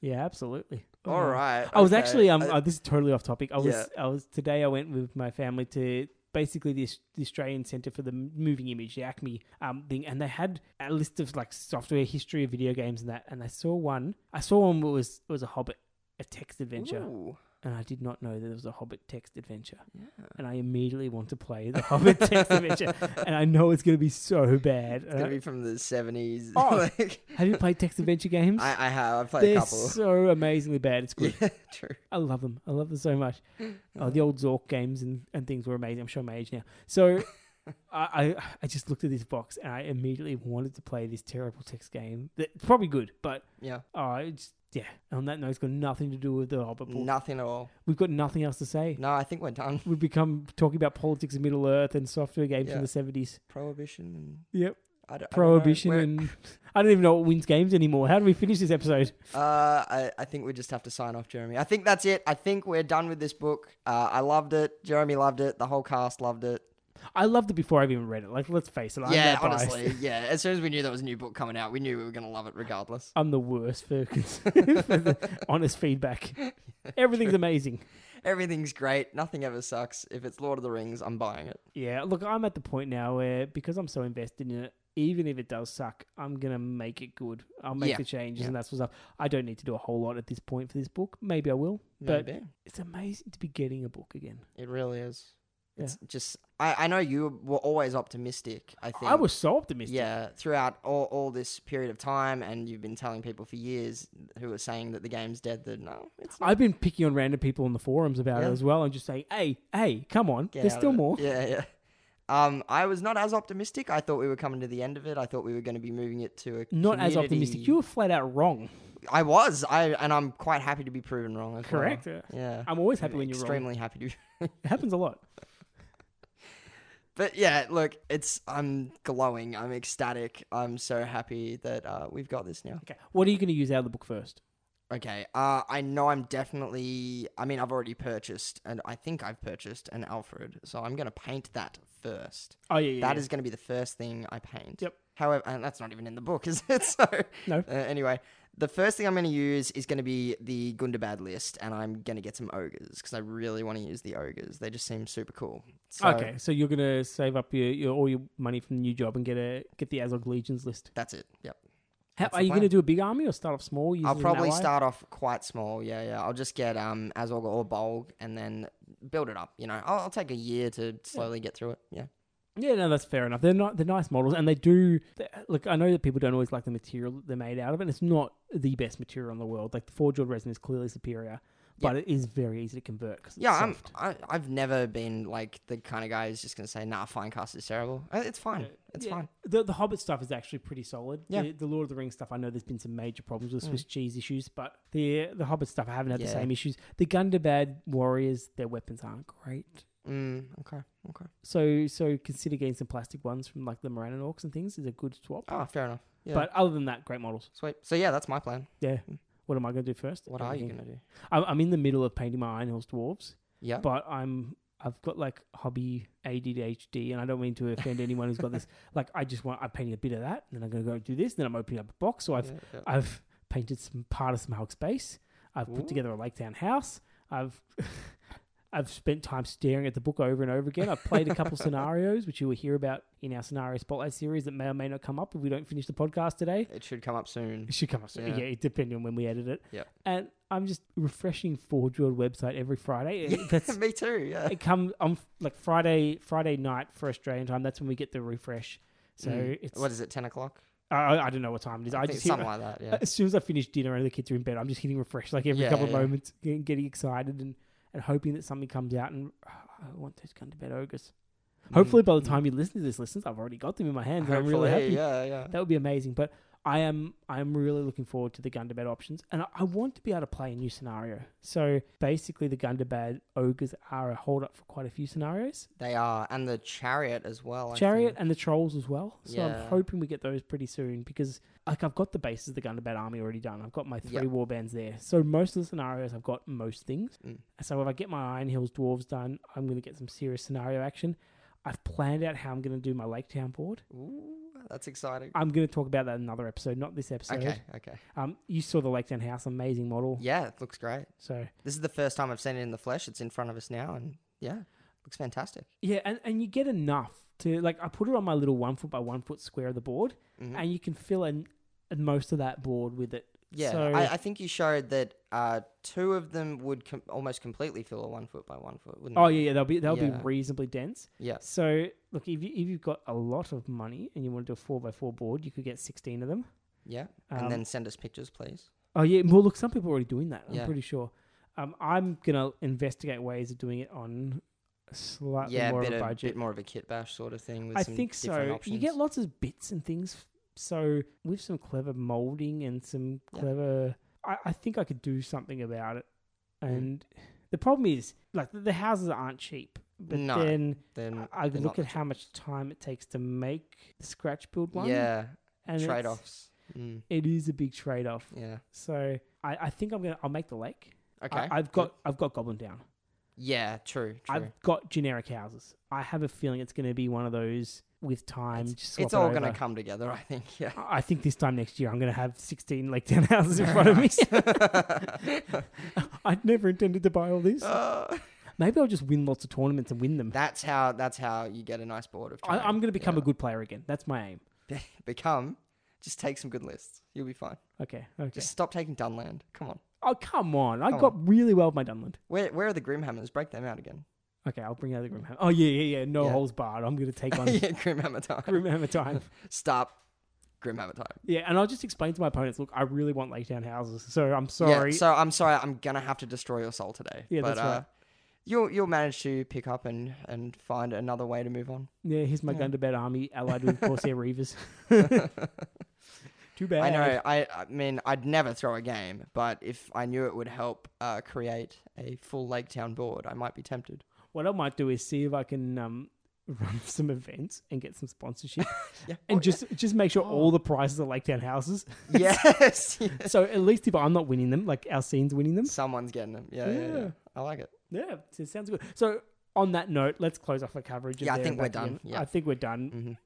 B: Yeah, absolutely.
C: All
B: Oh.
C: right.
B: I was
C: okay. Uh,
B: actually um.
C: I-
B: oh, this is totally off topic. I was
C: Yeah.
B: I was today. I went with my family to basically the, Aus- the Australian Centre for the M- Moving Image, the ACME um thing, and they had a list of like software history of video games and that. And I saw one. I saw one that was it was a Hobbit, a text adventure,
C: Ooh,
B: and I did not know that it was a Hobbit text adventure.
C: yeah.
B: And I immediately want to play the Hobbit text adventure, and I know it's going to be so bad.
C: It's
B: And I-
C: gonna be from the seventies.
B: Oh,
C: like,
B: have you played text adventure games?
C: I, I have. I've played
B: They're
C: a couple.
B: so amazingly bad. It's good.
C: Yeah, true.
B: I love them. I love them so much. Oh, the old Zork games and, and things were amazing. I'm showing my age now. So I, I I just looked at this box and I immediately wanted to play this terrible text game. That probably good, but
C: Yeah.
B: oh, it's yeah. On that note, it's got nothing to do with the Hobbit book.
C: Nothing at all.
B: We've got nothing else to say.
C: No, I think we're done.
B: We've become talking about politics in Middle Earth and software games
C: Yeah.
B: from the seventies.
C: Prohibition. And
B: Yep.
C: I don't- I don't know.
B: Prohibition
C: We're-
B: and I don't even know what wins games anymore. How do we finish this episode?
C: Uh, I, I think we just have to sign off, Jeremy. I think that's it. I think we're done with this book. Uh, I loved it. Jeremy loved it. The whole cast loved it.
B: I loved it before I've even read it. Like let's face it, I'm
C: yeah,
B: that biased.
C: honestly. Yeah, as soon as we knew there was a new book coming out, we knew we were going to love it regardless.
B: I'm the worst for, for the honest feedback. Everything's amazing.
C: Everything's great. Nothing ever sucks. If it's Lord of the Rings, I'm buying it.
B: Yeah, look, I'm at the point now where because I'm so invested in it, even if it does suck, I'm gonna make it good. I'll make
C: Yeah,
B: the changes
C: yeah.
B: and that's what's up. I don't need to do a whole lot at this point for this book. Maybe I will, but
C: Maybe.
B: it's amazing to be getting a book again.
C: It really is.
B: Yeah.
C: It's just, I, I know you were always optimistic, I think.
B: I was so optimistic.
C: Yeah, throughout all, all this period of time, and you've been telling people for years who are saying that the game's dead that no, it's not.
B: I've been picking on random people on the forums about
C: Yeah.
B: it as well and just saying, hey, hey, come on,
C: Get
B: there's
C: out of
B: still
C: it.
B: more.
C: Yeah, yeah. Um, I was not as optimistic. I thought we were coming to the end of it. I thought we were going to be moving it to a
B: Not as optimistic.
C: community-
B: You were flat out wrong.
C: I was. I and I'm quite happy to be proven wrong. as well.
B: Correct. Yeah.
C: Yeah.
B: I'm always happy when you're wrong.
C: extremely happy to. be...
B: It happens a lot.
C: But yeah, look, it's I'm glowing. I'm ecstatic. I'm so happy that uh, we've got this now.
B: Okay. What are you going to use out of the book first?
C: Okay. Uh, I know I'm definitely. I mean, I've already purchased, and I think I've purchased an Alfred. So I'm gonna paint that first.
B: Oh yeah, yeah.
C: That
B: yeah.
C: is going to be the first thing I paint.
B: Yep.
C: However, and that's not even in the book, is it? So
B: No.
C: Uh, anyway, the first thing I'm going to use is going to be the Gundabad list, and I'm going to get some ogres because I really want to use the ogres. They just seem super cool. So
B: okay. So you're going to save up your, your all your money from the new job and get a get the Azog Legions list.
C: That's it. Yep.
B: How,
C: That's the
B: are you going to
C: plan.
B: do a big army or start off small? Using
C: I'll
B: an
C: probably
B: ally?
C: start off quite small. Yeah, yeah. I'll just get um Azog or Bolg and then build it up. You know, I'll, I'll take a year to slowly get through it. Yeah.
B: Yeah, no, that's fair enough. They're not they're nice models, and they do they- look. I know that people don't always like the material that they're made out of, and it's not the best material in the world. Like the forged resin is clearly superior, but it is very easy to convert. 'cause it's
C: Yeah, I'm,
B: soft.
C: I, I've never been like the kind of guy who's just going to say, nah, fine cast is terrible. Uh, It's fine. It's
B: Yeah.
C: fine.
B: The, the Hobbit stuff is actually pretty solid.
C: Yeah. Mm.
B: The, the Lord of the Rings stuff, I know there's been some major problems with Swiss cheese issues, but the the Hobbit stuff, I haven't had the
C: Yeah.
B: same issues. The Gundabad warriors, their weapons aren't great.
C: Mm, okay, okay.
B: So so consider getting some plastic ones from like the Moranon orcs and things is a good swap.
C: Oh, fair enough. Yeah.
B: But other than that, great models.
C: Sweet. So yeah, that's my plan.
B: Yeah. What am I going to do first?
C: What are you
B: Everything.
C: gonna do?
B: I'm, I'm in the middle of painting my Iron Horse dwarves,
C: Yeah.
B: but I'm I've got like hobby ADHD, and I don't mean to offend anyone who's got this. Like I just want I'm painting a bit of that, and then I'm gonna go do this, and then I'm opening up a box. So I've
C: Yeah, yeah.
B: I've painted some part of some Hulk space. I've put together a Lake Town house. I've I've spent time staring at the book over and over again. I've played a couple scenarios, which you will hear about in our scenario spotlight series that may or may not come up if we don't finish the podcast today.
C: It should come up soon.
B: It should come up soon. Yeah,
C: Yeah.
B: it depending on when we edit it.
C: Yep.
B: And I'm just refreshing Forge World website every Friday. That's
C: Me too. Yeah.
B: it come on like Friday Friday night for Australian time. That's when we get the refresh. So
C: Mm.
B: it's
C: what is it? Ten o'clock?
B: I, I- I don't know what time it is. I,
C: I think
B: just hear,
C: something like that. Yeah.
B: as soon as I finish dinner and the kids are in bed, I'm just hitting refresh like every
C: Yeah,
B: couple of
C: yeah.
B: moments, getting, getting excited and, and hoping that something comes out. And I want those gun to bed ogres.
C: Mm.
B: Hopefully, by the time you listen to this, listeners, I've already got them in my hands. And I'm really
C: Hopefully,
B: happy.
C: Yeah, yeah.
B: That would be amazing. But I am I am really looking forward to the Gundabad options, and I, I want to be able to play a new scenario. So basically, the Gundabad ogres are a hold up for quite a few scenarios.
C: They are, and the chariot as well. I
B: Chariot
C: think.
B: and the trolls as well. So I'm
C: Yeah.
B: hoping we get those pretty soon because like I've got the bases of the Gundabad army already done. I've got my three
C: Yep.
B: war bands there. So most of the scenarios I've got most things.
C: Mm.
B: So if I get my Iron Hills dwarves done, I'm gonna get some serious scenario action. I've planned out how I'm gonna do my Lake Town board.
C: Ooh, that's exciting.
B: I'm gonna talk about that in another episode, not this episode.
C: Okay, okay.
B: Um, you saw the Lake Town house, amazing model.
C: Yeah, it looks great.
B: So
C: This is the first time I've seen it in the flesh. It's in front of us now, and yeah, looks fantastic.
B: yeah, and, and you get enough to like I put it on my little one foot by one foot square of the board,
C: Mhm.
B: and you can fill in most of that board with it.
C: Yeah,
B: So-
C: I, I think you showed that uh, two of them would com- almost completely fill a one foot by one foot, wouldn't
B: Oh
C: they?
B: yeah, yeah they'll be they'll
C: Yeah.
B: be reasonably dense.
C: Yeah.
B: So look, if you if you've got a lot of money and you want to do a four by four board, you could get sixteen of them.
C: Yeah.
B: Um,
C: and then send us pictures, please.
B: oh yeah, well look, some people are already doing that. I'm
C: Yeah.
B: pretty sure. Um, I'm gonna investigate ways of doing it on slightly
C: yeah,
B: more
C: bit
B: of a
C: of-
B: budget.
C: bit more of a kit bash sort of thing. With
B: I
C: some
B: think
C: different
B: so.
C: Options.
B: You get lots of bits and things. So with some clever molding and some
C: Yeah.
B: clever, I, I think I could do something about it.
C: Mm.
B: And the problem is, like the- the houses aren't cheap. But
C: No,
B: then
C: Then
B: I
C: they're
B: look
C: not
B: at how much time it takes to make the scratch build one.
C: yeah
B: and it's-
C: trade offs. Mm,
B: It is a big trade off.
C: yeah.
B: So I, I think I'm gonna I'll make the lake.
C: Okay.
B: I, I've
C: good.
B: got I've got Goblin Down.
C: Yeah. True. True.
B: I've got generic houses. I have a feeling it's gonna be one of those with time. just swap
C: it's
B: it
C: all
B: over.
C: gonna come together. I think. Yeah.
B: I I think this time next year I'm going to have 16 Lake Town houses in front of me. I'd never intended to buy all this.
C: Uh,
B: Maybe I'll just win lots of tournaments and win them.
C: that's how. That's how you get a nice board of.
B: I,
C: terrain.
B: I'm going to become
C: Yeah.
B: a good player again. That's my aim.
C: become. Just take some good lists. You'll be fine.
B: Okay. Okay.
C: Just stop taking Dunland. Come on.
B: oh come on! I
C: Come
B: got really well with my Dunland.
C: Where Where are the Grimhammers? Break them out again.
B: Okay, I'll bring out the Grimhammer. Oh yeah, yeah, yeah. No
C: Yeah.
B: holes barred. I'm going to take on
C: yeah, Grimhammer time.
B: Grimhammer time.
C: Stop. Grimhammer time.
B: Yeah, and I'll just explain to my opponents. Look, I really want Lake Town houses, so I'm sorry.
C: Yeah, so I'm sorry. I'm gonna have to destroy your soul today.
B: Yeah,
C: but,
B: that's right.
C: uh, you'll you'll manage to pick up and and find another way to move on.
B: Yeah, here's my
C: Yeah.
B: Gundabad army allied with Corsair Reavers. Too bad.
C: I know. I, I mean, I'd never throw a game, but if I knew it would help uh, create a full Lake Town board, I might be tempted.
B: What I might do is see if I can um, run some events and get some sponsorship,
C: Yeah.
B: and
C: Oh,
B: just just make sure all the prizes are Lake Town houses.
C: yeah. yes. yes.
B: so at least if I'm not winning them, like our scene's winning them.
C: Someone's getting them. Yeah, yeah. yeah.
B: Yeah.
C: I like it.
B: Yeah, it sounds good. So on that note, let's close off the coverage. of
C: Yeah, I
B: there
C: think
B: and
C: we're
B: back again.
C: done. Yeah.
B: I think we're done.
C: Mhm.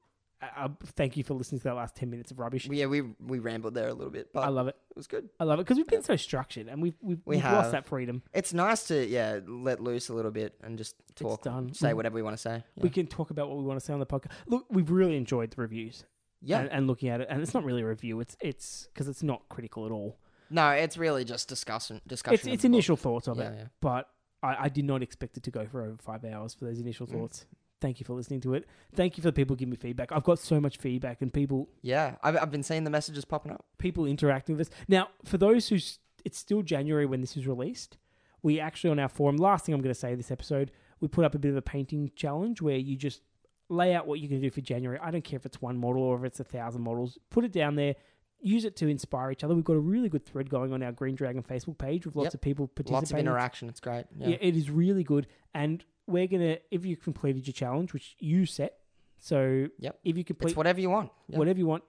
B: Uh, uh, thank you for listening to that last ten minutes of rubbish.
C: We- Yeah, we we rambled there a little bit, but
B: I love it.
C: it was good.
B: I love it because we've been so structured and we've we've,
C: We
B: we've lost
C: have.
B: that freedom.
C: It's nice to yeah let loose a little bit and just talk,
B: done.
C: say
B: We-
C: whatever we want to say. Yeah.
B: We can talk about what we want to say on the podcast. Look, we've really enjoyed the reviews.
C: Yeah.
B: and, and looking at it, and it's not really a review. It's it's because it's not critical at all.
C: No, it's really just discussion. Discussion.
B: It's
C: of
B: it's
C: the book.
B: initial thoughts of
C: Yeah,
B: it,
C: yeah.
B: but I, I did not expect it to go for over five hours for those
C: Mm.
B: initial thoughts. Thank you for listening to it. Thank you for the people giving me feedback. I've got so much feedback and people
C: Yeah, I've, I've been seeing the messages popping up.
B: people interacting with us. Now, for those who s- it's still January when this is released, we actually on our forum. Last thing I'm going to say this episode, we put up a bit of a painting challenge where you just lay out what you're going to do for January. I don't care if it's one model or if it's a thousand models. Put it down there. Use it to inspire each other. We've got a really good thread going on our Green Dragon Facebook page with lots
C: Yep.
B: of people participating.
C: Lots of interaction. It's great. Yeah.
B: Yeah. it is really good. And we're gonna if you completed your challenge, which you set. So
C: Yep.
B: if you complete
C: It's whatever you want. Yeah. Mm.
B: whatever you want,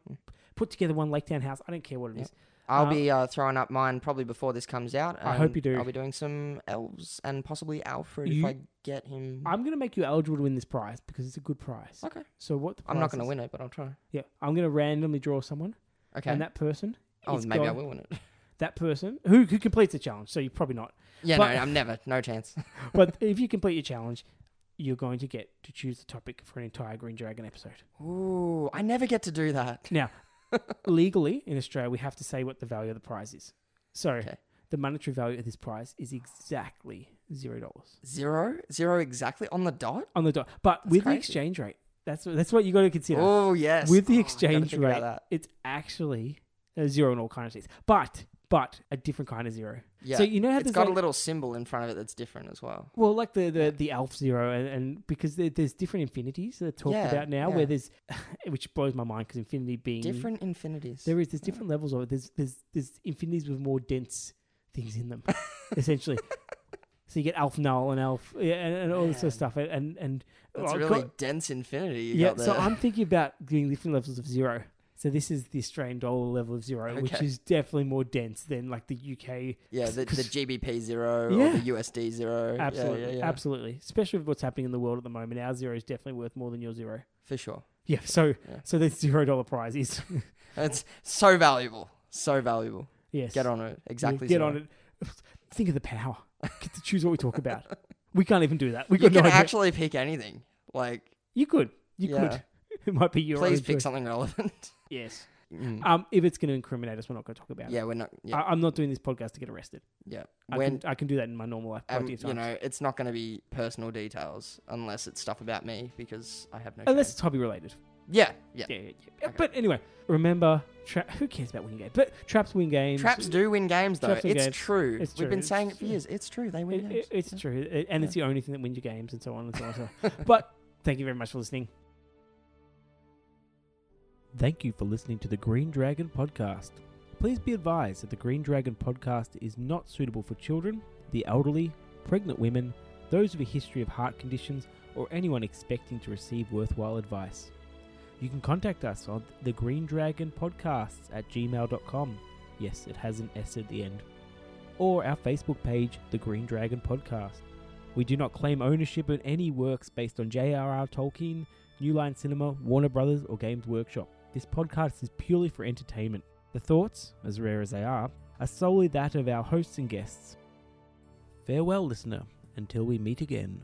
B: put together one Lake Town house. I don't care what it is.
C: Yeah. I'll
B: Uh,
C: be uh, throwing up mine probably before this comes out.
B: I hope
C: and
B: you do.
C: I'll be doing some elves and possibly Alfred
B: You-
C: if I get him.
B: I'm going to make you eligible to win this prize because it's a good prize.
C: okay.
B: So what? The
C: I'm not
B: prize
C: going to
B: is-
C: win it, but I'll try.
B: Yeah, I'm going to randomly draw someone,
C: Okay.
B: and that person.
C: oh,
B: is
C: maybe I
B: going-
C: will win it.
B: That person who who completes the challenge. So you're probably not,
C: Yeah,
B: But-
C: no, I'm never. No chance.
B: but if you complete your challenge, you're going to get to choose the topic for an entire Green Dragon episode.
C: Ooh, I never get to do that.
B: Now, legally in Australia, we have to say what the value of the prize is. So
C: Okay.
B: the monetary value of this prize is exactly zero dollars
C: Zero? Zero exactly on the dot?
B: on the dot, but with
C: crazy.
B: the exchange rate. That's what, that's what you got to consider.
C: Oh, yes.
B: with the
C: Oh, I gotta
B: exchange
C: think about
B: rate,
C: that.
B: it's actually a zero in all kinds of things, but but a different kind of zero.
C: Yeah.
B: So you know how
C: it's
B: there's
C: got
B: like,
C: a little symbol in front of it that's different as well.
B: well, like the the, the Alf zero, and, and because there, there's different infinities that are talked
C: Yeah,
B: about now,
C: yeah.
B: where there's which blows my mind because infinity being
C: Different infinities.
B: Mm. There is there's different levels of it. There's there's there's infinities with more dense things in them, essentially. So you get Alf null and Alf yeah, and, and all this sort of
C: Man.
B: stuff, and and, and oh,
C: That's a
B: I've
C: really
B: got-
C: dense infinity. You
B: yeah.
C: got
B: So
C: there.
B: I'm thinking about doing different levels of zero. So this is the Australian dollar level of zero, which
C: Okay.
B: is definitely more dense than like the UK.
C: Yeah, the, the
B: 'Cause-
C: GBP zero
B: Yeah.
C: or the USD zero. Yeah,
B: Absolutely,
C: yeah, yeah.
B: absolutely. Especially with what's happening in the world at the moment, our zero is definitely worth more than your zero.
C: For sure.
B: Yeah. So
C: Yeah.
B: so this zero dollar prize is
C: It's so valuable. So valuable.
B: yes.
C: Get on it.
B: We'll
C: Exactly.
B: get
C: zero.
B: on it. Think of the power. Get to choose what we talk about. We can't even do that. We
C: You
B: got
C: can
B: no idea.
C: actually pick anything. Like,
B: You could. You
C: Yeah.
B: could. It might be your
C: please
B: own
C: pick
B: choice.
C: something relevant.
B: Yes.
C: Mm.
B: Um, if it's going to incriminate us, we're not going to talk about it.
C: yeah, we're not. Yeah,
B: I, I'm not doing this podcast to get arrested.
C: yeah.
B: I,
C: When
B: can, I can do that in my normal life.
C: um,
B: plenty of
C: you
B: times.
C: know, it's not going to be personal details unless it's stuff about me because I have no.
B: Unless
C: shame.
B: it's hobby related.
C: yeah, yeah.
B: Yeah, yeah, yeah.
C: Okay.
B: But anyway, remember, tra- who cares about winning games? But traps win games.
C: Traps do win games, though.
B: Traps win
C: it's
B: games.
C: true.
B: It's
C: We've
B: true.
C: been saying it
B: It's-
C: for years. It's true. They win
B: It-
C: games.
B: it- it's true, It- and it's the only thing that wins your games, and so on and so on. And so on. but thank you very much for listening. Thank you for listening to the Green Dragon podcast. Please be advised that the Green Dragon podcast is not suitable for children, the elderly, pregnant women, those with a history of heart conditions, or anyone expecting to receive worthwhile advice. You can contact us on the Green Dragon Podcasts at gmail.com. Yes, it has an S at the end or our Facebook page, The Green Dragon Podcast. We do not claim ownership of any works based on J.R.R. Tolkien, New Line Cinema, Warner Brothers, or Games Workshop. This podcast is purely for entertainment. The thoughts, as rare as they are, are solely that of our hosts and guests. Farewell, listener, until we meet again.